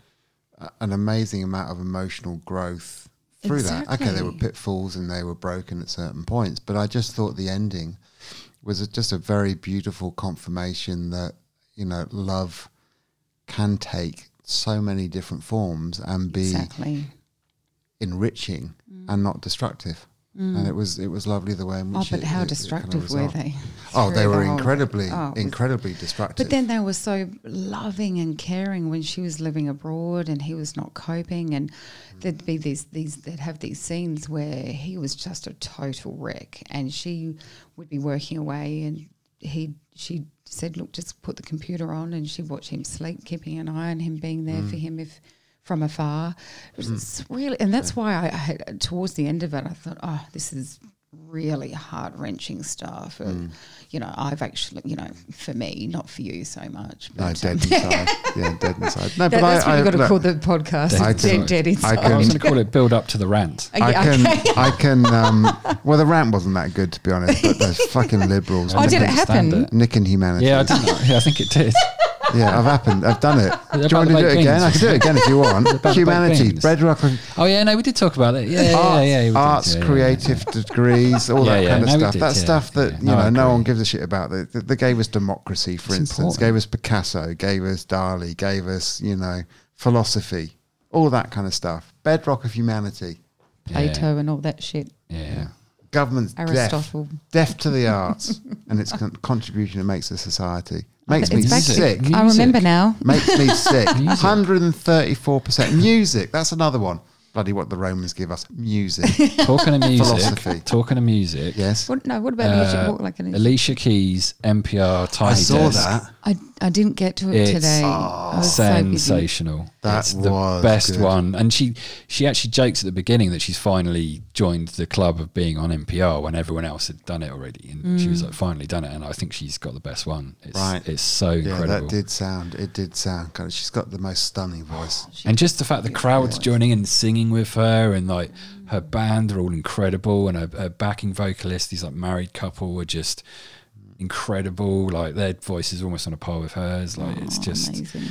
S3: a- an amazing amount of emotional growth through that. Okay, there were
S2: Exactly.
S3: pitfalls and they were broken at certain points. But I just thought the ending was a, just a very beautiful confirmation that, you know, love can take so many different forms and be
S2: exactly
S3: enriching and not destructive. And it was it was lovely the way in
S2: Mm. oh
S3: which.
S2: but
S3: it- it- it
S2: how
S3: kind of
S2: destructive were
S3: resolved.
S2: they
S3: Oh, they
S2: Through
S3: were
S2: the whole-
S3: incredibly,
S2: Oh, it was
S3: incredibly destructive.
S2: But then they were so loving and caring when she was living abroad and he was not coping. And there'd be these, these, they'd have these scenes where he was just a total wreck and she would be working away and he, she said, look, just put the computer on and she'd watch him sleep, keeping an eye on him, being there for him if from afar. It was it's really, and that's why I, I had, towards the end of it, I thought, oh, this is really heart wrenching stuff. And,
S3: Mm.
S2: You know, I've actually, you know, for me, not for you so much.
S3: no,
S2: But
S3: dead inside. yeah, dead inside. No,
S2: that,
S3: but
S2: that's what
S3: I, I,
S2: you've got to
S3: look,
S2: call the podcast.
S3: I
S2: Dead,
S3: can-
S2: dead, inside.
S3: I
S1: I was going to
S3: can,
S1: call it build up to the rant.
S2: Okay,
S3: I
S2: okay.
S3: can, I can. Um, well, the rant wasn't that good to be honest, but those fucking liberals,
S2: Oh, did it
S1: couldn't stand
S2: happen?
S1: it.
S3: nicking humanity.
S1: Yeah, I didn't. know. Yeah, I think it did.
S3: yeah, I've happened. I've done it. Do you
S1: about
S3: want
S1: the
S3: to do
S1: baked
S3: it again?
S1: beans?
S3: I can do it again if you want.
S1: baked
S3: Humanity,
S1: beans?
S3: bread, rock, and
S1: Oh yeah, no, we did talk about it. Yeah, yeah,
S3: arts,
S1: yeah, yeah, we did.
S3: arts
S1: Yeah, yeah, yeah.
S3: creative degrees, all
S1: Yeah,
S3: that
S1: yeah,
S3: kind of
S1: no, we
S3: stuff.
S1: did,
S3: That's
S1: yeah,
S3: stuff that
S1: yeah.
S3: you
S1: No, I
S3: know no
S1: agree.
S3: one gives a shit about. They, they, they gave us democracy, for
S1: It's
S3: instance.
S1: important.
S3: Gave us Picasso. Gave us Dali. Gave us you know philosophy, all that kind of stuff. Bedrock of humanity.
S2: Plato and all that shit.
S1: Yeah.
S3: Government's deaf,
S2: Aristotle.
S3: deaf to the arts and its con- contribution it makes to society. Makes me
S2: It's back to-
S3: sick.
S1: Music.
S2: I remember now.
S3: Makes me sick. 134%. Music. That's another one. Bloody what the Romans give us. Music.
S1: Talking of
S3: Philosophy.
S1: music. talking of music.
S3: Yes.
S2: What, no, what about
S1: uh,
S2: Alicia Walk Like an
S1: Alicia Keys, NPR, Tiny
S3: I saw
S1: Desk.
S3: that.
S2: I, I didn't get to it
S1: It's
S2: today. I was so busy.
S1: sensational.
S3: That
S1: it's the
S3: was
S1: best
S3: good.
S1: one. And she she actually jokes at the beginning that she's finally joined the club of being on NPR when everyone else had done it already, and she
S2: Mm.
S1: was like, finally done it. And I think she's got the best one. It's,
S3: Right.
S1: It's so
S3: Yeah,
S1: incredible.
S3: that did sound. It did sound kind of. She's got the most stunning voice.
S1: and just the fact the crowd's joining in and singing with her and like her band are all incredible and her, her backing vocalist these like married couple were just incredible like their voices are almost on a par with hers like it's just
S2: Oh, Amazing.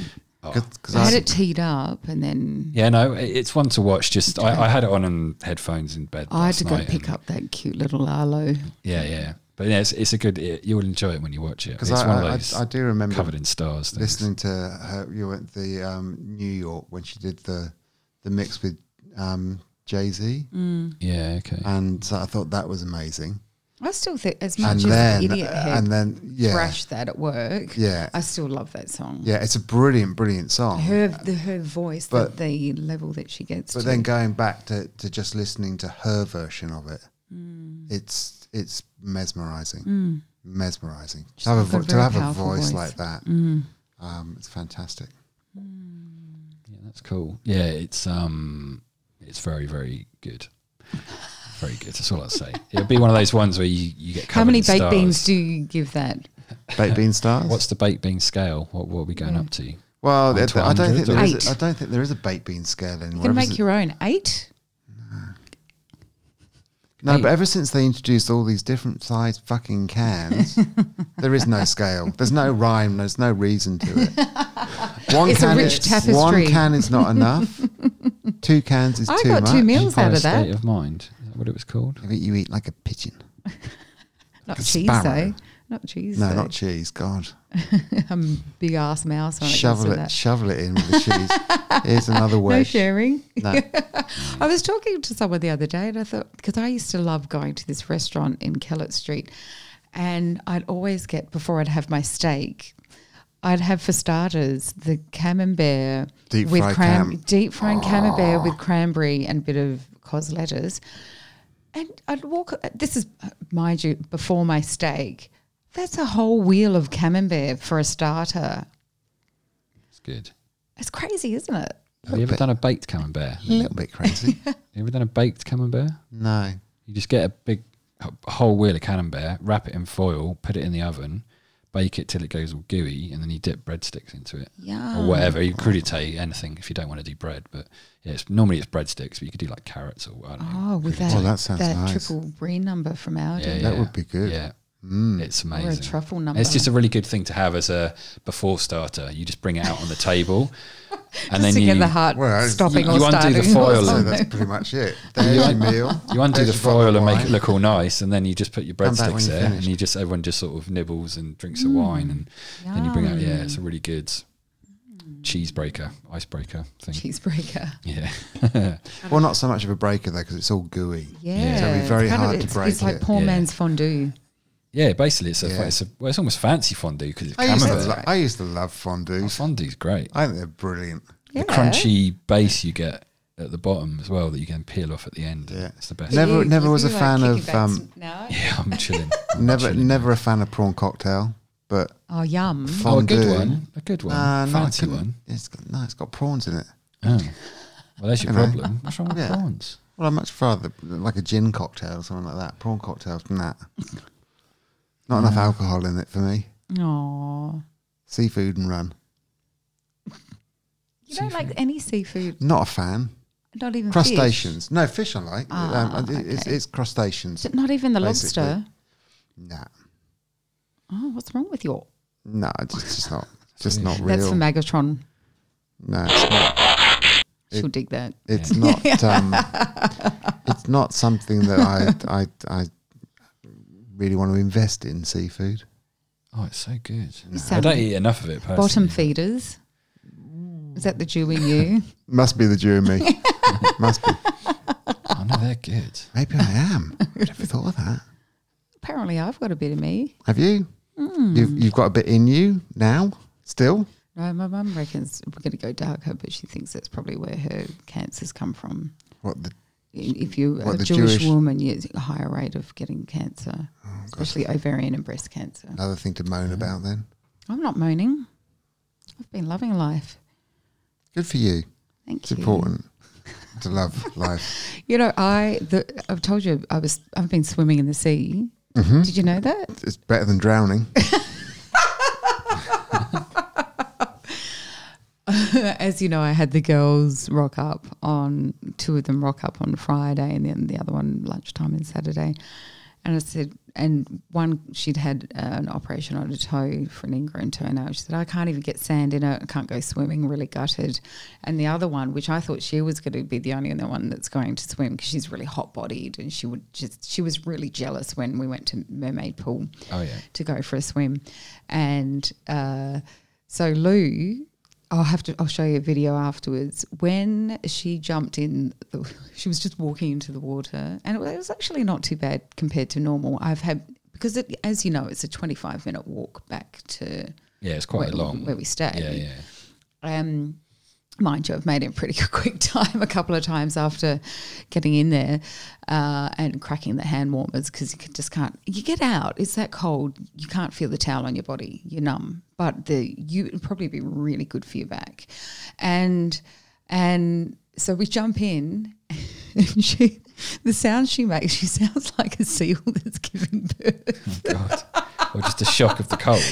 S1: Oh,
S3: Because
S2: I
S3: I,
S2: had it teed up and then
S1: yeah no it- it's one to watch just I, I had it on on headphones in bed
S2: I had
S1: last
S2: to go
S1: night
S2: pick
S1: and-
S2: up that cute little Arlo.
S1: yeah yeah but yeah it's, it's a good it, you'll enjoy it when you watch it it's
S3: 'Cause I-
S1: one
S3: I- I-
S1: of those
S3: I do remember
S1: covered in stars things.
S3: listening to her, you went the um, New York when she did the the mix with um, Jay Z,
S2: Mm.
S1: Yeah. Okay.
S3: and so I thought that was amazing.
S2: I still think as
S3: And
S2: much as
S3: then,
S2: the idiot head
S3: and then, yeah,
S2: thrashed that at work.
S3: yeah,
S2: I still love that song.
S3: yeah. It's a brilliant, brilliant song.
S2: Her the her voice,
S3: But-
S2: the, the level that she gets.
S3: But
S2: to.
S3: then going back to, to just listening to her version of it,
S2: Mm.
S3: it's it's mesmerizing, mesmerizing. To have a,
S2: got a
S3: vo- to
S2: very
S3: have a
S2: powerful
S3: voice,
S2: voice. Mm.
S3: like that, um, it's fantastic.
S1: Yeah, that's cool. Yeah, it's um, it's very very good. Very good. That's all I'd say. It'll be one of those ones where you, you get
S2: how many baked
S1: covered in
S2: beans
S1: stars.
S2: do you give that?
S3: Baked bean stars.
S1: What's the baked bean scale? What, what are we going up
S2: Mm.
S1: to?
S3: well, I I don't
S1: 100?
S3: think there is.
S2: Eight.
S3: A, I don't think there is a baked bean scale anymore.
S2: You can
S3: Ever
S2: make
S3: since-
S2: your own eight.
S3: no,
S1: eight.
S3: but ever since they introduced all these different size fucking cans, there is no scale. There's no rhyme. There's no reason to it. One
S2: It's a rich
S3: is-
S2: tapestry.
S3: One can is not enough. two cans is
S2: I
S3: too
S2: got
S3: much.
S2: two meals
S1: Empire
S2: out of that.
S1: State of mind. Is that what it was called?
S3: I bet you eat like a pigeon.
S2: Not
S3: a
S2: cheese
S3: sparrow.
S2: though. Not cheese.
S3: No,
S2: though.
S3: not cheese. God,
S2: um, big ass mouse. when it comes
S3: shovel
S2: to
S3: it,
S2: That.
S3: shovel it in with the cheese. Here's another
S2: no
S3: wedge.
S2: sharing.
S3: No.
S2: I was talking to someone the other day, and I thought because I used to love going to this restaurant in Kellett Street, and I'd always get before I'd have my steak, I'd have for starters the camembert
S3: Deep
S2: with
S3: fried
S2: cram-
S3: cam. Oh.
S2: deep fried camembert with cranberry and a bit of cos lettuce, and I'd walk. This is mind you before my steak. That's a whole wheel of camembert for a starter.
S1: It's good.
S2: It's crazy, isn't it?
S1: Have you ever done a baked camembert?
S3: a little bit crazy.
S1: You ever done a baked camembert?
S3: no,
S1: You just get a big a whole wheel of camembert, wrap it in foil, put it in the oven, bake it till it goes all gooey, and then you dip breadsticks into it.
S2: Yeah.
S1: Or whatever. You crudité anything if you don't want to do bread. But yeah, it's, normally it's breadsticks, but you could do like carrots or I don't know.
S2: Oh, with
S1: crudité.
S2: that,
S3: Oh, that sounds
S2: that
S3: nice.
S2: triple brie number from Aldi.
S1: Yeah,
S3: Oh, that
S1: yeah,
S3: would be good. Mm.
S1: Yeah. It's amazing.
S2: Or a truffle number.
S1: It's just a really good thing to have as a before starter. You just bring it out on the table, and then
S2: to
S1: you
S2: get the heart
S3: Well,
S2: stopping
S1: you-
S2: or
S1: you undo
S2: starting.
S1: the foil
S2: or
S3: so
S1: and-
S2: something.
S3: that's pretty much it. There's your meal.
S1: you undo the
S3: There's your bottle
S1: foil
S3: of
S1: and make
S3: wine.
S1: it look all nice, and then you just put your
S3: Come back when
S1: breadsticks
S3: you're
S1: there, and
S3: finished.
S1: you just everyone just sort of nibbles and drinks
S2: Mm.
S1: a wine, and then you bring out yeah, it's a really good
S2: Mm.
S1: cheesebreaker, icebreaker thing.
S2: cheesebreaker.
S1: Yeah,
S3: Well, not so much of a breaker though, because it's all gooey.
S2: Yeah,
S1: So
S3: it'd be
S2: it's
S3: very
S2: kind of-
S3: hard to
S2: it's,
S3: break
S2: It's like
S3: it.
S2: poor
S1: Yeah.
S2: man's fondue.
S1: yeah. Basically, it's a
S3: Yeah.
S1: it's a well, it's almost fancy fondue because it's
S3: I used, to
S1: camembert.
S3: lo- I used to love fondue.
S1: Oh, fondue's great.
S3: I think they're brilliant.
S2: Yeah.
S1: The crunchy base you get at the bottom as well that you can peel off at the end.
S3: Yeah.
S1: It's the best.
S3: Never-
S2: You-
S3: never
S2: you
S3: was a
S2: like
S3: fan
S2: kicking
S3: of,
S2: backs
S3: um,
S2: now?
S1: Yeah, I'm chilling. I'm
S3: Never,
S1: chilling.
S3: never a fan of prawn cocktail, but
S2: Oh, yum!
S1: Oh, a
S3: fondue.
S1: good one. A good one.
S3: Nah, no, I
S1: Fancy
S3: couldn't-
S1: one.
S3: It's got, no, it's got prawns in it.
S1: Oh. Well, that's your
S3: You know.
S1: problem. What's wrong with
S3: Yeah.
S1: prawns?
S3: Well, I'd much rather like a gin cocktail or something like that. Prawn cocktails than that. Not enough
S2: Mm.
S3: alcohol in it for me.
S2: Oh,
S3: Seafood and run.
S2: you don't like any seafood,
S3: Not a fan.
S2: not even Mm, fish?
S3: Crustaceans. No fish. I like.
S2: Ah,
S3: um, it- it's,
S2: okay.
S3: it's crustaceans.
S2: Not even the
S3: Basically.
S2: lobster.
S3: Nah,
S2: Oh, what's wrong with your?
S3: nah. It's just, just not. Just not real.
S2: That's for Megatron.
S3: no, it's not.
S2: She'll dig that.
S3: It's not. Um, it's not something that I I I really want to invest in seafood.
S1: Oh, it's so good. I
S2: sound
S1: don't eat enough of it personally.
S2: Bottom feeders. Is that the Jew in you?
S3: Must be the Jew in me. Must be.
S1: I know Oh, they're good.
S3: Maybe I am. I never thought of that.
S2: Apparently, I've got a bit of me.
S3: Have you?
S2: Hmm.
S3: You've, you've got a bit in you now, still?
S2: No, my mum reckons we're going to go darker, but she thinks that's probably where her cancers come from.
S3: What the?
S2: I- If you're
S3: What,
S2: a
S3: the
S2: Jewish,
S3: Jewish- Oh,
S2: woman, you have a higher rate of getting cancer, especially ovarian and breast cancer.
S3: Another thing to moan about then.
S2: I'm not moaning. I've been loving life.
S3: Good for you.
S2: Thank
S3: It's
S2: you.
S3: important to love life.
S2: You know, I the, I've told you I was I've been swimming in the sea.
S3: Mm-hmm.
S2: Did you know that?
S3: It's better than drowning.
S2: As you know, I had the girls rock up on two of them rock up on Friday, and then the other one lunchtime and Saturday. And I said, and one she'd had uh, an operation on her toe for an ingrown toenail. She said, I can't even get sand in it. I can't go swimming. Really gutted. And the other one, which I thought she was going to be the only other one that's going to swim because she's really hot bodied, and she would just she was really jealous when we went to mermaid pool
S1: Oh, yeah.
S2: to go for a swim. And uh, so Lou, I'll have to. I'll show you a video afterwards. When she jumped in, the, she was just walking into the water, and it was- it was actually not too bad compared to normal. I've had because, it, as you know, it's a twenty-five minute walk back to
S1: Yeah, it's quite
S2: where,
S1: long.
S2: where we stay.
S1: yeah, yeah.
S2: Um, mind you, I've made it in pretty quick time a couple of times after getting in there uh, and cracking the hand warmers because you can, just can't. You get out; it's that cold. You can't feel the towel on your body. You're numb. But the you it'd probably be really good for your back, and and so we jump in. And she, the sound she makes, she sounds like a seal that's giving birth.
S1: Oh, God. or just a shock of the cold.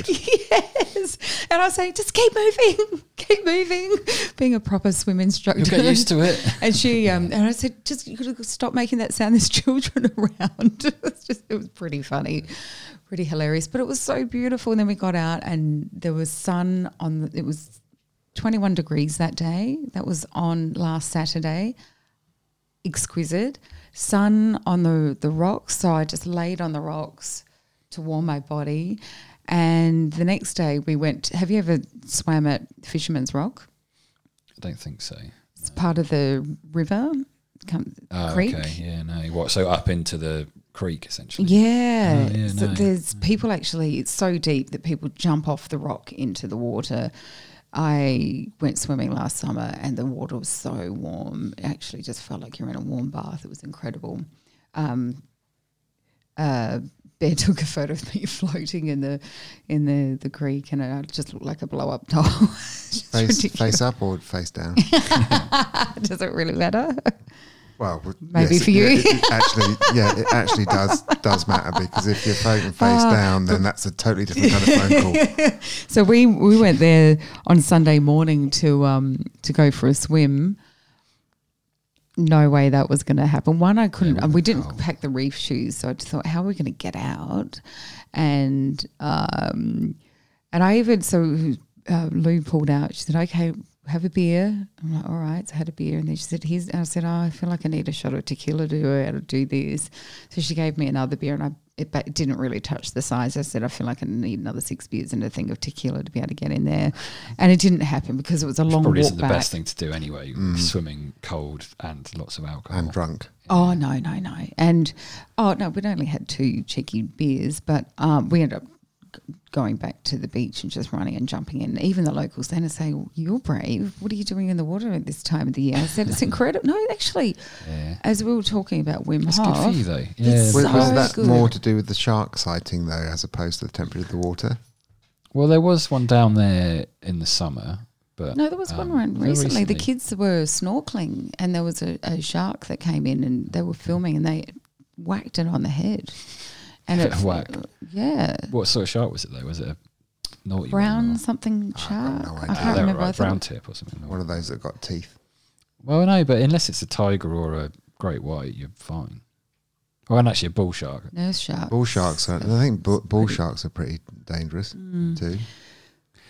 S2: Yes. And I was saying, just keep moving, keep moving, being a proper swim instructor.
S1: You'll get used to it.
S2: And she, um, and I said, just you gotta stop making that sound. There's children around. it was just, it was pretty funny, pretty hilarious. But it was so beautiful. And then we got out, and there was sun on. The, it was 21 degrees that day. That was on last Saturday. Exquisite sun on the the rocks. So I just laid on the rocks to warm my body. And the next day we went. Have you ever swam at Fisherman's Rock?
S1: I don't think so.
S2: It's part of the river, come,
S1: Oh,
S2: creek.
S1: okay. Yeah, no. What? So up into the creek, essentially.
S2: Yeah,
S1: Oh, yeah,
S2: so
S1: no.
S2: there's people actually. It's so deep that people jump off the rock into the water. I went swimming last summer, and the water was so warm. It actually just felt like you're in a warm bath. It was incredible. Um, uh, Bear took a photo of me floating in the in the the creek, and I just looked like a blow up doll. It's
S3: Face,
S2: ridiculous.
S3: face up or face down?
S2: Does it really matter?
S3: Well, w-
S2: Maybe
S3: yes,
S2: for
S3: it-
S2: you.
S3: it- it actually, yeah, it actually does does matter because if you're floating face
S2: Ah,
S3: down, then that's a totally different kind of phone call.
S2: So we we went there on Sunday morning to um to go for a swim. No way that was going to happen. One, I couldn't. and we didn't pack the reef shoes, so I just thought, how are we going to get out? And um, and I even so uh, Lou pulled out. She said, "Okay, have a beer." I'm like, "All right." So I had a beer, and then she said, "Here's." And I said, "Oh, I feel like I need a shot of tequila to do it, do this." So she gave me another beer, and I it, ba- it didn't really touch the size. I said, "I feel like I need another six beers and a thing of tequila to be able to get in there," and it didn't happen because it was a long
S1: Probably
S2: walk
S1: isn't the
S2: back.
S1: best thing to do anyway. Swimming cold and lots of alcohol.
S3: I'm drunk.
S2: Oh no, no, no. And oh no, we'd only had two cheeky beers, but um, we ended up g- going back to the beach and just running and jumping in. Even the locals then are saying, "You're brave. What are you doing in the water at this time of the year?" I said, "It's incredible." No, actually, as we were talking about Wim
S1: It's good
S2: Hof,
S1: for you though. Yeah.
S3: Was, was
S2: So
S3: that
S2: good.
S3: more to do with the shark sighting though, as opposed to the temperature of the water?
S1: Well, there was one down there in the summer, but
S2: No, there was one
S1: um,
S2: one
S1: very
S2: recently. The kids were snorkeling, and there was a, a shark that came in, and they were filming, and they whacked it on the head, and it
S1: Whack.
S2: Yeah,
S1: What sort of shark was it though? Was it a naughty
S2: brown
S1: One
S2: something
S3: got
S2: shark.
S3: no
S2: I,
S3: idea.
S1: or-
S2: can't
S1: They're
S2: remember. I
S1: right,
S2: think
S1: brown tip or something.
S3: One of those that got teeth.
S1: Well, no, but unless it's a tiger or a great white, you're fine. Well, and actually a bull shark.
S2: nurse shark.
S3: Bull sharks. Are, I think bull, bull sharks are pretty dangerous
S2: Mm.
S3: too.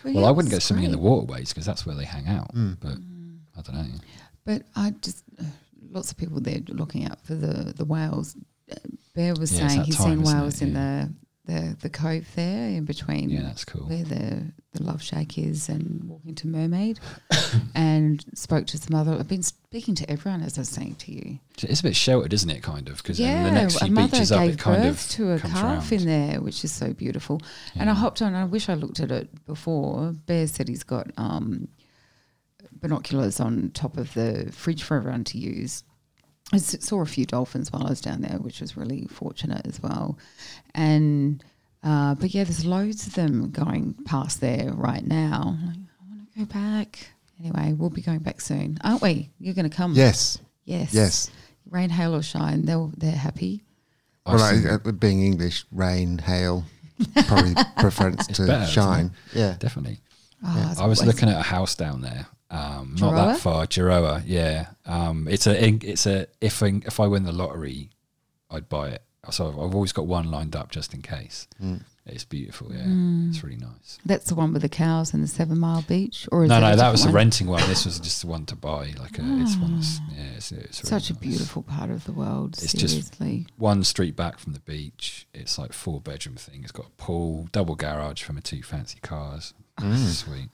S2: Oh,
S1: Well, I wouldn't go swimming in the waterways because that's where they hang out. But
S2: Mm.
S1: I don't know.
S2: But I just uh, lots of people there looking out for the the whales. Uh, Bear was
S1: Yeah, it's
S2: saying
S1: that
S2: he's
S1: time,
S2: seen
S1: isn't it?
S2: whales in the, the the cove there in between
S1: Yeah, that's cool.
S2: where the the love shack is and walking to mermaid, and spoke to some other. I've been speaking to everyone as I was saying to you.
S1: It's a bit sheltered, isn't it? Kind of because
S2: Yeah,
S1: the next
S2: a
S1: few
S2: mother
S1: beaches up,
S2: gave
S1: it kind
S2: birth
S1: of
S2: to a
S1: comes
S2: calf
S1: round.
S2: in there, which is so beautiful.
S1: Mm.
S2: And I hopped on. I wish I looked at it before. Bear said he's got um, binoculars on top of the fridge for everyone to use. I s- saw a few dolphins while I was down there, which was really fortunate as well. And uh, but yeah, there's loads of them going past there right now. I'm like, I want to go back. Anyway, we'll be going back soon, aren't we? You're going to come.
S3: Yes.
S2: Yes.
S3: Yes.
S2: Rain, hail, or shine, they'll they're happy.
S1: I've
S3: well,
S1: seen-
S3: I, uh, being English, rain, hail, probably preference to
S1: better, isn't
S3: shine. Yeah.
S1: Definitely.
S2: Oh, it's
S1: I was
S2: always-
S1: looking at a house down there. Um, not
S2: Jiroa?
S1: that far, Jiroa. Yeah. Um, it's a it's a if I, if I win the lottery, I'd buy it. So I've I've always got one lined up just in case. It's beautiful. Yeah,
S2: Mm.
S1: it's really nice.
S2: That's the one with the cows and the Seven Mile Beach, or is
S1: No,
S2: that
S1: no,
S2: a
S1: that was the
S2: different one? Ah.
S1: renting one. This was just the one to buy. Like a, it's one. That's, yeah, it's, it's really
S2: Such a
S1: nice.
S2: beautiful part of the world.
S1: It's just-
S2: seriously,
S1: One street back from the beach. It's like
S3: Mm.
S1: four bedroom thing. It's got a pool, double garage for my two fancy cars. Sweet.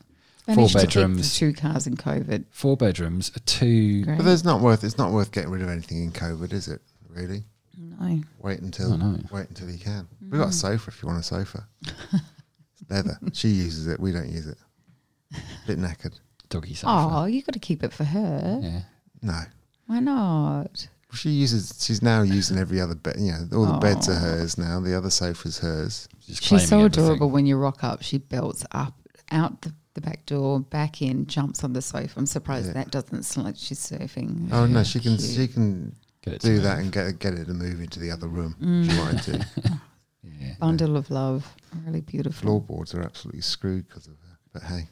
S2: Managed
S1: Four
S2: to keep the
S1: bedrooms.
S2: two cars in COVID.
S1: Four bedrooms, a two.
S2: Great.
S3: But there's not worth. It's not worth getting rid of anything in COVID, is it? Really?
S2: No.
S3: Wait until
S1: I know.
S3: wait until you can. We've
S2: Mm.
S3: got a sofa if you want a sofa. It's leather. She uses it. We don't use it. Bit knackered.
S1: Doggy sofa.
S2: Oh, you got to keep it for her.
S1: Yeah.
S3: No.
S2: Why not?
S3: She uses. She's now using every other bed. You know, all the beds are
S2: Aw.
S3: hers now. The other sofa's hers.
S1: Just claiming
S2: She's so
S1: everything.
S2: adorable when you rock up. She belts up out the, the back door, back in, jumps on the sofa. I'm surprised
S3: Yeah.
S2: that doesn't sound like she's surfing.
S3: Oh no, she can.
S2: Cute.
S3: She can
S1: Get it to
S3: do
S1: move.
S3: that and get get it to move into the other room.
S1: Mm.
S3: If she wanted to.
S1: Yeah.
S2: Bundle of love. Really beautiful.
S3: Floorboards are absolutely screwed because of her. But hey,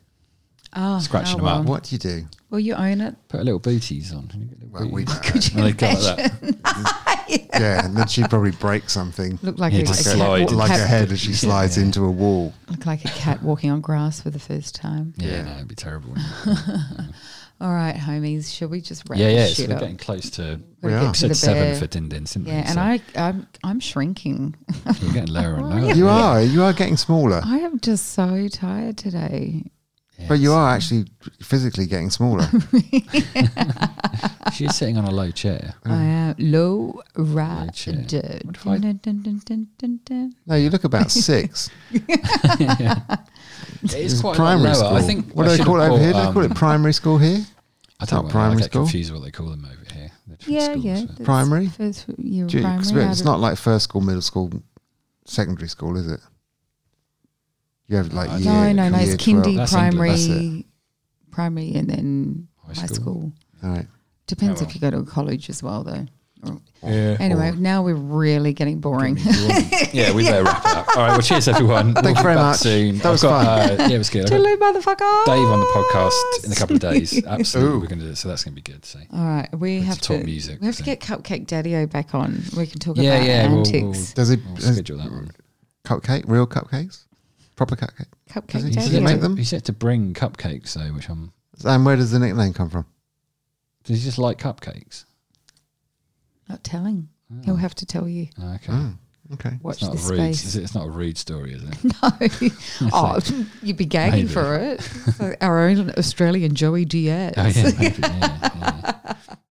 S2: Oh,
S1: Scratching
S2: oh,
S1: them up.
S2: well.
S3: what do you do?
S2: Will you own it?
S1: Put a little booties on. Can you get little
S3: Well, we
S1: booties?
S3: don't know.
S1: And they go like that.
S3: yeah, and then she'd probably break something.
S2: Look like
S1: Yeah,
S2: a, a
S1: just
S2: cat,
S1: slide.
S2: wa-
S3: like
S2: cat-
S3: her head as she slides
S1: Yeah.
S3: into a wall.
S2: Look like a cat walking on grass for the first time.
S1: Yeah,
S3: Yeah.
S1: no, it'd be terrible. wouldn't it?
S2: All right, homies, shall we just wrap
S1: yeah, yeah.
S2: this
S1: So
S2: shit
S1: we're
S2: up?
S1: getting close to
S2: Gotta
S3: We
S2: get
S3: are.
S2: to
S1: episode
S2: the
S1: seven
S2: bear.
S1: for Din Din, didn't we?
S2: Yeah, and
S1: So
S2: I, Oh, I'm, I'm shrinking.
S1: we're getting lower and lower.
S3: You are you are getting smaller,
S1: Oh,
S2: I am just so tired today.
S3: but you are actually physically getting smaller.
S1: She's sitting on a low chair.
S2: I am low
S1: chair.
S2: rider.
S1: What if I-
S2: Dun, dun, dun, dun, dun, dun.
S3: no, you look about six.
S1: It
S3: It's
S1: is quite
S3: primary
S1: low.
S3: school.
S1: I think I
S3: what do they
S1: should
S3: call it
S1: have
S3: over here?
S1: bought,
S3: Do they call it
S1: um,
S3: primary school here?
S1: I
S3: not
S1: don't know.
S3: primary
S1: I get
S3: school?
S1: confused what they call them over here. They're different
S2: Yeah,
S1: schools,
S2: yeah.
S1: so-
S2: that's
S3: Primary?
S2: First year of
S3: Do you- 'cause
S2: primary.
S3: it's
S2: out
S3: not like first school, middle school, secondary school, is it? You have like
S1: No,
S2: of-
S3: year,
S2: no, no, no.
S3: year
S2: It's kindy,
S3: 12.
S1: That's England,
S2: primary,
S3: that's it.
S2: primary, and then
S1: High
S2: high,
S1: school.
S2: school.
S3: All right.
S2: Depends
S1: Oh, well.
S2: if you go to a college as well, though.
S1: Yeah.
S2: Anyway,
S3: Or-
S2: now we're really getting boring.
S1: yeah, we better wrap it up. All right, well, cheers everyone. Thanks
S3: very much.
S1: Soon.
S3: That was
S1: got, Uh, yeah, it was good. I've got
S2: Toodaloo, motherfucker.
S1: Dave on the podcast in a couple of days. Uh, Absolutely,
S3: Ooh.
S1: we're going to do it. So that's going to be good. So
S2: All right, we
S1: Let's
S2: have
S1: talk
S2: to
S1: music,
S2: We have to
S1: so.
S2: get Cupcake Daddy-O back on. We can talk
S1: yeah,
S2: about
S1: yeah, we'll, we'll, we'll
S2: antics.
S3: Does it has
S1: schedule that one.
S3: cupcake? Real cupcakes? Proper cupcake?
S2: Cupcake
S3: Does
S1: He
S3: he
S1: said
S2: Daddy-O.
S3: make
S1: to-
S3: them?
S1: He said to bring cupcakes though, which I'm.
S3: And where does the nickname come from?
S1: Does he just like cupcakes?
S2: Not telling. He'll have to tell you.
S1: Oh, Okay.
S3: Oh, okay.
S2: Mm. Watch
S1: Oh. It's not,
S2: the
S1: a rude,
S2: space.
S1: is it, it's not a rude story, is it?
S2: No. oh, you'd be gagging
S1: Maybe.
S2: for it. Our own Australian Joey Diaz.
S1: Oh, yeah, maybe, yeah, yeah.